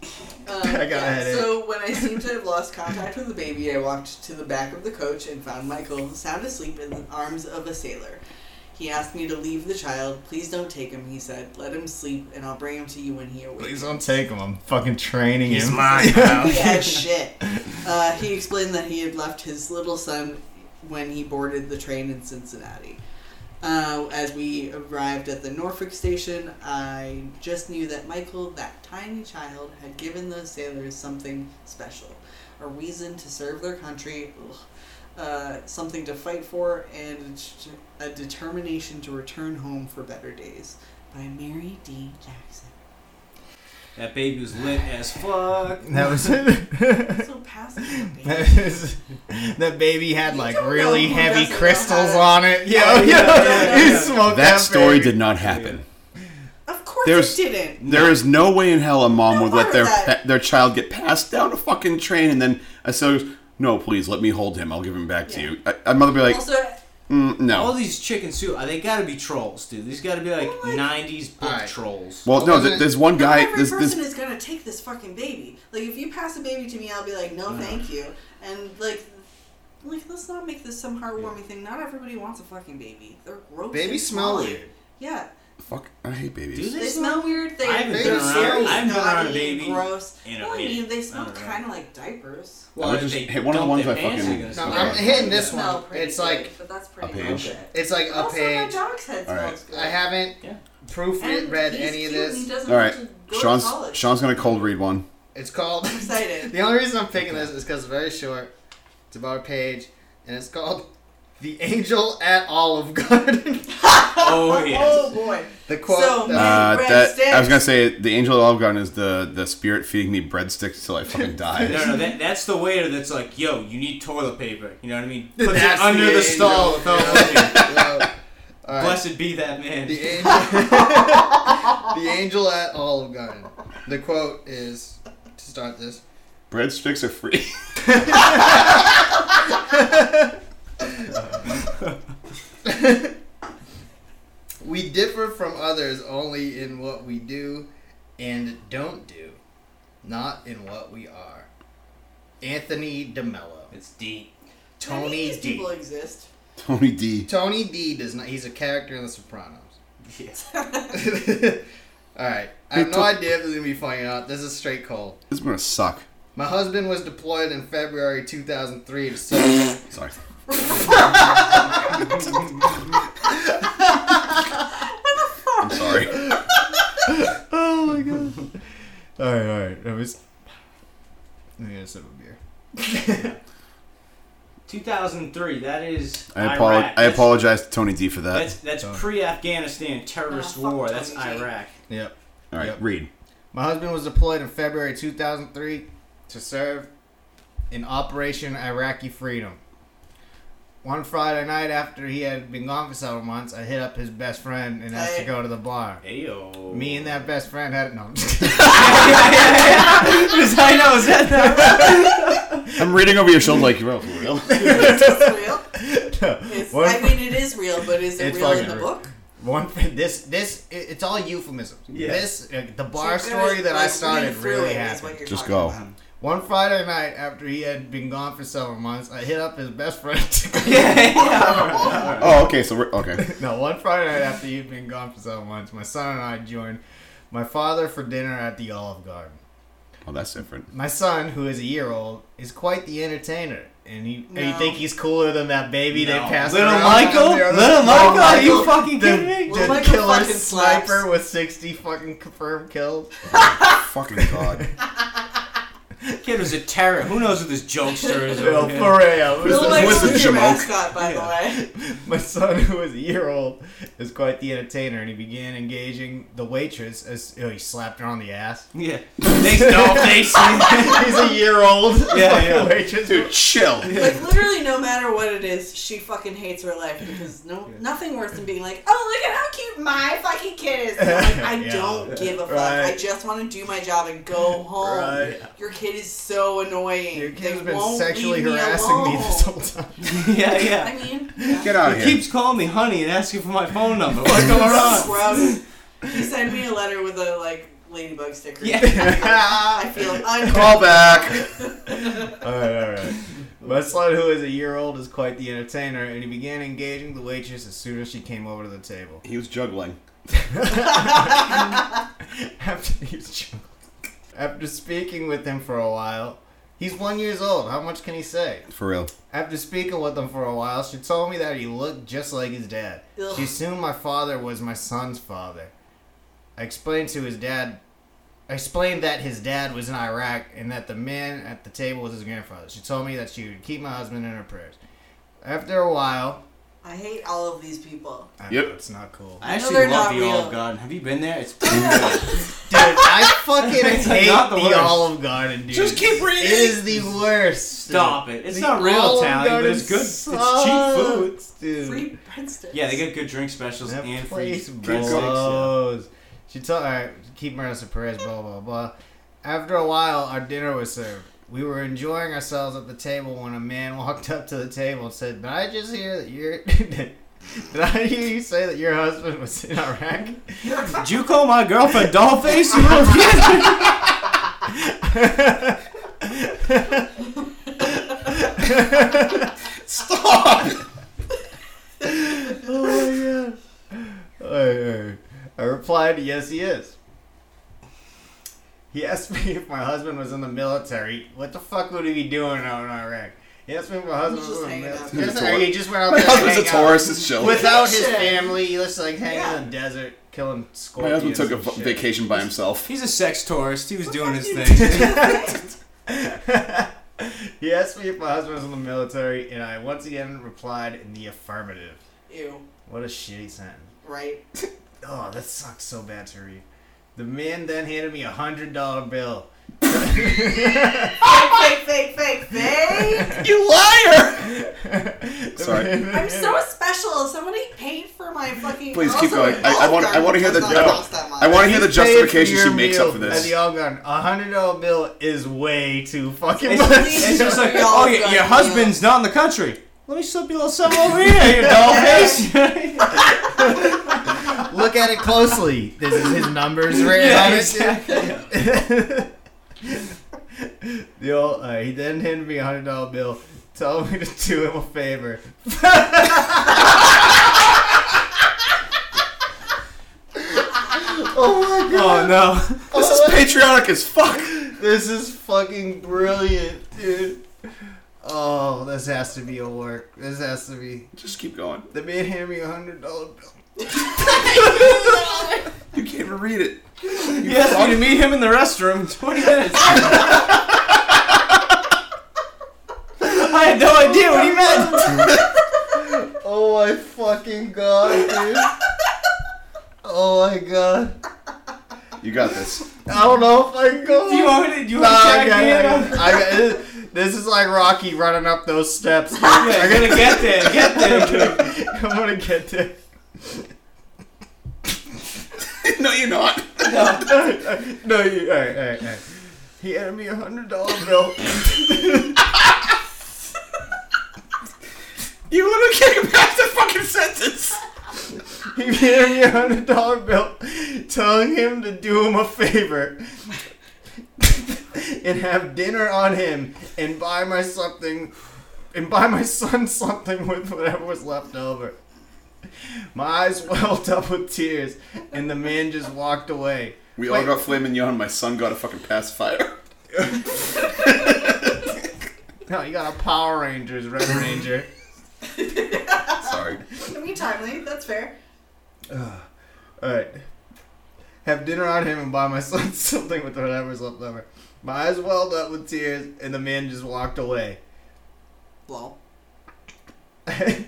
S2: Um,
S5: I got a
S2: yeah,
S5: headache.
S2: So when I seemed to have lost contact with the baby, I walked to the back of the coach and found Michael sound asleep in the arms of a sailor. He asked me to leave the child. Please don't take him, he said. Let him sleep, and I'll bring him to you when he awakes.
S5: Please don't take him. I'm fucking training him.
S2: yeah, shit. Uh, he explained that he had left his little son when he boarded the train in Cincinnati. Uh, as we arrived at the Norfolk station, I just knew that Michael, that tiny child, had given those sailors something special a reason to serve their country, ugh, uh, something to fight for, and a determination to return home for better days. By Mary D. Jackson.
S3: That baby was lit as fuck.
S5: That was it.
S2: So passive. baby.
S5: That is- that baby had like
S2: don't
S5: really
S2: know who
S5: heavy
S2: doesn't know
S5: crystals
S2: how to-
S5: on it. Yo,
S3: Yeah,
S5: yo,
S3: yeah, yeah,
S5: he
S3: yeah.
S5: smoked
S1: That story
S5: baby.
S1: did not happen.
S2: Of course
S1: There's-
S2: it didn't.
S1: There is no way in hell a mom
S2: No
S1: would let their
S2: part of that.
S1: pe- their child get passed down a fucking train and then a sailor goes, "No, please let me hold him. I'll give him back to
S2: Yeah.
S1: you." A, a mother would be like,
S2: Also,
S1: mm,
S3: All
S1: "No."
S3: these chicken soup, uh, they gotta be trolls, dude. These gotta be like '90s book
S5: Alright.
S3: trolls.
S1: Well, no. th- There's one
S2: not
S1: guy.
S2: every
S1: There's
S2: person
S1: this.
S2: is gonna take this fucking baby. Like, if you pass a baby to me, I'll be like, no, thank you. And like, like let's not make this some heartwarming thing. Not everybody wants a fucking baby. They're gross. and
S5: Babies smell
S2: smelly.
S5: weird.
S2: Yeah,
S1: Fuck! I hate
S3: Do
S1: babies.
S2: they,
S3: they
S2: smell
S3: smell?
S2: weird. They,
S3: I haven't
S2: they're
S5: been around-
S2: serious,
S3: I haven't been around a
S2: naughty,
S3: baby
S2: Gross.
S3: in a
S2: No, I
S3: minute.
S2: mean they
S3: I
S2: smell
S3: don't know.
S2: kind of like diapers.
S1: Well,
S3: if
S1: just
S3: they
S1: hit one of the
S3: dump
S1: ones
S3: their
S1: I
S3: pants,
S1: fucking-
S3: they're
S5: No,
S3: gonna
S5: I'm
S3: smell
S5: hitting
S2: They
S5: this
S2: smell
S5: one.
S2: pretty
S5: It's
S2: good,
S5: like
S2: but that's pretty
S1: page.
S2: bullshit.
S5: it's like a
S2: also,
S5: page.
S2: my dog's head
S1: All right.
S2: smells good.
S5: I haven't
S3: Yeah.
S5: proofread
S2: and
S5: read
S2: he's
S5: any of
S2: cute and he
S5: this.
S2: doesn't
S1: All right,
S2: have to go to
S1: Sean's
S2: college.
S1: Sean's gonna cold read one.
S5: It's called.
S2: I'm excited.
S5: the only reason I'm picking this is because it's very short. It's about a page, and it's called "The Angel at Olive Garden."
S3: Oh
S2: Oh
S3: yes.
S2: boy.
S5: the quote.
S2: So,
S5: that-
S2: man-
S1: Uh,
S2: Breadsticks.
S1: that, I was gonna say the angel of Olive Garden is the the spirit feeding me breadsticks till I fucking
S3: No,
S1: die.
S3: no, that, that's the waiter that's like, yo, you need toilet paper. You know what I mean? Puts
S5: That's
S3: it under the,
S5: angel.
S3: stall without looking.
S5: Yeah. All right.
S3: Blessed be that man.
S5: The angel, the angel at Olive Garden. The quote is to start this.
S1: Breadsticks are free.
S5: We differ from others only in what we do and don't do, not in what we are. Anthony DeMello.
S3: it's deep.
S2: None of
S5: Tony
S2: these
S5: D.
S2: people exist.
S1: Tony D.
S5: Tony D does not. He's a character in The Sopranos.
S3: Yeah.
S5: All right. I have no idea if this is gonna be funny or not. This is straight cold.
S1: This is gonna suck.
S5: My husband was deployed in February 2003 to Seoul.
S1: Sorry. I'm sorry.
S5: Oh my god. all right, all right. That was. I'm gonna sip a beer.
S3: 2003. That is.
S1: I, apo-
S3: Iraq.
S1: I apologize to Tony D for that.
S3: That's that's, that's pre-Afghanistan terrorist
S2: Nah, fuck
S3: war. That's
S2: Tony G.
S3: Iraq.
S5: Yep.
S1: All right,
S5: Yep.
S1: read.
S5: My husband was deployed in February 2003 to serve in Operation Iraqi Freedom. One Friday night after he had been gone for several months, I hit up his best friend and asked
S2: Hey.
S5: to go to the bar.
S3: Ayo.
S5: Me and that best friend had no.
S3: I know. Is that
S1: I'm reading over your shoulder like, bro, for real?
S2: It's real. It's,
S5: One
S2: I mean, it is real, but is it
S5: It's
S2: real in
S5: fucking
S2: the
S5: real.
S2: book?
S5: One friend. This this it- it's all euphemisms.
S3: Yeah.
S5: This uh, the bar
S2: So you're
S5: story
S2: gonna,
S5: that I
S2: like,
S5: started
S2: read through
S5: really
S2: it is
S5: happened.
S2: what you're
S1: Just go.
S2: talking about.
S5: One Friday night after he had been gone for several months, I hit up his best friend. To go
S3: yeah, yeah.
S1: Oh, okay. So we're okay.
S5: No, one Friday night after you've been gone for several months, my son and I joined my father for dinner at the Olive Garden.
S1: Oh, that's different.
S5: My son, who is a year old, is quite the entertainer and he
S2: No.
S5: and you think he's cooler than that baby they
S1: No.
S5: passed
S3: Little
S5: around?
S3: Michael?
S5: The other-
S3: Little
S5: Oh,
S3: Michael? Are you
S5: Michael,
S3: fucking
S5: the,
S3: kidding me?
S5: The
S2: Little Michael
S5: killer
S2: fucking slaps.
S5: sniper with sixty fucking confirmed kills.
S1: Fucking god.
S3: Kid was a terror. Who knows what this jokester is?
S5: Yo,
S3: over here?
S5: for real. This
S2: Bill
S5: is-
S1: Like-
S2: Mike's
S1: Wizard
S2: is your
S1: Jamoke.
S2: mascot, by the way.
S5: My son, who is a year old, is quite the entertainer, and he began engaging the waitress as oh, he slapped her on the ass.
S3: Yeah. Thanks, no thanks.
S5: He's a year old.
S3: Yeah, yeah.
S5: Waitress.
S1: Dude, chill.
S2: Like literally, no matter what it is, she fucking hates her life because no, nothing worse than being like, "Oh, look at how cute my fucking kid is." And I'm like, I
S5: Yeah.
S2: don't give a fuck.
S5: Right.
S2: I just want to do my job and go home.
S5: Right.
S2: Your kid is so annoying.
S5: Your
S2: They
S5: kid's been
S2: won't
S5: sexually
S2: leave me
S5: harassing me
S2: alone."
S5: this whole time.
S3: yeah, yeah.
S2: I mean, yeah.
S1: Get out of
S3: He
S1: here.
S3: keeps calling me honey and asking for my phone number. What's going on?
S2: Gross. He sent me a letter with a like ladybug sticker.
S3: Yeah.
S2: I feel uncomfortable.
S1: Call back.
S5: alright, alright. My son, who is a year old, is quite the entertainer, and he began engaging the waitress as soon as she came over to the table.
S1: He was juggling.
S5: After he's drunk. After speaking with him for a while, he's one years old. How much can he say?
S1: For real.
S5: After speaking with him for a while, she told me that he looked just like his dad.
S2: Ugh.
S5: She assumed my father was my son's father. I explained to his dad. I explained that his dad was in Iraq and that the man at the table was his grandfather. She told me that she would keep my husband in her prayers. After a while,
S2: I hate all of these people.
S5: I
S1: Yep.
S5: know it's not cool.
S3: I
S2: No,
S3: actually
S2: they're
S3: love
S2: not
S3: the
S2: real.
S3: Olive Garden. Have you been there? It's
S5: Dude, I fucking
S3: It's
S5: hate
S3: not
S5: the,
S3: the worst.
S5: Olive Garden, dude.
S3: Just keep reading.
S5: It is the worst.
S3: Stop it. It's
S5: The
S3: not real
S5: Olive
S3: Italian, but
S5: Garden
S3: it's good. It's cheap
S5: sucks,
S3: food.
S5: dude.
S2: Free breadsticks.
S3: Yeah, they get good drink specials
S5: That
S3: and free
S5: place
S3: breadsticks. yeah.
S5: blows. She told her, keep her as a surprise, blah, blah, blah. After a while, our dinner was served. We were enjoying ourselves at the table when a man walked up to the table and said, Did I just hear that you're. Did I hear you say that your husband was in Iraq?
S3: Did you call my girlfriend dollface? You little kid?
S5: oh my god. I, I, I replied, Yes, he is. He asked me if my husband was in the military. What the fuck would he be doing out in Iraq? He asked me if my husband
S2: just
S5: was in
S2: hanging
S5: the
S2: out.
S5: military. Just,
S1: He's a tourist.
S5: he just went out
S1: My
S5: there. to
S1: husband's a
S5: hang out.
S1: Taurus. It's chill.
S5: Without his
S2: Shit.
S5: family, he just like hanging
S2: Yeah.
S5: in the desert, killing
S1: My
S5: scorpions.
S1: husband took a
S5: and
S1: v-
S5: shit.
S1: vacation by himself.
S3: He's a sex tourist. He was doing his thing.
S5: he asked me if my husband was in the military, and I once again replied in the affirmative.
S2: Ew.
S5: What a shitty sentence.
S2: Right.
S5: Oh, that sucks so bad to read. The man then handed me a hundred dollar bill.
S2: fake, fake, fake, fake.
S1: You liar!
S5: The
S1: Sorry.
S5: man-
S2: I'm so special. Somebody paid for my fucking.
S1: Please
S2: Also,
S1: keep going. I, I want. I want to hear the.
S2: Does
S1: I,
S2: not
S1: don't-
S2: cost that much.
S1: I want to hear the
S5: Paid for
S1: justification she
S5: your
S1: makes
S5: meal
S1: up for
S5: At
S1: this.
S5: the all gone. A hundred dollar bill is way too fucking
S3: It's,
S5: much.
S3: it's just like, oh, your, your husband's not in the country. Let me slip you a little something over here, you dollface.
S5: Look at it closely. This is his numbers written
S3: Yeah,
S5: on it.
S3: exactly.
S5: The old, uh, he then handed me a hundred dollar bill. Tell me to do him a favor. oh my god!
S3: oh no.
S1: This is patriotic as fuck.
S5: This is fucking brilliant, dude. Oh, this has to be a work. This has to be.
S1: Just keep going.
S5: The man handed me a hundred dollar bill.
S1: You can't even read it.
S3: You asked me to meet him in the restroom in 20 minutes. I had no idea what he meant.
S5: Oh my fucking god, dude. Oh my god.
S1: You got this.
S5: I don't know if I can go.
S3: Do you want me to, do you
S5: Nah,
S3: want to
S5: I
S3: check
S5: got,
S3: me
S5: I
S3: in?
S5: got, I got, this- this is like Rocky running up those steps. dude. I'm
S3: Yeah, you're gonna get there. Get there. dude.
S5: gonna get there.
S1: no, you're not.
S5: No, you. Alright, alright, alright. He handed me a hundred dollar bill.
S1: You literally can't get past the fucking sentence.
S5: He handed me a hundred dollar bill, telling him to do him a favor and have dinner on him and buy my something and buy my son something with whatever was left over. My eyes welled up with tears, and the man just walked away.
S1: We all got filet mignon. My son got a fucking pacifier.
S5: No, you got a Power Rangers Red Ranger.
S1: Sorry.
S9: I mean, timely. That's fair.
S5: Alright. Have dinner on him and buy my son something with whatever's left over. My eyes welled up with tears, and the man just walked away.
S2: Lol.
S5: I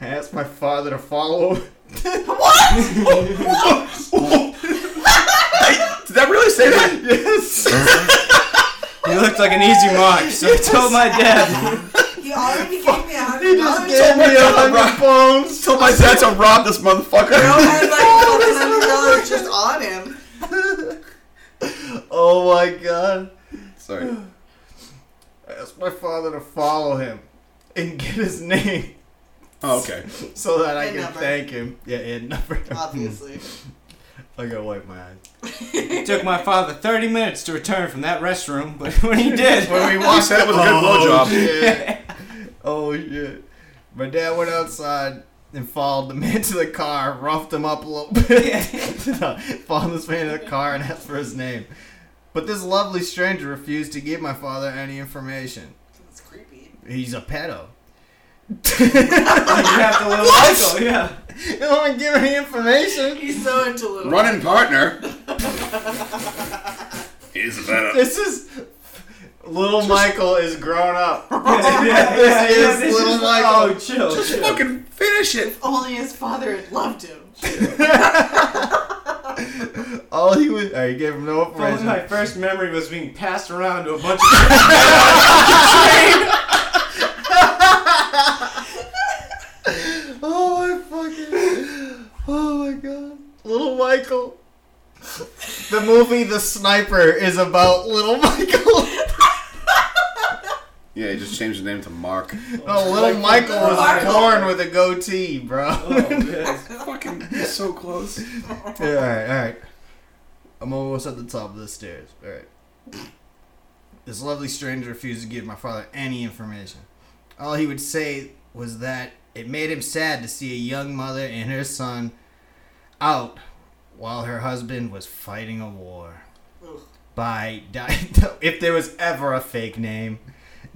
S5: asked my father to follow him.
S1: Did that really say that?
S3: He looked like an easy mark, so I told my dad.
S9: He already gave me a
S5: He
S9: hundred
S5: just
S9: dollars.
S5: gave me a hundred bones.
S1: Told my dad to rob this motherfucker.
S2: I had like all this hundred dollars just on him.
S5: Oh my god.
S1: Sorry.
S5: I asked my father to follow him and get his name
S1: Oh, okay.
S5: so that I
S2: And
S5: can
S2: number.
S5: thank him. Yeah, and number.
S2: Obviously.
S5: I gotta wipe my eyes.
S3: It took my father 30 minutes to return from that restroom, but when he did,
S5: When we
S1: You
S5: walked
S1: said it was a good
S5: Oh,
S1: blowjob.
S5: shit. oh, shit. My dad went outside and followed the man to the car, roughed him up a little bit. followed this man to the car and asked for his name. But this lovely stranger refused to give my father any information.
S2: That's creepy.
S5: He's a pedo.
S3: you have to little Michael, yeah.
S5: You don't want to give any information.
S2: He's so into little.
S1: Running partner. He's better.
S5: This is. Little Michael is grown up.
S3: yeah, yeah,
S5: This is
S3: yeah,
S5: little Michael.
S3: Oh, chill, chill.
S1: Fucking finish it.
S2: Only his father had loved him.
S5: All he was. I gave him no
S3: Probably
S5: information.
S3: my first memory was being passed around to a bunch of
S5: Oh my fucking! Oh my god! Little Michael. The movie The Sniper is about Little Michael.
S1: Yeah, he just changed his name to Mark.
S5: No, Little Michael was born with a goatee, bro.
S3: people. Yes.
S1: Fucking so close.
S5: all right, all right. I'm almost at the top of the stairs. All right. This lovely stranger refused to give my father any information. All he would say was that it made him sad to see a young mother and her son out while her husband was fighting a war.
S2: Ugh.
S5: By Di- if there was ever a fake name,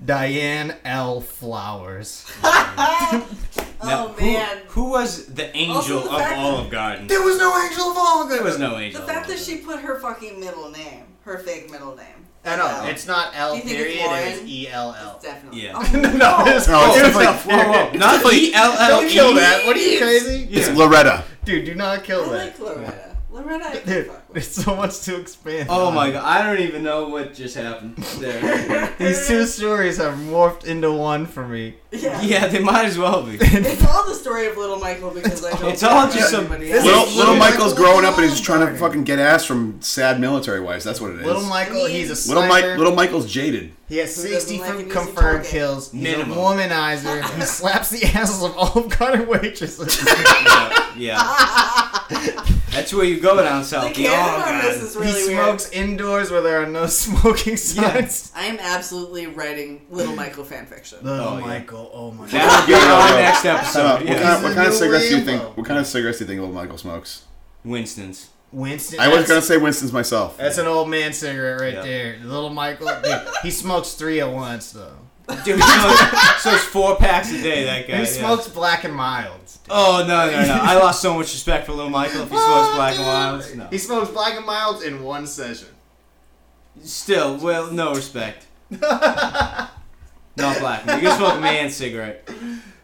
S5: Diane L. Flowers.
S2: Oh
S3: who,
S2: man.
S3: Who was the angel
S2: Also, the fact
S3: of
S2: that-
S3: Olive Garden?
S5: There was no Angel of All
S3: There was no angel.
S2: The
S3: of
S2: fact that
S3: Olive
S2: she put her fucking middle name, her fake middle name.
S5: I
S2: Yeah.
S5: know it's not L.
S2: Do you think it's
S5: Period. It's
S2: Lauren?
S5: E L L.
S2: It's definitely.
S3: Yeah.
S2: Oh,
S5: No, it's
S1: No, it's
S5: it's
S1: like-
S5: not
S3: Garden. Whoa,
S5: Lauren.
S3: whoa, not the
S5: Don't
S3: LLE.
S5: kill that. What are you crazy?
S1: It's Loretta.
S5: Dude, do not
S2: I
S5: kill
S2: like
S5: that.
S2: Loretta. Loretta, I can
S5: Dude,
S2: fuck with.
S5: there's so much to expand.
S3: Oh
S5: on.
S3: my god, I don't even know what just happened there.
S5: These two stories have morphed into one for me.
S2: Yeah.
S3: yeah, they might as well be.
S2: It's all the story of little Michael because I don't.
S3: It's all
S2: care
S3: just
S2: about
S3: some-
S2: anybody
S5: This
S2: else.
S1: Little,
S5: is
S1: little
S5: literally
S1: Michael's
S5: like
S1: growing
S5: Little
S1: up and he's just trying to
S5: Michael.
S1: fucking get ass from sad military wives. That's what it is.
S5: Little Michael,
S2: I mean-
S5: he's a
S1: Little,
S5: sniper.
S1: Mike, little Michael's jaded.
S5: he has
S2: Who doesn't
S5: 60
S2: like an easy
S5: confirmed
S2: target.
S5: kills. He's
S3: Minimum.
S5: a womanizer. he slaps the asses of Olive Garden waitresses. he
S3: yeah, yeah. That's where you go down south. Oh,
S2: The
S3: the Olive
S2: canon on this
S3: Garden.
S2: is really weird.
S5: smokes indoors where there are no smoking signs.
S2: I am absolutely writing little Michael fanfiction.
S5: Little
S3: Oh, yeah.
S5: Michael, oh my god.
S3: That would be
S1: Yeah,
S3: our
S1: yeah.
S3: next
S1: So,
S3: episode.
S1: what,
S3: yeah.
S1: kind of, what
S5: He's
S1: kind of
S5: the
S1: cigarettes do you
S5: Rambo.
S1: think? What kind of cigarettes do you think little Michael smokes?
S3: Winston's.
S5: Winston.
S1: I was
S5: that's-
S1: gonna say Winston's myself.
S5: That's an old man cigarette right
S3: Yeah.
S5: there. Little Michael, dude, he smokes three at once though.
S3: Dude, so, so it's four packs a day, that guy.
S5: he
S3: yeah.
S5: smokes black and milds.
S3: Oh, no, no, no. I lost so much respect for Little Michael if he smokes Black and Wilds. No.
S5: He smokes black and milds in one session.
S3: Still, well, no respect. Not black. You can smoke man cigarette.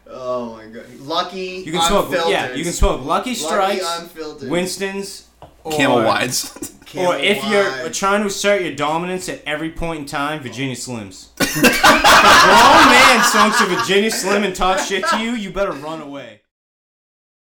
S5: Oh my god. Lucky.
S3: You can smoke.
S5: unfiltered.
S3: Yeah, you can smoke Lucky
S5: Lucky
S3: Strikes,
S5: unfiltered.
S3: Winston's, or,
S1: Camel wides.
S5: Camel
S3: or if you're
S5: wide.
S3: trying to assert your dominance at every point in time, Virginia Slims. if a grown man smokes a Virginia Slim and talks shit to you, you better run away.